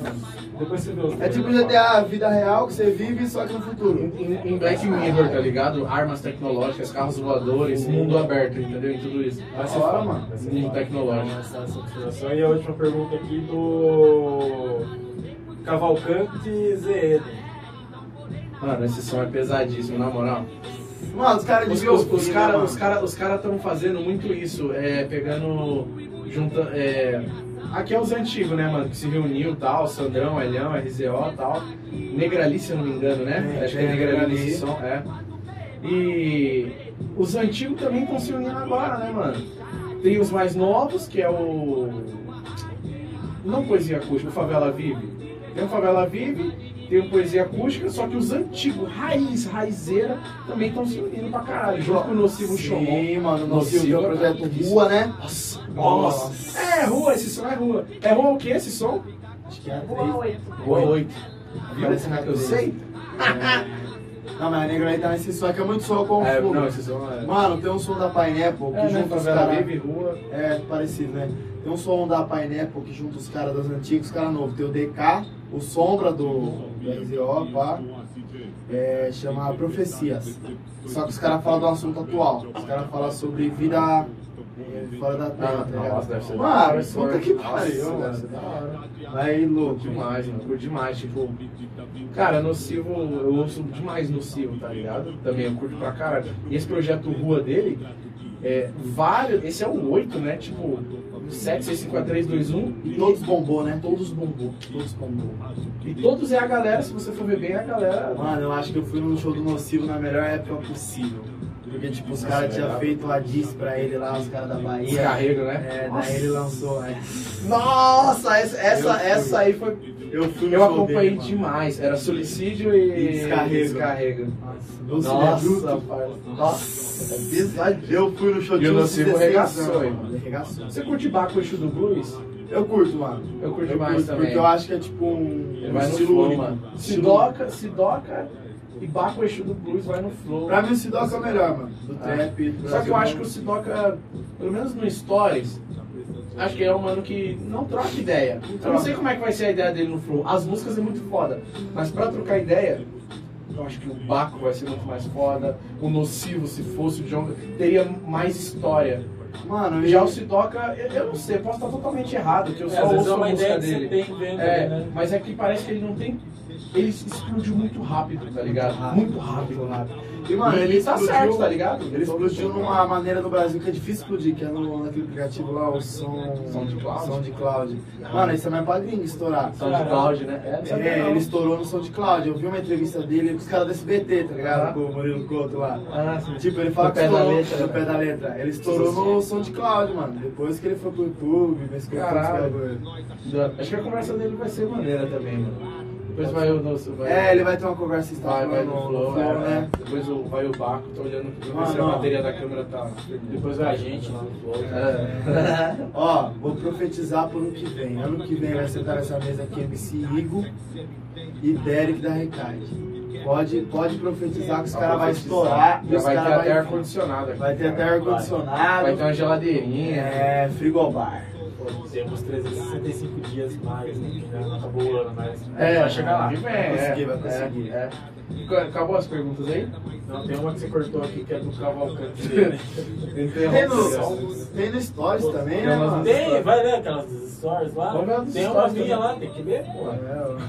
[SPEAKER 3] Depois você vê os
[SPEAKER 2] É tipo GTA, vida real que você vive, só que no futuro.
[SPEAKER 1] Em, em- em Black Mirror, tá ligado? Armas tecnológicas, carros voadores, mundo aberto, entendeu? E tudo isso.
[SPEAKER 3] Vai ser
[SPEAKER 2] Hora,
[SPEAKER 3] foda,
[SPEAKER 2] mano.
[SPEAKER 3] Vai ser
[SPEAKER 1] Mundo
[SPEAKER 3] foda.
[SPEAKER 1] tecnológico.
[SPEAKER 3] Então, essa- essa observação. E a última pergunta aqui do. Cavalcante Zed.
[SPEAKER 1] Mano, esse som é pesadíssimo, na moral.
[SPEAKER 2] Mano, os caras
[SPEAKER 1] Os,
[SPEAKER 2] deviam
[SPEAKER 1] os,
[SPEAKER 2] ouvir,
[SPEAKER 1] os
[SPEAKER 2] né,
[SPEAKER 1] caras
[SPEAKER 2] mano?
[SPEAKER 1] os cara, os cara tão fazendo muito isso, é, pegando, junta, é, aqui é os antigos, né, mano, que se reuniu, tal, Sandrão, Elhão, RZO, tal, Negrali, se eu não me engano, né,
[SPEAKER 2] É,
[SPEAKER 1] acho que é
[SPEAKER 2] é,
[SPEAKER 1] Negrali
[SPEAKER 2] Negrali.
[SPEAKER 1] nesse som, é, e os antigos também estão se unindo agora, né, mano, tem os mais novos, que é o, não Poesia Acústica, o Favela Vive, tem o Favela Vive, tem o Poesia Acústica, só que os antigos, raiz, raizeira, também estão se unindo pra caralho. Junto com o Nocivo Shomon.
[SPEAKER 2] Sim, mano, o Nocivo
[SPEAKER 1] Nocivo
[SPEAKER 2] deu o
[SPEAKER 1] é
[SPEAKER 2] projeto
[SPEAKER 1] brabo.
[SPEAKER 2] Rua, né?
[SPEAKER 1] Nossa, nossa. É rua, esse som é rua. É rua o que esse som?
[SPEAKER 2] Acho que é a três.
[SPEAKER 1] Rua 8.
[SPEAKER 2] Parece na
[SPEAKER 1] Eu sei.
[SPEAKER 2] Não, mas a negra aí tá nesse som, é que é muito som com
[SPEAKER 1] É,
[SPEAKER 2] fogo.
[SPEAKER 1] não, esse som é...
[SPEAKER 2] Mano, tem um som da Pineapple que
[SPEAKER 1] É, né,
[SPEAKER 2] junta os
[SPEAKER 1] favela
[SPEAKER 2] caras.
[SPEAKER 1] vive, rua.
[SPEAKER 2] É, parecido, né? Tem um som da Pineapple que junta os caras das antigas, os caras novos. Tem o DK, o Sombra do, do RZO, pá. É, chama Profecias. Só que os caras falam do assunto atual. Os caras falam sobre vida é, fora da terra, tá
[SPEAKER 1] Ah, Nossa, deve ser
[SPEAKER 2] ligado?
[SPEAKER 1] da hora.
[SPEAKER 2] Mano, puta que
[SPEAKER 1] Nossa,
[SPEAKER 2] pariu,
[SPEAKER 1] deve ser
[SPEAKER 2] mano.
[SPEAKER 1] da hora.
[SPEAKER 2] Aí, louco.
[SPEAKER 1] Demais, mano. Curto demais, tipo. Cara, Nocivo, eu ouço demais Nocivo, tá ligado? Também eu curto pra caralho. E esse projeto Rua dele, é vários. Esse é o 8, né? Tipo, 7, 6, 5, 4, 3, 2, 1.
[SPEAKER 2] E todos bombou, né?
[SPEAKER 1] Todos bombou.
[SPEAKER 2] Todos bombou.
[SPEAKER 1] E todos é a galera, se você for ver bem, é a galera.
[SPEAKER 2] Mano, eu acho que eu fui num show do Nocivo na melhor época possível. Porque, tipo, os caras tinham feito a diss pra ele lá, os caras da Bahia.
[SPEAKER 1] Descarrego, né?
[SPEAKER 2] É, daí ele lançou essa. Nossa, essa,
[SPEAKER 1] Eu
[SPEAKER 2] essa,
[SPEAKER 1] fui.
[SPEAKER 2] essa aí foi. Eu fui
[SPEAKER 1] Eu acompanhei demais. Era suicídio e.
[SPEAKER 2] E descarrego.
[SPEAKER 1] descarrego.
[SPEAKER 2] Nossa,
[SPEAKER 1] Nossa,
[SPEAKER 2] Nossa,
[SPEAKER 1] parça.
[SPEAKER 2] Nossa, é pesado. Eu fui no show
[SPEAKER 1] E
[SPEAKER 2] de
[SPEAKER 1] o
[SPEAKER 2] uns
[SPEAKER 1] Nocivo
[SPEAKER 2] 16
[SPEAKER 1] arregaçou,
[SPEAKER 2] anos,
[SPEAKER 1] hein, mano.
[SPEAKER 2] Arregaçou.
[SPEAKER 1] Você curte Bacuxo do Blues?
[SPEAKER 2] Eu curto, mano.
[SPEAKER 1] Eu curto demais também.
[SPEAKER 2] Porque eu acho que é tipo um,
[SPEAKER 1] Ele
[SPEAKER 2] um
[SPEAKER 1] vai no
[SPEAKER 2] estilo
[SPEAKER 1] flow,
[SPEAKER 2] único.
[SPEAKER 1] mano.
[SPEAKER 2] Estilo-
[SPEAKER 1] Sidoca, Sidoca e Baco Exu do Blues vai no flow.
[SPEAKER 2] Pra mim o Sidoca é o melhor, mano. Do trap, do
[SPEAKER 1] Só que eu acho que o
[SPEAKER 2] brasileiro.
[SPEAKER 1] Sidoca, pelo menos no Stories, acho que é um mano que não troca ideia. Eu não sei como é que vai ser a ideia dele no flow. As músicas é muito foda, mas pra trocar ideia, eu acho que o Baco vai ser muito mais foda. O Nocivo, se fosse o John, teria mais história.
[SPEAKER 2] Mano,
[SPEAKER 1] Já
[SPEAKER 2] já
[SPEAKER 1] o Sidoca, eu, eu não sei, posso estar totalmente errado, que eu
[SPEAKER 3] É,
[SPEAKER 1] só
[SPEAKER 3] às vezes
[SPEAKER 1] ouço
[SPEAKER 3] é
[SPEAKER 1] a
[SPEAKER 3] uma
[SPEAKER 1] música
[SPEAKER 3] ideia que
[SPEAKER 1] dele.
[SPEAKER 3] você tem dentro,
[SPEAKER 1] É,
[SPEAKER 3] né?
[SPEAKER 1] mas é que parece que ele não tem. Ele se explodiu muito rápido, tá ligado? Muito rápido, né? rápido.
[SPEAKER 2] E, mano,
[SPEAKER 1] E
[SPEAKER 2] ele
[SPEAKER 1] tá
[SPEAKER 2] explodiu-
[SPEAKER 1] certo, tá ligado?
[SPEAKER 2] Ele explodiu numa maneira do Brasil que é difícil explodir, que é no, naquele aplicativo lá, o som.
[SPEAKER 1] SoundCloud?
[SPEAKER 2] SoundCloud. Mano, isso é mais pra gringo estourar.
[SPEAKER 1] São de Cláudio, né?
[SPEAKER 2] É, ele estourou no SoundCloud. Eu vi uma entrevista dele com os caras do SBT, tá ligado? Com o Murilo Couto lá.
[SPEAKER 1] Ah, sim.
[SPEAKER 2] Tipo, ele fala
[SPEAKER 1] No
[SPEAKER 2] que
[SPEAKER 1] pé da
[SPEAKER 2] estourou
[SPEAKER 1] letra,
[SPEAKER 2] no
[SPEAKER 1] né?
[SPEAKER 2] pé da letra. Ele estourou no SoundCloud, mano. Depois que ele foi pro YouTube, fez com outros
[SPEAKER 1] Caralho.
[SPEAKER 2] bagulho.
[SPEAKER 1] Acho que a conversa dele vai ser maneira também, mano. Depois vai o nosso. Vai,
[SPEAKER 2] É, ele vai ter uma conversa
[SPEAKER 1] vai, vai
[SPEAKER 2] instantânea
[SPEAKER 1] no
[SPEAKER 2] no
[SPEAKER 1] flow,
[SPEAKER 2] no flow,
[SPEAKER 1] é,
[SPEAKER 2] né?
[SPEAKER 1] Depois o, vai o Baco, tô olhando pra ver
[SPEAKER 2] Ah,
[SPEAKER 1] se a
[SPEAKER 2] não.
[SPEAKER 1] bateria da câmera tá.
[SPEAKER 3] Depois vai a gente
[SPEAKER 1] né?
[SPEAKER 3] lá no flow.
[SPEAKER 1] É.
[SPEAKER 2] Ó, vou profetizar pro ano que vem. Ano que vem vai sentar nessa mesa aqui MC Igor e Derek da Recade. Pode, pode profetizar que os caras vão estourar e
[SPEAKER 1] Já
[SPEAKER 2] os
[SPEAKER 1] vai ter
[SPEAKER 2] caras
[SPEAKER 1] até
[SPEAKER 2] vai,
[SPEAKER 1] É ar-condicionado aqui.
[SPEAKER 2] vai ter até
[SPEAKER 1] Vai ter
[SPEAKER 2] ar-condicionado.
[SPEAKER 1] uma geladeirinha.
[SPEAKER 2] É, frigobar.
[SPEAKER 3] Pô, Temos 365 dias mais, né? que já né? Acabou o ano, mas.
[SPEAKER 1] É,
[SPEAKER 3] vai chegar lá.
[SPEAKER 1] que vem, é,
[SPEAKER 2] Vai conseguir, vai conseguir.
[SPEAKER 1] é, é. Acabou as perguntas aí?
[SPEAKER 3] Não, tem uma que você cortou aqui que é do Cavalcante dele.
[SPEAKER 2] Tem
[SPEAKER 1] Interrupção.
[SPEAKER 2] no, tem no Stories também,
[SPEAKER 1] Tem
[SPEAKER 2] né,
[SPEAKER 1] umas
[SPEAKER 2] mano?
[SPEAKER 3] Tem, vai ver aquelas stories lá.
[SPEAKER 1] Vamos ver as
[SPEAKER 3] Tem
[SPEAKER 1] stories
[SPEAKER 3] uma
[SPEAKER 1] também.
[SPEAKER 3] minha lá, tem que ver, pô.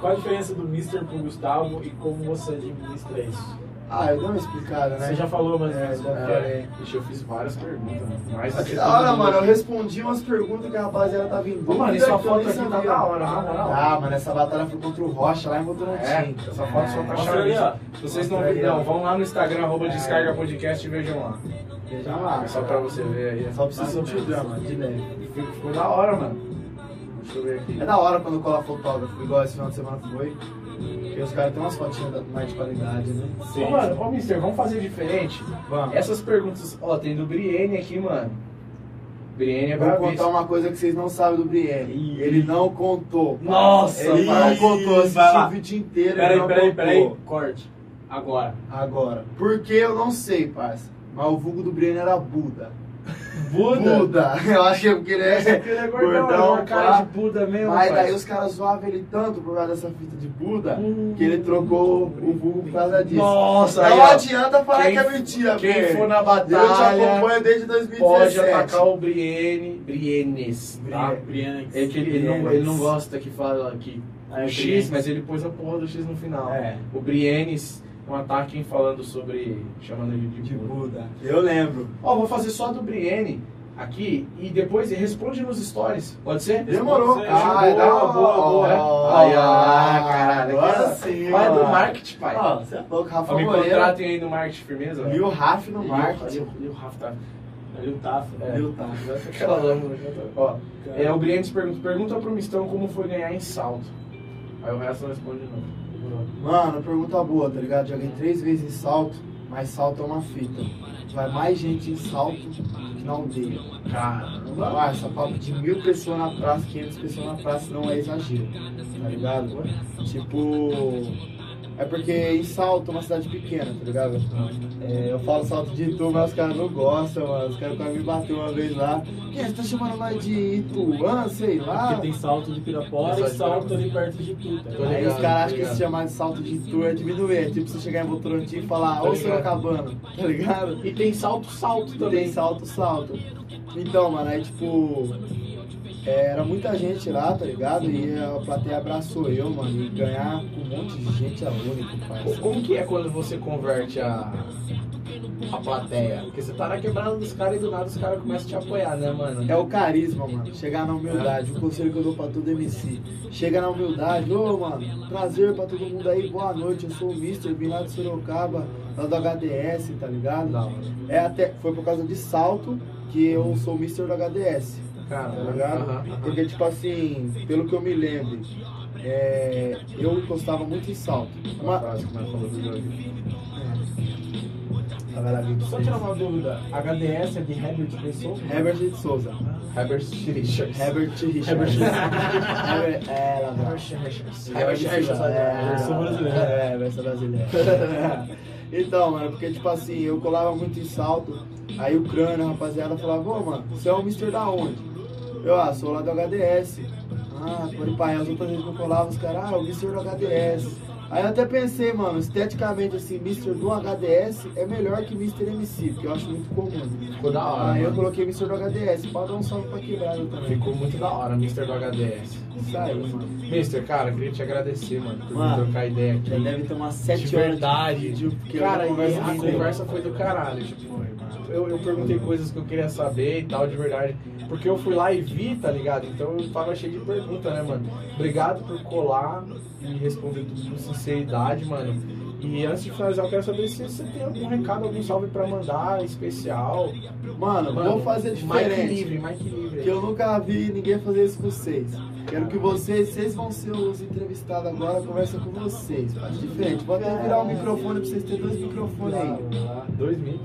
[SPEAKER 3] Qual a diferença do Mr. pro Gustavo e como você administra isso?
[SPEAKER 2] Ah, eu dei uma explicada, né?
[SPEAKER 3] Você já falou, mas
[SPEAKER 2] É, já
[SPEAKER 3] é,
[SPEAKER 2] falei.
[SPEAKER 1] Ixi, eu fiz várias perguntas. né? Mas
[SPEAKER 2] Mas que da hora, mano, eu respondi umas perguntas que a rapaziada tá tava em
[SPEAKER 1] Ô,
[SPEAKER 2] dúvida.
[SPEAKER 1] mano, essa
[SPEAKER 2] que eu
[SPEAKER 1] foto
[SPEAKER 2] nem
[SPEAKER 1] aqui tá
[SPEAKER 2] sabia.
[SPEAKER 1] da hora, na moral.
[SPEAKER 2] Ah, mano, essa batalha foi contra o Rocha lá em Votorantim.
[SPEAKER 1] É, essa foto só tá
[SPEAKER 3] Mostra ali, ó.
[SPEAKER 1] chave. Vocês não viram, não. Vão lá no Instagram, arroba descarga podcast e vejam lá.
[SPEAKER 2] Veja lá.
[SPEAKER 1] é Só pra você ver aí.
[SPEAKER 2] Só precisa sentir o drama, de leve.
[SPEAKER 1] Ficou ficou da hora, mano. Deixa eu ver aqui.
[SPEAKER 2] É da hora quando cola fotógrafo, igual esse final de semana foi. Porque os caras têm umas fotinhas da- mais de qualidade, né? É,
[SPEAKER 1] Ô, mano, ô, mister, vamos fazer diferente?
[SPEAKER 2] Vamos.
[SPEAKER 1] Essas perguntas, ó, tem do Brienne aqui, mano. Brienne é
[SPEAKER 2] Eu vou
[SPEAKER 1] brabíssimo.
[SPEAKER 2] contar uma coisa que vocês não sabem do Brienne.
[SPEAKER 3] Ih.
[SPEAKER 2] Ele não contou.
[SPEAKER 3] Nossa,
[SPEAKER 2] Ele não
[SPEAKER 3] vai.
[SPEAKER 2] contou, eu assisti
[SPEAKER 3] Vai lá.
[SPEAKER 2] o vídeo inteiro. ele
[SPEAKER 3] Peraí,
[SPEAKER 2] não
[SPEAKER 3] peraí,
[SPEAKER 2] contou.
[SPEAKER 3] peraí. Corte. Agora.
[SPEAKER 2] Agora, porque eu não sei, parça. Mas o vulgo do Breno era Buda.
[SPEAKER 1] Buda.
[SPEAKER 2] Eu acho que é porque ele é.
[SPEAKER 1] Ele é gordão, ele é
[SPEAKER 2] Gordão,
[SPEAKER 1] uma cara
[SPEAKER 2] pá.
[SPEAKER 1] de Buda mesmo.
[SPEAKER 2] Mas daí
[SPEAKER 1] parça.
[SPEAKER 2] os caras zoavam ele tanto por causa dessa fita de Buda que ele trocou o vulgo por causa disso.
[SPEAKER 1] Hum, Nossa,
[SPEAKER 2] não
[SPEAKER 1] aí, ó.
[SPEAKER 2] adianta falar
[SPEAKER 1] Quem-
[SPEAKER 2] que é mentira,
[SPEAKER 1] quem
[SPEAKER 2] Breno.
[SPEAKER 1] for na batalha,
[SPEAKER 2] Eu te acompanho desde 2017.
[SPEAKER 1] Pode atacar o Brienne. Briennes.
[SPEAKER 3] Tá,
[SPEAKER 1] Tá?
[SPEAKER 3] Brienne.
[SPEAKER 1] É que ele, ele não, ele não É gosta que fala que o X, mas ele pôs a porra do X no final.
[SPEAKER 2] É.
[SPEAKER 1] O Briennes
[SPEAKER 5] um ataque falando sobre. chamando ele de,
[SPEAKER 2] De
[SPEAKER 5] Buda.
[SPEAKER 2] Buda. Eu lembro.
[SPEAKER 5] Ó, vou fazer só do Brienne aqui e depois responde nos stories. Pode ser?
[SPEAKER 2] Demorou.
[SPEAKER 5] Ah, dá uma boa, boa, né? Aí, ó, ah, caralho.
[SPEAKER 2] Agora
[SPEAKER 5] aqui, é
[SPEAKER 2] sim.
[SPEAKER 5] Vai do
[SPEAKER 2] mano.
[SPEAKER 5] marketing, pai.
[SPEAKER 2] Ó, você é louco, Rafa
[SPEAKER 5] me
[SPEAKER 2] Moreira.
[SPEAKER 5] contratem aí no marketing firmeza. ó.
[SPEAKER 2] E o Raf no
[SPEAKER 5] E o-
[SPEAKER 2] marketing.
[SPEAKER 5] E o- e o Rafa tá.
[SPEAKER 3] Ali o Taf, né?
[SPEAKER 5] É.
[SPEAKER 2] E o Taf.
[SPEAKER 5] Aquela lâmina. Ó, é, o Brientes pergunta, pergunta pro Mistão como foi ganhar em salto. Aí o resto não responde não.
[SPEAKER 2] Mano, pergunta boa, tá ligado? Joguei três vezes em salto, mas salto é uma fita. Vai mais gente em salto do que na aldeia.
[SPEAKER 5] Caramba.
[SPEAKER 2] Ah, essa papo de mil pessoas na praça, 500 pessoas na praça não é exagero, tá ligado? Tipo, é porque em Salto é uma cidade pequena, tá ligado? É, eu falo Salto de Itu, mas os caras não gostam, mano. Os caras quase me bateram uma vez lá. Que você tá chamando nós de Ituã, sei lá?
[SPEAKER 3] Porque tem salto de Pirapora e salto ali perto de tá? Pita.
[SPEAKER 5] Tô
[SPEAKER 2] Aí os
[SPEAKER 5] ligado,
[SPEAKER 2] caras
[SPEAKER 5] tô
[SPEAKER 2] acham que
[SPEAKER 5] ligado.
[SPEAKER 2] se chamar de Salto de Itu é diminuir. É tipo você chegar em Votorantim e falar,
[SPEAKER 5] Tô
[SPEAKER 2] ô
[SPEAKER 5] ligado.
[SPEAKER 2] Sorocabana, tá ligado?
[SPEAKER 5] E tem salto, salto
[SPEAKER 2] Tem
[SPEAKER 5] também.
[SPEAKER 2] salto, salto. Então, mano, aí tipo. é, Era muita gente lá, tá ligado? E a plateia abraçou eu, mano. E ganhar com um monte de gente é único,
[SPEAKER 5] Co-
[SPEAKER 2] parça.
[SPEAKER 5] Como que é quando você converte a, a plateia? Porque você tá na quebrada dos caras e do nada os caras começam a te apoiar, né, mano?
[SPEAKER 2] É o carisma, mano. Chegar na humildade. O conselho que eu dou pra todo MC. Chega na humildade. Ô, mano, prazer pra todo mundo aí. Boa noite. Eu sou o Mister, vim lá de Sorocaba, lá do HDS, tá ligado? É até, foi por causa de salto que eu sou o Mister do HDS.
[SPEAKER 5] Cara,
[SPEAKER 2] tá ligado? Porque, tipo assim, pelo que eu me lembro, é, eu encostava muito em salto.
[SPEAKER 5] Uma
[SPEAKER 2] Uma,
[SPEAKER 5] frase que o Marco falou do jogo.
[SPEAKER 3] Só tirar uma dúvida, HDS é de Herbert Pessoa?
[SPEAKER 2] Herbert de Souza.
[SPEAKER 5] Herbert Richards.
[SPEAKER 2] Herbert Richards. Herbert é, lá, lá.
[SPEAKER 5] Herbert Richards.
[SPEAKER 2] É,
[SPEAKER 3] Versão brasileira.
[SPEAKER 2] É, versão brasileira. então, mano, porque, tipo assim, eu colava muito em salto. Aí o crânio, a rapaziada, falava, ô, mano, você é o Mister da onde? Eu, ah, sou lá do HDS. Ah, pode pai, as outras vezes que eu colava, os caras, ah, o Mister do HDS. Aí eu até pensei, mano, esteticamente, assim, Mister do HDS é melhor que Mister MC, porque eu acho muito comum.
[SPEAKER 5] Ficou da hora.
[SPEAKER 2] Aí eu
[SPEAKER 5] mano.
[SPEAKER 2] coloquei Mister do HDS, pra dar um salve pra quebrada também.
[SPEAKER 5] Ficou muito da hora, Mr. do HDS.
[SPEAKER 2] Isso aí, mano.
[SPEAKER 5] Mister, cara, queria te agradecer, mano, por
[SPEAKER 2] Mano,
[SPEAKER 5] trocar ideia aqui.
[SPEAKER 2] Já deve tomar sete
[SPEAKER 5] De
[SPEAKER 2] horas
[SPEAKER 5] verdade.
[SPEAKER 2] vídeo, porque eu
[SPEAKER 5] Cara, e
[SPEAKER 2] não converso
[SPEAKER 5] a
[SPEAKER 2] com ninguém.
[SPEAKER 5] conversa foi do caralho. Tipo, eu, eu perguntei coisas que eu queria saber e tal, de verdade. Porque eu fui lá e vi, tá ligado? Então eu tava cheio de pergunta, né, mano? Obrigado por colar e responder tudo com sinceridade, mano. E antes de finalizar, eu quero saber se você tem algum recado, algum salve pra mandar especial.
[SPEAKER 2] Mano, vou fazer
[SPEAKER 5] Mike
[SPEAKER 2] diferente.
[SPEAKER 5] livre, Mike livre.
[SPEAKER 2] Que eu nunca vi ninguém fazer isso com vocês. Quero que vocês, vocês vão ser os entrevistados agora, conversa com vocês. Faz diferente. Vou até virar o microfone pra vocês terem dois microfones aí.
[SPEAKER 5] Ah, Dois mil.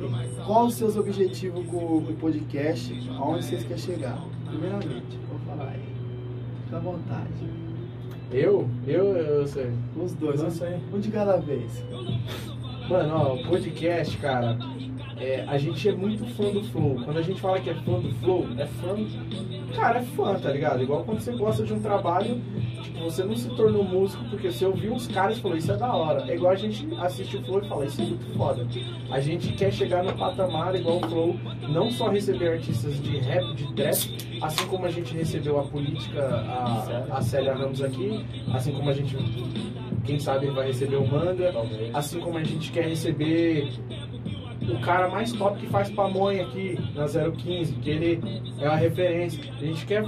[SPEAKER 2] Qual os seus objetivos com com o podcast? Aonde vocês querem chegar? Primeiramente, vou falar aí. Fica à vontade.
[SPEAKER 5] Eu? Eu, eu sei.
[SPEAKER 2] Os dois,
[SPEAKER 5] Eu
[SPEAKER 2] um-
[SPEAKER 5] sei.
[SPEAKER 2] um de cada vez.
[SPEAKER 5] Mano, ó, o podcast, cara, é, a gente é muito fã do Flow. Quando a gente fala que é fã do Flow, é fã. Cara, é fã, tá ligado? Igual quando você gosta de um trabalho, tipo, você não se tornou músico porque você ouviu os caras e falou, isso é da hora. É igual a gente assiste o Flow e fala, isso é muito foda. A gente quer chegar no patamar igual o Flow, não só receber artistas de rap, de trap, assim como a gente recebeu a política, a, a Célia Ramos aqui, assim como a gente, quem sabe, vai receber o Manga. Assim como a gente quer receber o cara mais top que faz pamonha aqui na 015, que ele é uma referência. A gente quer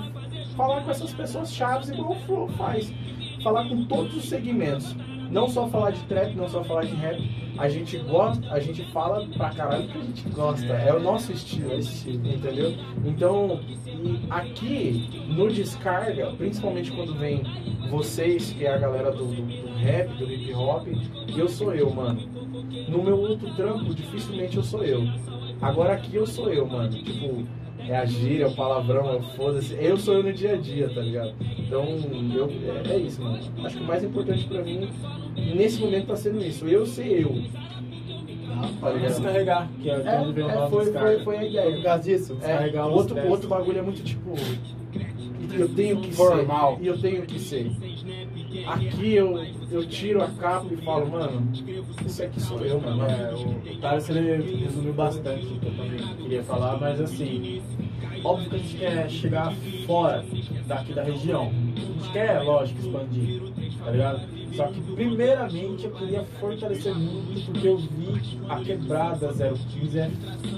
[SPEAKER 5] falar com essas pessoas chaves igual o Flow faz. Falar com todos os segmentos. Não só falar de trap, não só falar de rap. A gente gosta, a gente fala pra caralho que a gente gosta. É o nosso estilo, é esse estilo, entendeu? Então, e aqui no Descarga, principalmente quando vem vocês, que é a galera do, do- do rap, do hip hop, eu sou eu, mano. No meu outro trampo, dificilmente eu sou eu. Agora aqui eu sou eu, mano. Tipo, é a gíria, é o palavrão, é o foda-se. Eu sou eu no dia a dia, tá ligado? Então, eu, é, é isso, mano. Acho que o mais importante pra mim, nesse momento, tá sendo isso. Eu ser eu. Tá
[SPEAKER 3] Pode
[SPEAKER 5] ligado?
[SPEAKER 3] descarregar, que é
[SPEAKER 5] É,
[SPEAKER 3] quando vem o
[SPEAKER 5] é,
[SPEAKER 3] nome
[SPEAKER 5] foi,
[SPEAKER 3] descarga.
[SPEAKER 5] foi, foi a
[SPEAKER 2] É por
[SPEAKER 5] ideia.
[SPEAKER 2] causa disso?
[SPEAKER 5] É,
[SPEAKER 3] Descarregar
[SPEAKER 5] o
[SPEAKER 3] os
[SPEAKER 5] outro, o
[SPEAKER 3] testes.
[SPEAKER 5] outro bagulho é muito tipo. Eu tenho que
[SPEAKER 2] Formal.
[SPEAKER 5] ser. E eu tenho que ser. Aqui eu, eu tiro a capa e falo, mano, isso aqui sou eu, mano.
[SPEAKER 3] É, o Thales ele resumiu bastante o que eu também queria falar, mas assim, óbvio que a gente quer chegar fora daqui da região. A gente quer, lógico, expandir, tá ligado? Só que, primeiramente, eu queria fortalecer muito porque eu vi a quebrada 015. É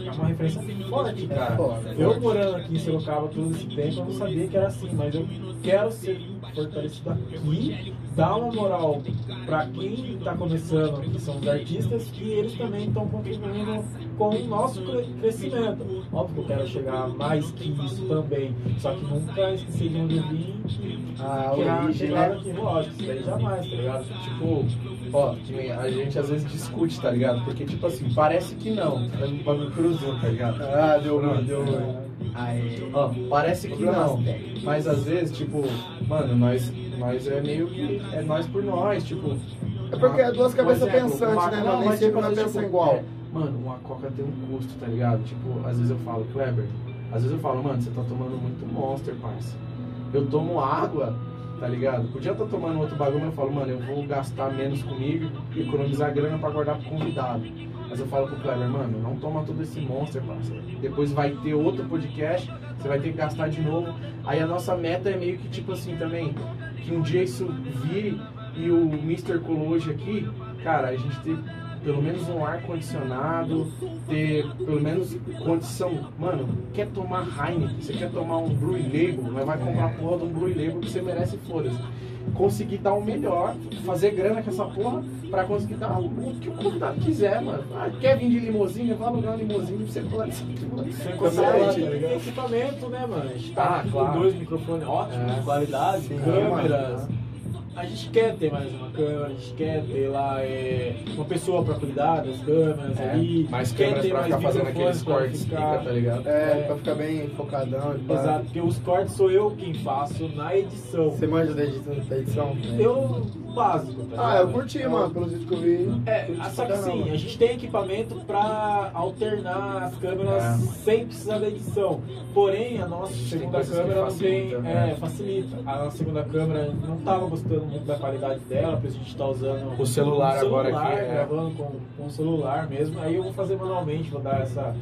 [SPEAKER 3] é uma referência forte, cara. Eu morando aqui em Sorocaba todo esse tempo, eu não sabia que era assim, mas eu quero ser fortalecido aqui, dar uma moral pra quem tá começando, que são os artistas, que eles também estão contribuindo com o nosso cre- crescimento. Óbvio que eu quero chegar a mais que isso também, só que nunca esqueci de onde eu vim
[SPEAKER 5] A
[SPEAKER 3] que era
[SPEAKER 5] origem,
[SPEAKER 3] chegar
[SPEAKER 5] né?
[SPEAKER 3] aqui, lógico, isso daí jamais, tá ligado?
[SPEAKER 5] Tipo, ó, que nem a gente às vezes discute, tá ligado? Porque, tipo assim, parece que não. Mas o bagulho cruzou, tá ligado?
[SPEAKER 2] Ah, deu ruim, deu ruim.
[SPEAKER 5] Ó, parece que não. Mas às vezes, tipo, mano, nós, nós é meio que. É nós por nós, tipo.
[SPEAKER 2] É porque é duas
[SPEAKER 5] Por
[SPEAKER 2] cabeças
[SPEAKER 5] exemplo,
[SPEAKER 2] pensantes,
[SPEAKER 5] uma-
[SPEAKER 2] né?
[SPEAKER 5] não,
[SPEAKER 2] Não, nem
[SPEAKER 5] mas,
[SPEAKER 2] sempre
[SPEAKER 5] tipo,
[SPEAKER 2] não
[SPEAKER 5] às vezes,
[SPEAKER 2] pensa
[SPEAKER 5] tipo,
[SPEAKER 2] igual.
[SPEAKER 5] é, mano, uma coca tem um custo, tá ligado? Tipo, às vezes eu falo, Kleber, às vezes eu falo, mano, você tá tomando muito monster, parça. Eu tomo água, tá ligado? Podia estar tomando outro bagulho, mas eu falo, mano, eu vou gastar menos comigo e economizar grana pra guardar pro convidado. Mas eu falo pro Kleber, mano, não toma todo esse monster, parça. Depois vai ter outro podcast, você vai ter que gastar de novo. Aí a nossa meta é meio que tipo assim também, que um dia isso vire e o Mr. Cologe aqui, cara, a gente ter pelo menos um ar-condicionado, ter pelo menos condição. Mano, quer tomar Heineken, você quer tomar um Brew Label, mas vai comprar a porra de um Brew Label que você merece, foda-se. Conseguir dar o melhor, fazer grana com essa porra, pra conseguir dar o o que o convidado quiser, mano. Ah, quer vir de limousine, vai alugar uma limousine pra você colar nessa porra.
[SPEAKER 3] Sem
[SPEAKER 5] Tá
[SPEAKER 3] contar
[SPEAKER 5] bom,
[SPEAKER 3] a
[SPEAKER 5] tá
[SPEAKER 3] gente
[SPEAKER 5] ligado?
[SPEAKER 3] tem equipamento, né, mano? A gente
[SPEAKER 5] Ah,
[SPEAKER 3] tá aqui
[SPEAKER 5] claro.
[SPEAKER 3] com dois microfones ótimos,
[SPEAKER 5] É.
[SPEAKER 3] de qualidade,
[SPEAKER 5] Sim,
[SPEAKER 3] câmeras. A gente quer ter mais uma câmera, a gente quer ter lá é, uma pessoa pra cuidar das câmeras
[SPEAKER 5] É,
[SPEAKER 3] ali.
[SPEAKER 5] mais
[SPEAKER 3] quer
[SPEAKER 5] câmeras
[SPEAKER 3] ter
[SPEAKER 5] pra
[SPEAKER 3] mais
[SPEAKER 5] ficar fazendo
[SPEAKER 3] microfones
[SPEAKER 5] aqueles
[SPEAKER 3] pra
[SPEAKER 5] cortes,
[SPEAKER 3] ficar-
[SPEAKER 5] pica, tá ligado?
[SPEAKER 2] É, pra ficar bem focadão e pá.
[SPEAKER 3] Exato, porque os cortes sou eu quem faço na edição.
[SPEAKER 2] Você manja da edição? Da edição?
[SPEAKER 3] Eu, básico, tá
[SPEAKER 2] Ah,
[SPEAKER 3] ligado?
[SPEAKER 2] eu curti, mano, pelo vídeo que eu vi.
[SPEAKER 3] É,
[SPEAKER 2] curti
[SPEAKER 3] só que
[SPEAKER 2] pra caramba.
[SPEAKER 3] assim, a gente tem equipamento pra alternar as câmeras
[SPEAKER 5] É.
[SPEAKER 3] sem precisar da edição. Porém, a nossa
[SPEAKER 5] Tem
[SPEAKER 3] segunda
[SPEAKER 5] coisas que
[SPEAKER 3] câmera não tem.
[SPEAKER 5] facilitam, né?
[SPEAKER 3] É, facilita. A nossa segunda câmera não tava gostando muito da qualidade dela, porque a gente tá usando
[SPEAKER 5] O celular
[SPEAKER 3] um
[SPEAKER 5] agora
[SPEAKER 3] celular,
[SPEAKER 5] aqui, é.
[SPEAKER 3] gravando com, com o celular mesmo. Aí eu vou fazer manualmente, vou dar essa.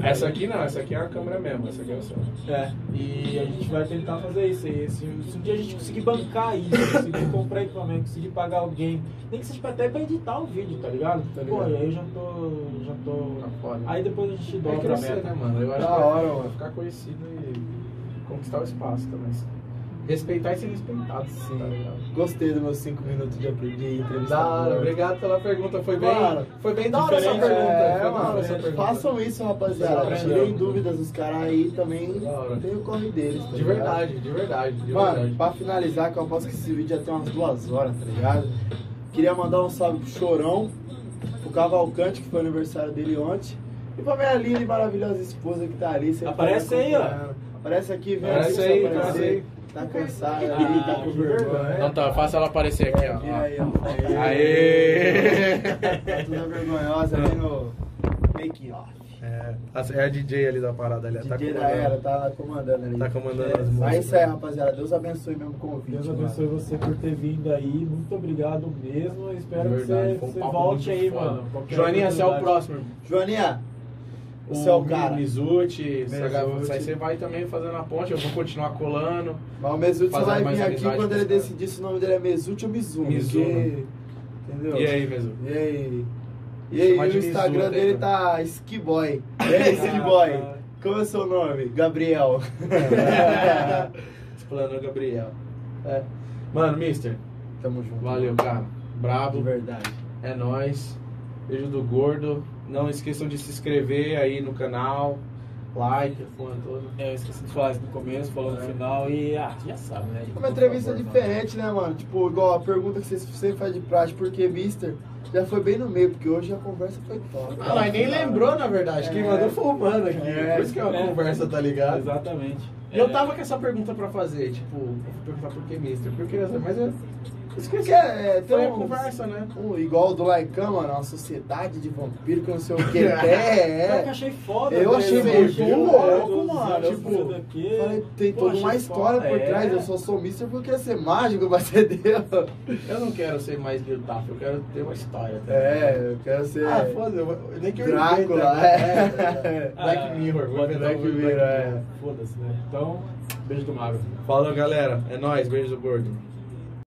[SPEAKER 5] Essa aqui não, essa aqui é a câmera mesmo, essa aqui é a sua.
[SPEAKER 3] É, e a gente vai tentar fazer isso aí. Se, se um dia a gente conseguir bancar isso, conseguir comprar equipamento, conseguir pagar alguém, nem que seja até pra editar o vídeo, tá ligado?
[SPEAKER 2] Tá
[SPEAKER 3] Pô,
[SPEAKER 2] ligado.
[SPEAKER 3] e aí eu já tô. Já
[SPEAKER 5] Tá
[SPEAKER 3] tô.
[SPEAKER 5] foda.
[SPEAKER 3] Aí depois a gente
[SPEAKER 5] É
[SPEAKER 3] dobra a
[SPEAKER 5] crescer,
[SPEAKER 3] meta.
[SPEAKER 5] né, mano? Eu acho
[SPEAKER 2] Da
[SPEAKER 5] que
[SPEAKER 2] hora,
[SPEAKER 5] é
[SPEAKER 2] mano.
[SPEAKER 5] ficar conhecido e conquistar o espaço também. assim. Respeitar e ser respeitado, sim. Tá ligado?
[SPEAKER 2] Gostei dos meus 5 minutos de apre- de entrevista.
[SPEAKER 5] é. Da hora, obrigado pela pergunta. Foi bem,
[SPEAKER 2] Claro.
[SPEAKER 5] foi bem da hora essa
[SPEAKER 3] Diferente,
[SPEAKER 5] pergunta.
[SPEAKER 2] É,
[SPEAKER 5] foi da hora
[SPEAKER 2] mano,
[SPEAKER 5] essa pergunta.
[SPEAKER 2] façam isso, rapaziada.
[SPEAKER 5] Aprendeu.
[SPEAKER 2] Tirem dúvidas dos caras aí também.
[SPEAKER 5] Da hora.
[SPEAKER 2] Tem o corre deles, tá
[SPEAKER 5] De
[SPEAKER 2] ligado?
[SPEAKER 5] verdade, de verdade, de
[SPEAKER 2] Mano,
[SPEAKER 5] verdade.
[SPEAKER 2] pra finalizar, que eu aposto que esse vídeo já tem umas duas horas, tá ligado? Queria mandar um salve pro Chorão, pro Cavalcante, que foi o aniversário dele ontem. E pra minha linda e maravilhosa esposa que tá ali. sempre
[SPEAKER 3] Aparece
[SPEAKER 2] tá me
[SPEAKER 3] aí, ó.
[SPEAKER 2] acompanhando. Aparece aqui, vem
[SPEAKER 5] Aparece
[SPEAKER 2] aqui,
[SPEAKER 5] aí,
[SPEAKER 2] aparece
[SPEAKER 5] aparece aí.
[SPEAKER 2] Tá cansada ali, tá
[SPEAKER 3] Ah,
[SPEAKER 2] com
[SPEAKER 3] que
[SPEAKER 2] vergonha.
[SPEAKER 5] Então tá, faça ela aparecer aqui,
[SPEAKER 2] Vem
[SPEAKER 5] ó.
[SPEAKER 2] aí, ó.
[SPEAKER 5] Aê!
[SPEAKER 2] Tá toda vergonhosa ali no make off.
[SPEAKER 5] É, a- é a DJ ali da parada ali, ó. tá
[SPEAKER 2] DJ da
[SPEAKER 5] comandando.
[SPEAKER 2] era, tá comandando ali.
[SPEAKER 5] Tá comandando as
[SPEAKER 2] Mas é
[SPEAKER 5] músicas.
[SPEAKER 2] isso aí, rapaziada. Deus abençoe mesmo o convite.
[SPEAKER 3] Deus
[SPEAKER 2] mano.
[SPEAKER 3] abençoe você por ter vindo aí. Muito obrigado mesmo. Eu Espero
[SPEAKER 5] De verdade,
[SPEAKER 3] que
[SPEAKER 5] foi um
[SPEAKER 3] você, você
[SPEAKER 5] papo
[SPEAKER 3] volte
[SPEAKER 5] muito
[SPEAKER 3] aí,
[SPEAKER 5] foda.
[SPEAKER 3] mano. Qualquer
[SPEAKER 5] Joaninha, você é o
[SPEAKER 3] oportunidade.
[SPEAKER 5] próximo.
[SPEAKER 2] Joaninha, você é o cara.
[SPEAKER 5] Mizuti, essa
[SPEAKER 2] Mizuti.
[SPEAKER 5] garota aí, você vai também fazendo a ponte, eu vou continuar colando.
[SPEAKER 2] Mas o Mezuti só
[SPEAKER 5] Fazendo
[SPEAKER 2] vai
[SPEAKER 5] mais
[SPEAKER 2] vir aqui
[SPEAKER 5] amizade
[SPEAKER 2] quando
[SPEAKER 5] com
[SPEAKER 2] ele
[SPEAKER 5] os caras.
[SPEAKER 2] decidir se o nome dele é Mezuti ou Mizuno.
[SPEAKER 5] Mizuno.
[SPEAKER 2] porque- Entendeu?
[SPEAKER 5] E aí, Mizuti?
[SPEAKER 2] E aí? E
[SPEAKER 5] Vou
[SPEAKER 2] aí,
[SPEAKER 5] chamar
[SPEAKER 2] o
[SPEAKER 5] de
[SPEAKER 2] Instagram
[SPEAKER 5] Mizuti aí,
[SPEAKER 2] dele
[SPEAKER 5] então.
[SPEAKER 2] tá Skiboy. E aí, Skiboy? Como é o seu nome? Gabriel.
[SPEAKER 5] Explanou Gabriel. É. Mano, mister,
[SPEAKER 2] Tamo junto.
[SPEAKER 5] valeu, cara.
[SPEAKER 2] De
[SPEAKER 5] Bravo,
[SPEAKER 2] verdade.
[SPEAKER 5] é nóis. Beijo do gordo. Não esqueçam de se inscrever aí no canal. Like, a porra toda.
[SPEAKER 3] É, eu esqueci de falar isso no começo, falou no
[SPEAKER 5] É.
[SPEAKER 3] final e ah, já sabe, né?
[SPEAKER 2] Uma entrevista diferente, né, mano? Tipo, igual a pergunta que você sempre faz de prática, porque Mister já foi bem no meio, porque hoje a conversa foi top.
[SPEAKER 5] Ah, nós nem lembrou, na verdade. Quem
[SPEAKER 2] É.
[SPEAKER 5] mandou foi o mano aqui.
[SPEAKER 2] É.
[SPEAKER 5] Por isso que é uma
[SPEAKER 3] É.
[SPEAKER 5] conversa, tá ligado?
[SPEAKER 3] Exatamente.
[SPEAKER 5] E eu tava com essa pergunta pra fazer, tipo, eu vou perguntar por que mister, por que mister, mas eu esqueci.
[SPEAKER 2] Porque é, tem
[SPEAKER 5] Foi a
[SPEAKER 2] uns-
[SPEAKER 5] conversa, né?
[SPEAKER 2] um- igual o do Laikan, mano, uma sociedade de vampiro que eu não sei o que. É,
[SPEAKER 3] Sabe o que eu
[SPEAKER 2] é.
[SPEAKER 3] achei foda.
[SPEAKER 2] Eu
[SPEAKER 3] né?
[SPEAKER 2] achei
[SPEAKER 5] meio
[SPEAKER 2] louco,
[SPEAKER 3] eu
[SPEAKER 2] mano,
[SPEAKER 3] achei
[SPEAKER 2] tipo,
[SPEAKER 3] foda daqui.
[SPEAKER 2] Falei, tem
[SPEAKER 3] Pô,
[SPEAKER 2] toda
[SPEAKER 3] achei
[SPEAKER 2] uma história
[SPEAKER 3] foda,
[SPEAKER 2] por
[SPEAKER 3] é.
[SPEAKER 2] trás, eu só sou Mister porque ia ser mágico, mas é Deus.
[SPEAKER 5] Eu não quero ser mais Bill Taff, eu quero ter uma história. tá
[SPEAKER 2] É, eu quero ser.
[SPEAKER 5] Ah, foda, eu- nem que eu
[SPEAKER 2] Drácula,
[SPEAKER 5] invente, né?
[SPEAKER 2] é.
[SPEAKER 5] Black Mirror, vou
[SPEAKER 3] foda,
[SPEAKER 5] inventar
[SPEAKER 2] Black
[SPEAKER 5] um Black
[SPEAKER 2] Mirror, é.
[SPEAKER 3] Foda-se, né? Então, beijo do Magro.
[SPEAKER 5] Falou, galera. É nóis, beijo do gordo.